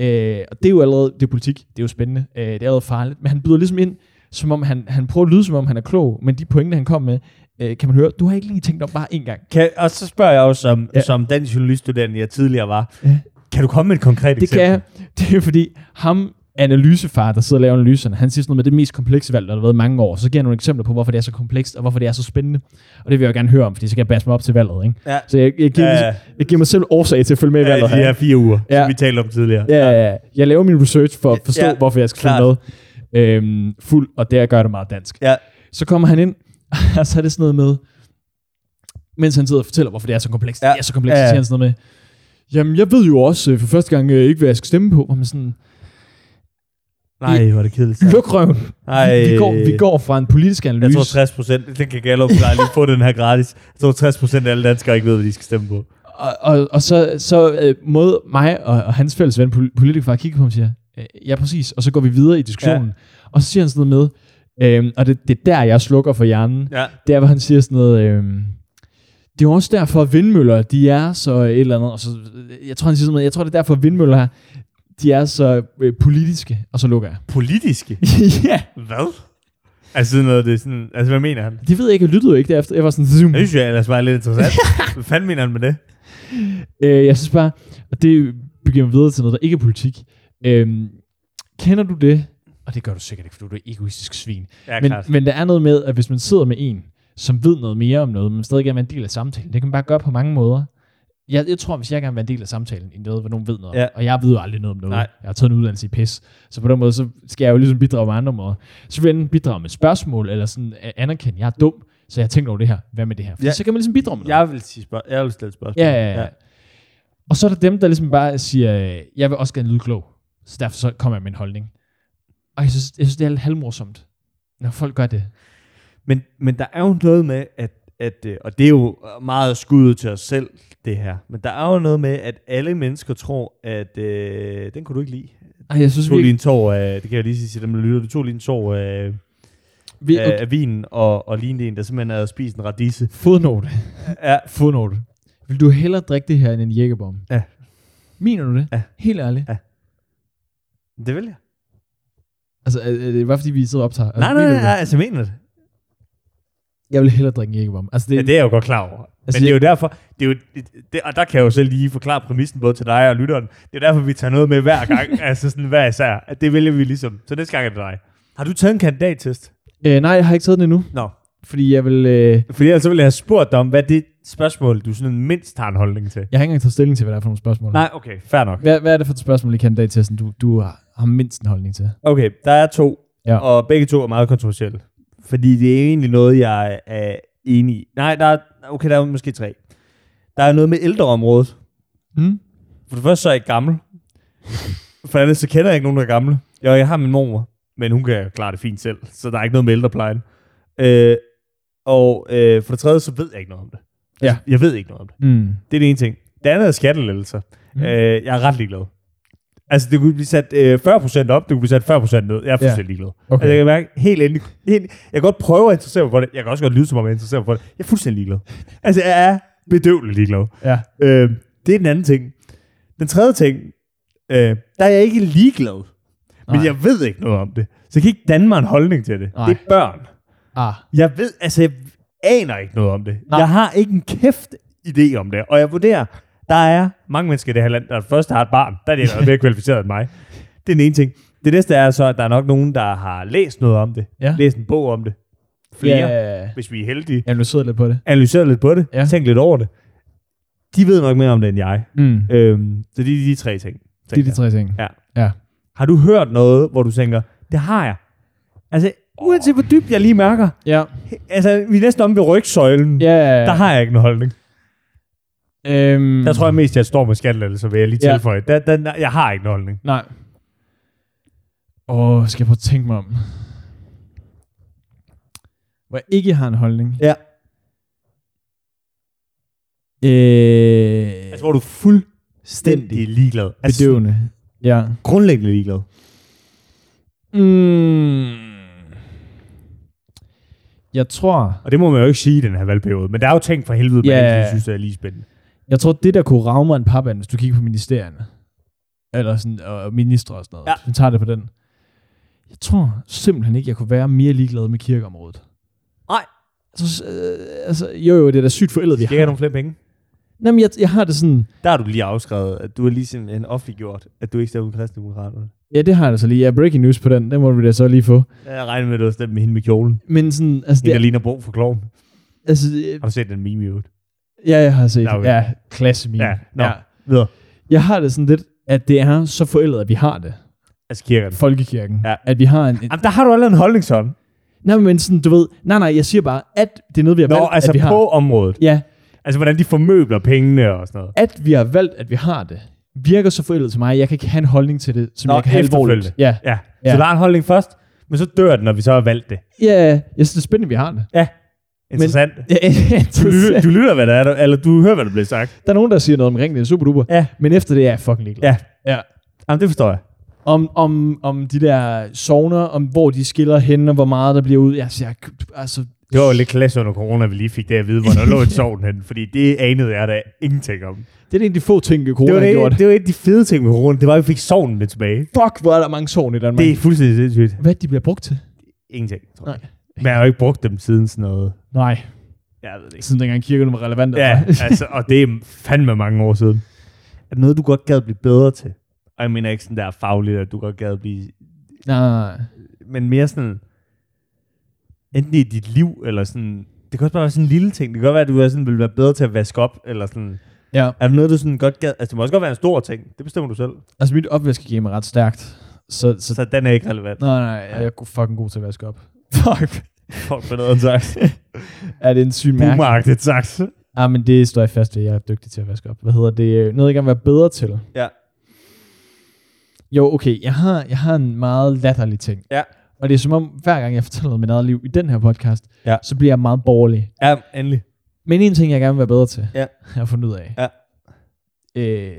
S1: øh, og det er jo allerede, det er politik, det er jo spændende, øh, det er allerede farligt, men han byder ligesom ind, som om han, han prøver at lyde, som om han er klog, men de pointe, han kom med, øh, kan man høre, du har ikke lige tænkt om bare én gang.
S2: Kan, og så spørger jeg også, som,
S1: Ja.
S2: ja. som den journaliststudent, jeg tidligere var.
S1: Ja.
S2: Ja. Kan du komme med et konkret
S1: Det
S2: eksempel?
S1: kan jeg. Det er fordi, ham analysefar, der sidder og laver analyserne, han siger sådan noget med det mest komplekse valg, der har været i mange år. Så giver han nogle eksempler på, hvorfor det er så komplekst, og hvorfor det er så spændende. Og det vil jeg jo gerne høre om, fordi så kan jeg basse mig op til valget. Ikke?
S2: Ja.
S1: Så jeg, jeg, giver,
S2: Ja,
S1: ja.
S2: ja.
S1: jeg giver mig selv årsag til at følge med i
S2: Ja,
S1: valget.
S2: de her
S1: her.
S2: fire uger, ja.
S1: Ja.
S2: som vi talte om tidligere.
S1: Ja, ja, ja. Jeg laver min research for at forstå, ja,
S2: Ja,
S1: hvorfor jeg skal følge med øhm, fuld, og der gør det meget dansk.
S2: Ja.
S1: Så kommer han ind, og så er det sådan noget med, mens han sidder og fortæller, hvorfor det er så komplekst, ja.
S2: Ja.
S1: det er så komplekst, ja.
S2: Ja,
S1: så
S2: ja.
S1: siger han sådan noget med, jamen jeg ved jo også øh, for første gang øh, ikke, hvad jeg skal stemme på, hvor man sådan,
S2: Nej, hvor er det kedeligt. sagt.
S1: luk røven,
S2: Ej,
S1: vi, går, vi går fra en politisk analyse.
S2: Øh, Jeg tror 60 procent, den kan Gallup pleje lige få den her gratis. Jeg tror 60 procent af alle danskere ikke ved, hvad de skal stemme på.
S1: og, og, og så, så øh, måde mig og, og hans fælles ven, pol- politiker, kigger på ham og siger, øh, ja præcis, og så går vi videre i diskussionen. Ja. Og så siger han sådan noget med, øh, og det, det er der, jeg slukker for hjernen,
S2: Ja.
S1: det er, hvor han siger sådan noget, øh, det er jo også derfor, at vindmøller, de er så øh, et eller andet, og så, øh, jeg tror, han siger sådan noget, jeg tror, det er derfor, at vindmøller, de er så øh, politiske, og så lukker jeg.
S2: Politiske?
S1: ja,
S2: Hvad? Altså, sådan noget, det er sådan, altså, hvad mener han?
S1: det ved jeg ikke, jeg lyttede jo ikke derefter, jeg var sådan, zoom.
S2: Det synes jeg ellers var lidt interessant. hvad fanden mener han med det?
S1: Øh, jeg synes bare, og det begynder mig videre til noget, der ikke er politik. Øhm, kender du det? Og det gør du sikkert ikke, for du er et egoistisk svin.
S2: Ja,
S1: men,
S2: klart.
S1: men der er noget med, at hvis man sidder med en, som ved noget mere om noget, men stadig gerne vil være en del af samtalen, det kan man bare gøre på mange måder. Jeg, jeg tror, hvis jeg gerne vil være en del af samtalen i noget, hvor nogen ved noget om,
S2: Ja.
S1: og jeg ved jo aldrig noget om noget,
S2: Nej.
S1: jeg har taget en uddannelse i pis, så på den måde, så skal jeg jo ligesom bidrage med andre måder. Så vil jeg enten bidrage med spørgsmål, eller sådan øh, anerkende, jeg er dum, så jeg har tænkt over det her, hvad med det her? For
S2: Ja.
S1: så kan man ligesom bidrage med noget.
S2: Jeg vil, sige spørg- jeg vil stille et spørgsmål.
S1: Ja, ja, ja. Og så er der dem, der ligesom bare siger, øh, jeg vil også gerne lyde klog. Så derfor så kommer jeg med en holdning. Og jeg synes, jeg synes det er lidt halvmorsomt, når folk gør det.
S2: Men, men der er jo noget med, at, at øh, og det er jo meget skuddet til os selv, det her. Men der er jo noget med, at alle mennesker tror, at øh, den kunne du ikke lide.
S1: Ej, jeg synes
S2: Du tog lige
S1: virkelig,
S2: en tår af, det kan jeg lige sige til dem, der lytter, du tog lige en tår af,
S1: vi,
S2: af,
S1: okay,
S2: af vinen, og, og lignede en, der simpelthen havde spist en radise.
S1: fodnote.
S2: Ja,
S1: Fodnote. Vil du hellere drikke det her end en jækkebom?
S2: Ja.
S1: Mener du det?
S2: Ja.
S1: Helt ærligt?
S2: Ja. det vil jeg.
S1: Altså, er, er det bare fordi, vi sidder og optager?
S2: Nej,
S1: altså, mener
S2: nej, nej,
S1: du det?
S2: nej, altså jeg mener det.
S1: Jeg vil hellere drikke en jækkebom. Altså, det,
S2: Ja, det er jeg jo godt klar over. Men
S1: Altså,
S2: det er jo derfor, det er jo, det, og der kan jeg jo selv lige forklare præmissen både til dig og lytteren. Det er derfor, vi tager noget med hver gang, altså sådan hver især. At det vælger vi ligesom. Så næste gang er det dig. Har du taget en kandidattest?
S1: øh, nej, jeg har ikke taget den endnu,
S2: Nå.
S1: fordi jeg vil... Øh,
S2: Fordi ellers så ville jeg have spurgt dig om, hvad det spørgsmål, du sådan mindst har en holdning til.
S1: jeg har ikke engang taget stilling til, hvad det er for nogle spørgsmål.
S2: Nej, okay, fair nok.
S1: Hvad, hvad er det for et spørgsmål i kandidattesten, du, du har, har mindst en holdning til?
S2: Okay, der er to,
S1: Ja.
S2: ja. og begge to er meget kontroversielle. Fordi det er egentlig noget, jeg er enig i. Nej, der er, okay, der er måske tre. Der er noget med ældreområdet.
S1: Hmm?
S2: For det første så er jeg ikke gammel. For det andet, så kender jeg ikke nogen, der er gamle. Jo, jeg har min mor, men hun kan klare det fint selv, så der er ikke noget med ældreplejen. Øh, og øh, for det tredje, så ved jeg ikke noget om det.
S1: Ja.
S2: Jeg ved ikke noget om det.
S1: Mm.
S2: Det er det ene ting. Det andet er skattelettelser.
S1: Mm.
S2: Mm. Øh, jeg er ret ligeglad. Altså, det kunne blive sat øh, 40% op, det kunne blive sat 40% ned. Jeg er fuldstændig ligeglad.
S1: Okay.
S2: Okay. Altså, jeg kan mærke, helt endelig, helt, jeg kan godt prøve at interessere mig for det. Jeg kan også godt lyde, som om jeg interesserer mig for det. Jeg er fuldstændig ligeglad. Altså, jeg er bedøvelig ligeglad.
S1: Ja.
S2: Øh, det er den anden ting. Den tredje ting, øh, der er jeg ikke ligeglad. Men
S1: Nej.
S2: jeg ved ikke noget om det. Så jeg kan ikke danne mig en holdning til det.
S1: Nej.
S2: Det er børn.
S1: Ah.
S2: Jeg ved, altså jeg aner ikke noget om det.
S1: Nej.
S2: Nej. Jeg har ikke en kæft idé om det. Og jeg vurderer, der er mange mennesker i det her land, der først har et barn. Der er de allerede mere kvalificeret end mig. Det er den ene ting. Det næste er så, at der er nok nogen, der har læst noget om det.
S1: Ja.
S2: Læst en bog om det. Flere,
S1: Ja.
S2: yeah. hvis vi er heldige.
S1: Jeg nu sidder lidt på det.
S2: Analyseret lidt på det.
S1: Ja.
S2: Ja. Tænkt lidt over det. De ved nok mere om det end jeg.
S1: Mm.
S2: Øhm, så det er de tre ting.
S1: Det er
S2: tænker
S1: de tre ting.
S2: Ja.
S1: ja.
S2: Har du hørt noget, hvor du tænker, det har jeg? Altså, uanset hvor dybt jeg lige mærker,
S1: Ja.
S2: altså, vi er næsten om ved rygsøjlen.
S1: Ja.
S2: Der har jeg ikke en holdning.
S1: øhm,
S2: Der tror jeg mest, jeg står med skattelettelser, vil jeg lige
S1: Ja.
S2: tilføje. Der, der, der, jeg har ikke en holdning.
S1: Nej. Åh, skal jeg prøve at tænke mig om? Hvor jeg ikke har en holdning.
S2: Ja.
S1: Øh,
S2: Altså, hvor du er fuldstændig ligeglad. Altså,
S1: bedøvende. Ja.
S2: grundlæggende ligeglad.
S1: Mm. Jeg tror,
S2: Og det må man jo ikke sige i den her valgperiode. Men der er jo ting for helvede,
S1: Ja.
S2: man altid synes, der er lige spændende.
S1: jeg tror, det der kunne rave mig en papband, hvis du kigger på ministerierne, eller sådan, og og ministre og sådan noget,
S2: Ja.
S1: hvis vi tager det på den. Jeg tror simpelthen ikke, jeg kunne være mere ligeglad med kirkeområdet.
S2: Nej.
S1: Altså, øh, altså, jo jo, det er da sygt forældet, vi
S2: Skal
S1: har.
S2: jeg have nogle flere penge?
S1: Nej, men jeg, jeg har det sådan,
S2: Der har du lige afskrevet, at du har lige simpelthen offentliggjort, at du ikke stemmer på kristendemokraterne.
S1: ja, det har jeg da så lige. Ja, breaking news på den, den må vi da så lige få.
S2: Jeg regner med, at du har stemt med hende med kjolen.
S1: Men sådan, altså,
S2: Hende, der
S1: det,
S2: ligner Bo for kloven.
S1: altså øh,
S2: Har du set den meme i øvrigt?
S1: ja, jeg har set,
S2: Nå, okay.
S1: ja, klasse min.
S2: Ja, nå. Videre.
S1: Jeg har det sådan lidt, at det er så forældet, at vi har det.
S2: Altså kirkerne.
S1: Folkekirken.
S2: Ja.
S1: At vi har en, en
S2: Jamen, der har du allerede en holdning sådan.
S1: Nej, men sådan, du ved, nej, nej, jeg siger bare, at det er noget, vi har
S2: Nå,
S1: valgt,
S2: altså
S1: at vi har.
S2: på området.
S1: Ja,
S2: Altså, hvordan de formøbler pengene og sådan noget.
S1: at vi har valgt, at vi har det, virker så forældet til mig. Jeg kan ikke have en holdning til det, som
S2: Nå,
S1: jeg kan have alvorligt.
S2: efterfølgende.
S1: Ja.
S2: Ja.
S1: Ja.
S2: ja. Så der er en holdning først, men så dør den, når vi så har valgt det.
S1: ja, jeg synes, det er spændende, vi har det.
S2: Interessant. Men,
S1: Ja,
S2: du, lytter, du lytter, hvad der er, der- eller du hører, hvad der bliver sagt.
S1: der er nogen, der siger noget omkring det, super duper,
S2: Ja.
S1: men efter det er jeg fucking ligeglad.
S2: Ja.
S1: ja.
S2: Jamen, det forstår jeg.
S1: Om, om, om de der sovner, om hvor de skiller hen, og hvor meget der bliver ud. Jeg siger, altså,
S2: Det var jo lidt klasse under corona, vi lige fik det at vide, hvor der lå et sovn hen, fordi det anede jeg da ingenting om.
S1: det er en af de få ting, corona
S2: Det var,
S1: har gjort.
S2: det, det var et af de fede ting med corona, det var, at vi fik sovnene tilbage.
S1: Fuck, hvor er der mange sovn i Danmark.
S2: Det er fuldstændig sindssygt.
S1: Hvad de bliver brugt til?
S2: Ingenting, tror jeg.
S1: Nej.
S2: Men jeg har jo ikke brugt dem siden sådan noget.
S1: Nej,
S2: Jeg ved det ikke.
S1: siden dengang kirken var relevant.
S2: Ja,
S1: altså.
S2: altså, og det er fandme mange år siden. Er det noget, du godt gad blive bedre til? Og jeg mener ikke sådan der fagligt, at du godt gad blive
S1: Nej.
S2: men mere sådan, enten i dit liv, eller sådan, det kan også bare være sådan en lille ting. Det kan godt være, at du er sådan, vil være bedre til at vaske op, eller sådan.
S1: Ja,
S2: Er det noget, du sådan godt gad? Altså, det må også godt være en stor ting. Det bestemmer du selv.
S1: altså mit opvaskegame er ret stærkt. Så, så,
S2: Så den er ikke relevant.
S1: nej, nej, jeg er fucking god til at vaske op. Fuck,
S2: Fuck, for noget sagt.
S1: er det en syg mærke?
S2: Boomeragtigt sagt.
S1: Ah, men det står jeg fast ved, jeg er dygtig til at vaske op. Hvad hedder det? Øh, Noget, jeg gerne vil være bedre til.
S2: Ja.
S1: Jo, okay, jeg har, jeg har en meget latterlig ting.
S2: Ja.
S1: Og det er som om, hver gang jeg fortæller noget om mit eget liv i den her podcast,
S2: Ja.
S1: så bliver jeg meget borgerlig.
S2: Ja, endelig.
S1: Men en ting, jeg gerne vil være bedre til,
S2: Ja.
S1: har jeg fundet ud af.
S2: Ja.
S1: Øh,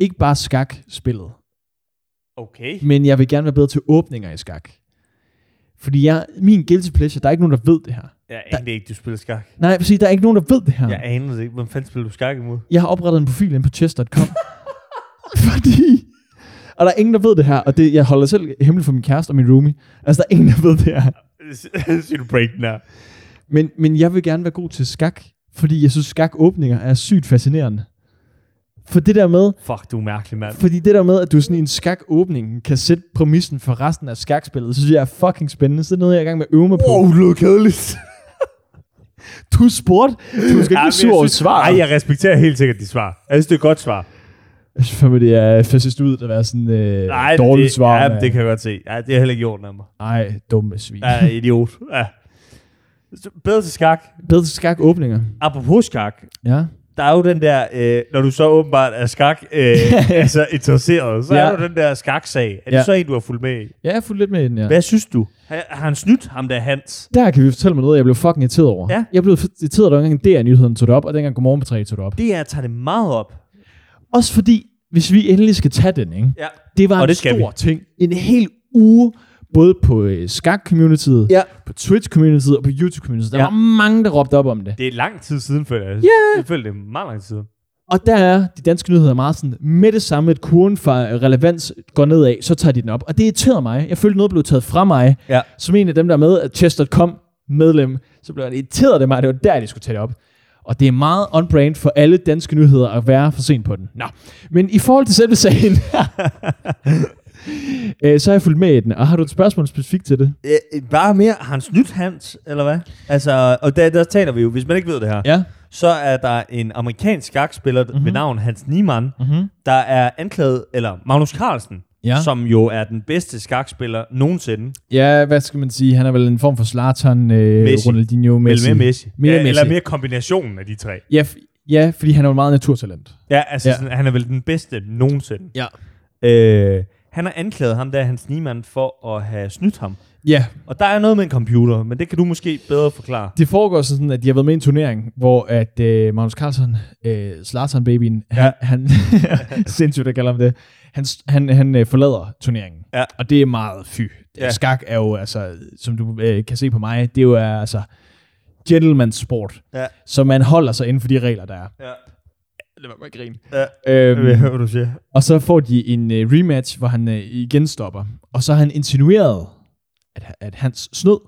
S1: ikke bare skakspillet.
S2: Okay.
S1: men jeg vil gerne være bedre til åbninger i skak. Fordi jeg, min guilty pleasure, der er ikke nogen, der ved det her.
S2: Jeg anede ikke, du spiller skak.
S1: Nej, præcis, der er ikke nogen, der ved det her.
S2: Jeg anede det ikke. Hvem fanden spiller du skak imod?
S1: Jeg har oprettet en profil inde på chess.com. fordi... Og der er ingen, der ved det her, og det, jeg holder selv hemmeligt for min kæreste og min roomie. Altså, der er ingen, der ved det her.
S2: Siger du break den her?
S1: Men, men jeg vil gerne være god til skak, fordi jeg synes, skakåbninger er sygt fascinerende. For det der med,
S2: Fuck, du er mærkelig, mand.
S1: fordi det der med, at du sådan i en skakåbning kan sætte præmissen for resten af skakspillet, synes jeg er fucking spændende. Så det er noget, jeg er i gang med at øve mig på.
S2: Wow, det lød kedeligt.
S1: Du spurgte. Du skal ikke blive sur over svar.
S2: Nej, jeg respekterer helt sikkert dit svar. Jeg synes, det er et godt svar.
S1: Jeg synes fandme, det er fascist ud at være sådan øh,
S2: Nej,
S1: dårligt
S2: det,
S1: svar.
S2: Ja,
S1: mand.
S2: det kan jeg godt se. Ja, det er heller ikke i orden af mig.
S1: Ej, dumme svin.
S2: Ja, idiot. Ja. Så Bedre til skak.
S1: Bedre til skak åbninger.
S2: Apropos skak.
S1: Ja.
S2: der er jo den der, øh, når du så åbenbart er skak, øh, altså interesseret, så ja.
S1: Ja.
S2: er der den der skaksag. Er det ja.
S1: Ja.
S2: så en, du har fulgt med i?
S1: Jeg er fuldt lidt med i den, ja.
S2: Hvad synes du? Har, har han snydt ham der Hans?
S1: Der kan vi fortælle mig noget, jeg blev fucking irriteret over.
S2: Ja.
S1: Jeg blev irriteret, over, dengang DR-nyheden tog det op, og dengang Godmorgen på 3 tog det op.
S2: Det er, tager det meget op.
S1: Også fordi, hvis vi endelig skal tage den, ikke?
S2: Ja.
S1: Det var
S2: Og
S1: en
S2: det skal
S1: stor ting. En hel uge, både på øh, skak-communityet,
S2: Ja.
S1: på Twitch-communityet og på YouTube-communityet. Der
S2: Ja.
S1: ja. var mange, der råbte op om det.
S2: Det er lang tid siden, føler jeg.
S1: Ja.
S2: Jeg føler, det er meget lang tid siden.
S1: Og der er de danske nyheder meget sådan, med det samme, at kurven for øh, relevans går nedad, så tager de den op. Og det irriterede mig. Jeg følte, noget blev taget fra mig.
S2: Ja.
S1: Som en af dem, der er med, at Chess.com medlem, så blev jeg irriteret af mig. Det var der, de skulle tage det op. Og det er meget on-brand for alle danske nyheder at være for sent på den. Nå. Men i forhold til selve sagen, øh, så har jeg fulgt med i den. Og har du et spørgsmål specifikt til det?
S2: Øh, bare mere, har han snydt Hans, eller hvad? Altså, og der, der taler vi jo, hvis man ikke ved det her,
S1: Ja. Mhm.
S2: så er der en amerikansk skakspiller mm-hmm. ved navn Hans Niemann,
S1: Mm-hmm.
S2: der er anklaget, eller Magnus Carlsen,
S1: Ja.
S2: som jo er den bedste skakspiller nogensinde.
S1: ja, hvad skal man sige? Han er vel en form for Slartan, øh,
S2: Messi.
S1: Ronaldinho, Messi.
S2: Eller mere Messi.
S1: Mere
S2: ja, Eller
S1: Messi.
S2: mere kombinationen af de tre.
S1: Ja, f- ja, fordi han er jo meget naturtalent.
S2: Ja, altså ja.
S1: Ja.
S2: Sådan, han er vel den bedste nogensinde.
S1: Ja.
S2: Øh, han har anklaget ham der, Hans Niemann, for at have snydt ham.
S1: Ja,
S2: Og der er noget med en computer, men det kan du måske bedre forklare.
S1: det foregår sådan, at de har været med i en turnering, hvor at øh, Magnus Carlsen, øh, Slartan babyen, ja. han, han sindssygt, der kalder ham det, han, s- han, han øh, forlader turneringen.
S2: Ja.
S1: Og det er meget fy.
S2: Ja.
S1: Ja. Skak er jo, altså, som du øh, kan se på mig, det er jo er, altså gentleman sport.
S2: Ja.
S1: Så man holder sig inden for de regler, der er.
S2: Ja.
S1: Det var bare grine.
S2: Ja.
S1: Øhm,
S2: Jeg hører, hvad du siger.
S1: Og så får de en øh, rematch, hvor han øh, igen stopper. Og så har han insinueret, at, at Hans snød,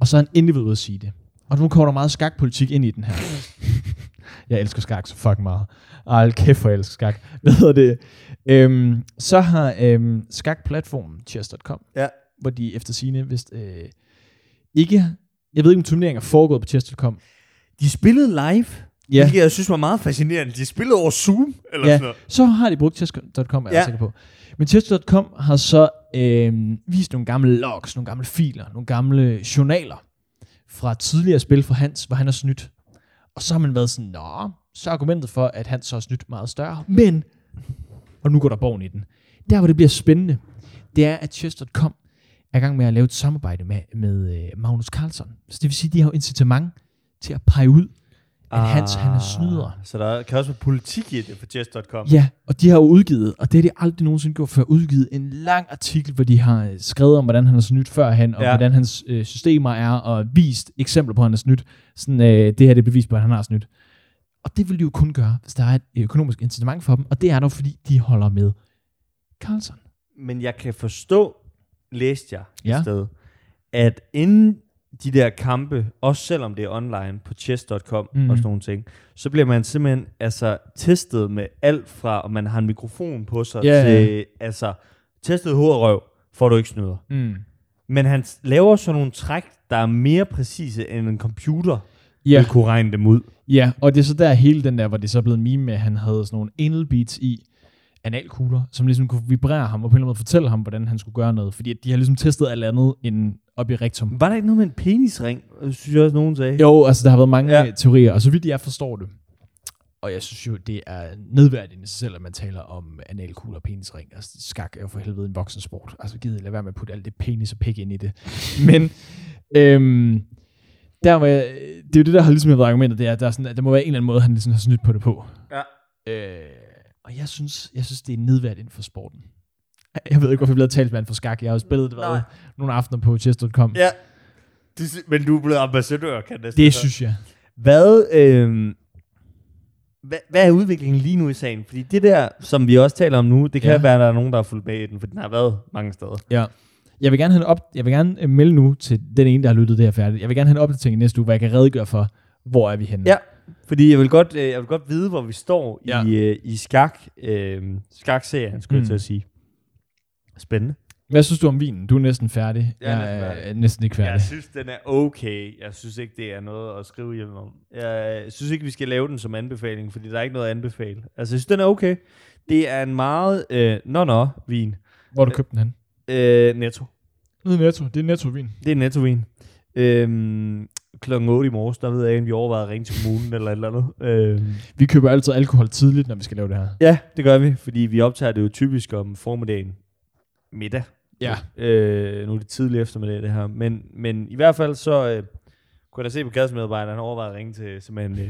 S1: og så er han endelig ved at sige det. Og nu kommer der meget skakpolitik ind i den her. jeg elsker skak så fucking meget. Ej, kæft for jeg elsker skak. Hvad hedder det? Øhm, så har øhm, skakplatformen chess.com,
S2: Ja.
S1: hvor de efter sine vist øh, ikke... Jeg ved ikke, om turneringen er foregået på chess.com.
S2: De spillede live,
S1: Ja.
S2: hvilket jeg synes var meget fascinerende. De spillede over Zoom, eller
S1: Ja.
S2: sådan noget.
S1: Så har de brugt Chess.com, er jeg
S2: Ja.
S1: ja. sikker på. Men Chess.com har så øh, vist nogle gamle logs, nogle gamle filer, nogle gamle journaler fra tidligere spil fra Hans, hvor han har snydt. Og så har man været sådan, nå, så er argumentet for, at Hans så har snydt meget større. Men, og nu går der bogen i den, der hvor det bliver spændende, det er, at Chess.com er i gang med at lave et samarbejde med, med øh, Magnus Carlsen. Så det vil sige, at de har jo incitament til at pege ud, at Hans han er snyder.
S2: Ah. Så der kan også være politik i det på chess.com.
S1: Ja, og de har jo udgivet, og det har de aldrig nogensinde gjort før, udgivet en lang artikel, hvor de har øh, skrevet om, hvordan han har snydt førhen, og
S2: Ja.
S1: ja. hvordan hans øh, systemer er, og vist eksempler på, at han har snydt. Sådan, øh, det her det er bevis på, at han har snydt. Og det vil de jo kun gøre, hvis der er et øh, økonomisk incitament for dem, og det er der jo, fordi de holder med Carlson.
S2: Men jeg kan forstå, læste jeg ja.
S1: Ja.
S2: et sted, at inden de der kampe, også selvom det er online på chess.com mm.
S1: Mhm.
S2: og sådan nogle ting, så bliver man simpelthen altså, testet med alt fra, om man har en mikrofon på sig,
S1: Ja,
S2: til altså, testet hoved og røv, får du ikke snyder.
S1: Mm.
S2: Men han s- laver sådan nogle træk, der er mere præcise, end en computer ja.
S1: Ja,
S2: vil kunne regne dem ud.
S1: ja, og det er så der hele den der, hvor det så er blevet meme med, at han havde sådan nogle anal beats i, analkugler, som ligesom kunne vibrere ham, og på en eller anden måde fortælle ham, hvordan han skulle gøre noget. Fordi at de har ligesom testet alt andet end op i rektum.
S2: Var der ikke noget med en penisring, øh, synes jeg også, nogen sagde?
S1: Jo, altså der har været mange
S2: Ja.
S1: ja. teorier, og så vidt jeg forstår det, og jeg synes jo, det er nedværdigende i sig selv, at man taler om analkugler og penisring. Altså, skak er jo for helvede en voksen sport. Altså, gider lade være med at putte alt det penis og pik ind i det. Men øhm, der var jeg, det er jo det, der har ligesom været argumentet, det er, at der, er sådan, at der må være en eller anden måde, han ligesom har snydt på det på.
S2: Ja.
S1: Øh, og jeg synes, jeg synes, det er nedværdigende for sporten. Jeg ved ikke, hvorfor jeg blev talsmand for skak. Jeg har jo spillet det
S2: Nej.
S1: været nogle aftener på chess.com.
S2: Ja. Det, sy- men du er blevet ambassadør, kan jeg næsten
S1: Det
S2: høre.
S1: synes jeg.
S2: Hvad, øh, hvad, hvad er udviklingen lige nu i sagen? Fordi det der, som vi også taler om nu, det kan ja.
S1: Ja.
S2: være, at der er nogen, der har fulgt med i den, for den har været mange steder.
S1: Ja. Jeg vil gerne have en op, jeg vil gerne øh, melde nu til den ene, der har lyttet det her færdigt. Jeg vil gerne have en opdatering i næste uge, hvor jeg kan redegøre for, hvor er vi henne.
S2: Ja. Fordi jeg vil godt, øh, jeg vil godt vide, hvor vi står ja.
S1: Ja.
S2: i, øh, i skak, øh, skakserien, skulle mm. jeg
S1: Mm.
S2: til at sige. Spændende.
S1: Hvad synes du om vinen? Du er næsten færdig.
S2: Jeg er
S1: jeg er
S2: næsten færdig. altså,
S1: øh, næsten ikke færdig.
S2: synes, den er okay. Jeg synes ikke, det er noget at skrive hjem om. Jeg synes ikke, vi skal lave den som anbefaling, fordi der er ikke noget at anbefale. Altså, jeg synes, den er okay. Det er en meget øh, nå-nå-vin.
S1: Hvor har du købt den hen?
S2: Øh, netto.
S1: Nede i Netto. Det er Netto-vin.
S2: Det er nettovin. Øhm, klokken 8 i morges, der ved jeg, at vi overvejede at ringe til kommunen eller et eller andet. Øh,
S1: Vi køber altid alkohol tidligt, når vi skal lave det her.
S2: ja, det gør vi, fordi vi optager det jo typisk om formiddagen middag.
S1: Ja.
S2: Øh, nu er det tidlig eftermiddag, det her. Men, men i hvert fald så øh, kunne jeg da se på kassemedarbejderen, han overvejede at ringe til simpelthen, øh,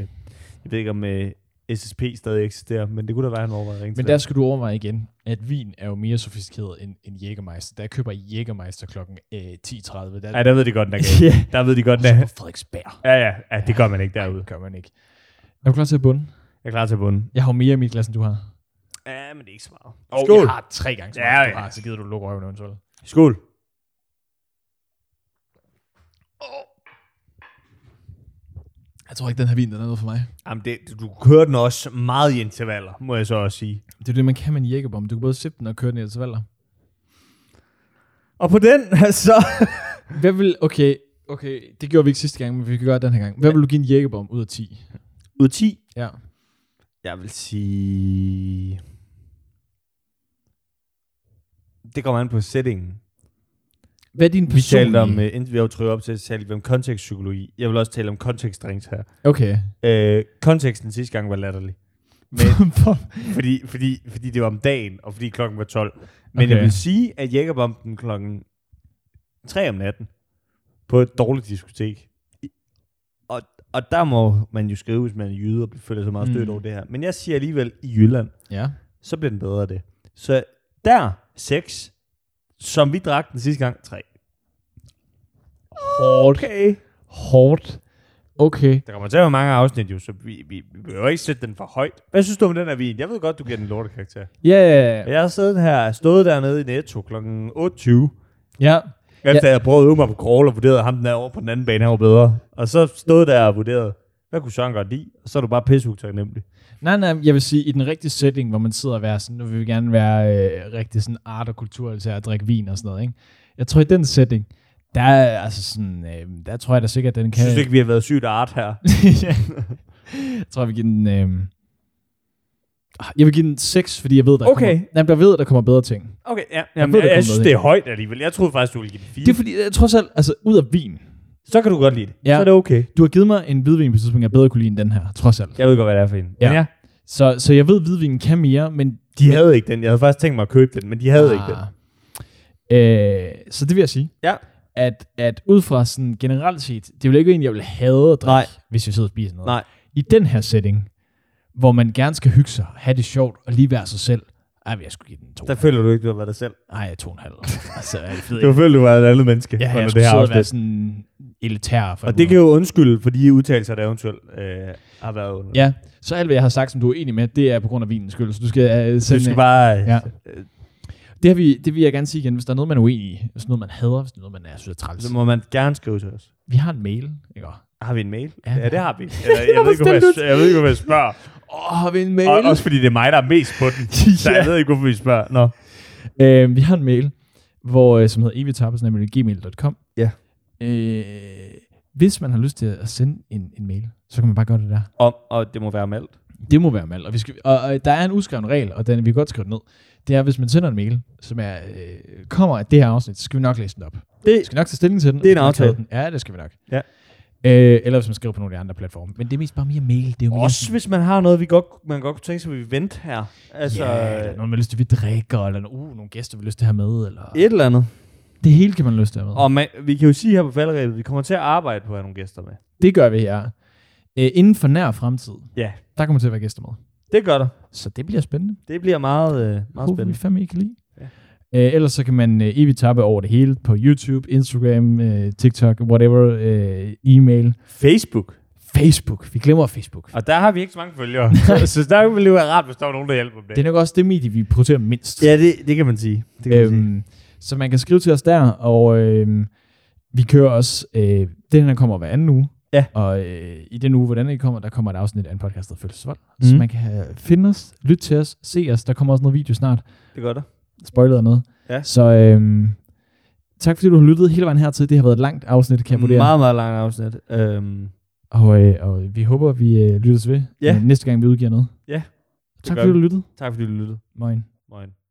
S2: jeg ved ikke om øh, SSP stadig eksisterer, men det kunne da være, han overvejede at ringe
S1: Men
S2: til dem.
S1: der skal du overveje igen, at vin er jo mere sofistikeret end, end Jägermeister. Der køber Jägermeister klokken øh, 10.30. Der,
S2: Ja, der ved de godt, den er galt.
S1: ja.
S2: Der ved de godt, den
S1: Så
S2: er...
S1: på Frederiksberg.
S2: Ja, ja, ja, det gør man ikke derude.
S1: Det gør man ikke. Er du klar til at bunde?
S2: Jeg er klar til at bunde.
S1: Jeg har jo mere i mit glas, end du har.
S2: Ja, men det er ikke så meget.
S1: Og
S2: Skål!
S1: jeg har tre gange så
S2: Ja,
S1: meget, ja, ja.
S2: ja.
S1: du har, så gider du lukke røven eventuelt.
S2: Skål!
S1: Jeg tror ikke, den her vin den er noget for mig.
S2: Jamen, det, du kører den også meget i intervaller, må jeg så også sige.
S1: Det er jo det, man kan med en jækkebom. Du kan både sippe den og køre den i et valg.
S2: Og på den, altså...
S1: Hvad vil... Okay, okay, det gjorde vi ikke sidste gang, men vi kan gøre det den her gang. Hvad vil du give en jækkebom ud af 10?
S2: Ud af 10?
S1: Ja.
S2: Jeg vil sige... Det kommer an på settingen.
S1: Hvad er din
S2: Vi
S1: personlige...
S2: talte om, øh, inden vi har trykket op til, så talte vi om kontekstpsykologi. Jeg vil også tale om kontekstdrinks her.
S1: Okay.
S2: Øh, konteksten sidste gang var latterlig.
S1: Men...
S2: fordi, fordi, fordi det var om dagen, og fordi klokken var 12. Men okay.
S1: Okay.
S2: jeg vil sige, at Jægerbomben klokken 3 om natten på et dårligt diskotek. I- Og, og der må man jo skrive, hvis man er jyde og føler sig meget stødt
S1: Mm.
S2: mm. over det her. Men jeg siger alligevel, i Jylland,
S1: ja.
S2: så bliver den bedre af det. Så der 6, som vi drak den sidste gang, 3.
S1: Hårdt.
S2: Okay.
S1: Hårdt. Okay.
S2: Der kommer til at være mange afsnit jo, så vi, vi, vi behøver ikke sætte den for højt. Hvad synes du om den her vin? Jeg ved godt, du giver den lortekarakter.
S1: Ja, ja, ja.
S2: Jeg har siddet her, stået dernede i Netto kl. 8.20.
S1: Ja.
S2: Efter ja. jeg prøvede at øve mig på crawl og vurderede ham den her over på den anden bane, han var bedre. Og så stod der og vurderede, hvad kunne Søren godt lide? Og så er du bare pisse nemlig.
S1: Nej, nej, jeg vil sige, i den rigtige setting, hvor man sidder og være sådan, nu vil vi gerne være øh, rigtig sådan art og kultur, altså at drikke vin og sådan noget, ikke? Jeg tror, i den setting, der er altså sådan, øh, der tror jeg da sikkert, at den kan...
S2: Jeg synes ikke, vi har været sygt art her.
S1: ja. Jeg tror, jeg vil give den... Øh... ah, Jeg vil give den 6, fordi jeg ved, der
S2: Okay.
S1: kommer... Jamen, jeg ved, der kommer bedre ting.
S2: Okay, ja.
S1: Jeg
S2: Jamen,
S1: ved,
S2: jeg,
S1: der
S2: jeg,
S1: kom
S2: synes,
S1: noget
S2: det er højt alligevel. Jeg troede faktisk, du ville give den 4.
S1: Det er fordi, jeg tror selv, altså ud af vin.
S2: Så kan du godt lide det.
S1: Ja.
S2: Så er det okay.
S1: Du har givet mig en hvidvin på et tidspunkt, jeg bedre kunne lide end den her, trods alt.
S2: Jeg ved godt, hvad det er for en.
S1: Ja.
S2: Men ja.
S1: Så, så jeg ved, at hvidvinen kan mere, men
S2: De havde ikke den. Jeg havde faktisk tænkt mig at købe den, men de havde ah. ikke den.
S1: ikke det. Øh, så det vil jeg sige.
S2: Ja.
S1: At, at ud fra sådan generelt set, det ville ikke en, jeg ville have at drikke, Nej. hvis jeg sidder og spiser noget.
S2: Nej.
S1: I den her setting, hvor man gerne skal hygge sig, have det sjovt og lige være sig selv, ej, men jeg skulle give den to.
S2: Der føler du ikke, du har været dig selv.
S1: Ej, jeg tog en halv. altså, jeg er det fedt,
S2: Du
S1: ikke?
S2: føler, du har været et andet menneske.
S1: Ja,
S2: under
S1: jeg skulle
S2: her
S1: sidde og
S2: afsnit.
S1: være sådan elitær. For
S2: Og det kan jo undskylde for de udtalelser, der eventuelt øh, har været under.
S1: Ja, så alt hvad jeg har sagt, som du er enig med, det er på grund af vinens skyld, så du skal, uh,
S2: Så du skal bare...
S1: Ja. Øh, det, her, vi, det vil jeg gerne sige igen, hvis der er noget, man er uenig i, hvis der er noget, man hader, hvis der er noget, man er, synes er træls.
S2: Så må man gerne skrive til os.
S1: Vi har en mail, ikke?
S2: Har vi en mail?
S1: Ja,
S2: Ja,
S1: vi
S2: ja det
S1: har.
S2: har vi. Eller, jeg, ved ikke,
S1: Hvorfor stillede
S2: hvorfor jeg, jeg ved ikke, hvorfor jeg spørger.
S1: Åh, har vi en mail?
S2: Og, også fordi det er mig, der er mest på den. Så jeg
S1: Ja.
S2: ved ikke, hvorfor vi spørger. Nå.
S1: Øh, vi har en mail, hvor, øh, som hedder evitappes.gmail.com.
S2: Ja.
S1: Øh, hvis man har lyst til at sende en, en mail, så kan man bare gøre det der.
S2: Om, og det må være meldt.
S1: Det må være mal. Og, vi skal, og, og der er en uskreven regel, og den vi kan godt skrive den ned. Det er, hvis man sender en mail, som er, øh, kommer af det her afsnit, så skal vi nok læse den op. Vi
S2: Det,
S1: skal nok tage stilling til den.
S2: Det er en
S1: og hvis man
S2: aftale.
S1: kan Den. Ja, det skal vi nok.
S2: Ja.
S1: Øh, eller hvis man skriver på nogle af de andre platforme. Men det er mest bare mere mail. Det er jo mere
S2: også
S1: sådan-
S2: hvis man har noget, vi godt, man godt kunne tænke sig, at vi venter her. Altså,
S1: ja, eller nogen, man har lyst til, at vi drikker, eller uh, nogle gæster, vi har lyst til at have med. Eller...
S2: et eller andet.
S1: Det hele kan man have lyst til at have med.
S2: Og man, vi kan jo sige her på falderæbet, vi kommer til at arbejde på at have nogle gæster med.
S1: Det gør vi her. Øh, inden for nær fremtid,
S2: Ja.
S1: der kommer til at være gæster med.
S2: Det gør der.
S1: Så det bliver spændende.
S2: Det bliver meget, øh, meget
S1: Håber vi
S2: spændende.
S1: fandme, I kan lide. Ja.
S2: Ja.
S1: Øh, ellers så kan man øh, evigt tappe over det hele på YouTube, Instagram, øh, TikTok, whatever, øh, e-mail,
S2: Facebook.
S1: Facebook. Vi glemmer Facebook.
S2: Og der har vi ikke så mange følgere. så, så der ville det jo være rart, hvis der var nogen, der hjælper med det.
S1: Det er nok også det medie, vi producerer mindst.
S2: Ja, det, det kan man sige. Det kan øhm, man sige.
S1: øhm, så man kan skrive til os der, og øh, vi kører også, øh, den her kommer hver anden uge.
S2: Ja.
S1: Og øh, i den uge, hvordan I kommer, der kommer et afsnit af en podcast, der føles vold. Mm. Så
S2: Mhm.
S1: man kan øh, finde os, lytte til os, se os. Der kommer også noget video snart.
S2: Det gør der.
S1: spoilet og noget.
S2: Ja.
S1: Så øhm, tak fordi du har lyttet hele vejen hertil. Det har været et langt afsnit, kan jeg vurdere.
S2: Meget, meget langt afsnit. Øhm,
S1: Og, øh, og vi håber, vi øh, lyttes ved
S2: Ja.
S1: øh, næste gang, vi udgiver noget.
S2: Ja,
S1: Tak
S2: gør
S1: fordi
S2: vi.
S1: du lyttede.
S2: tak fordi du lyttede.
S1: Moin.
S2: Moin.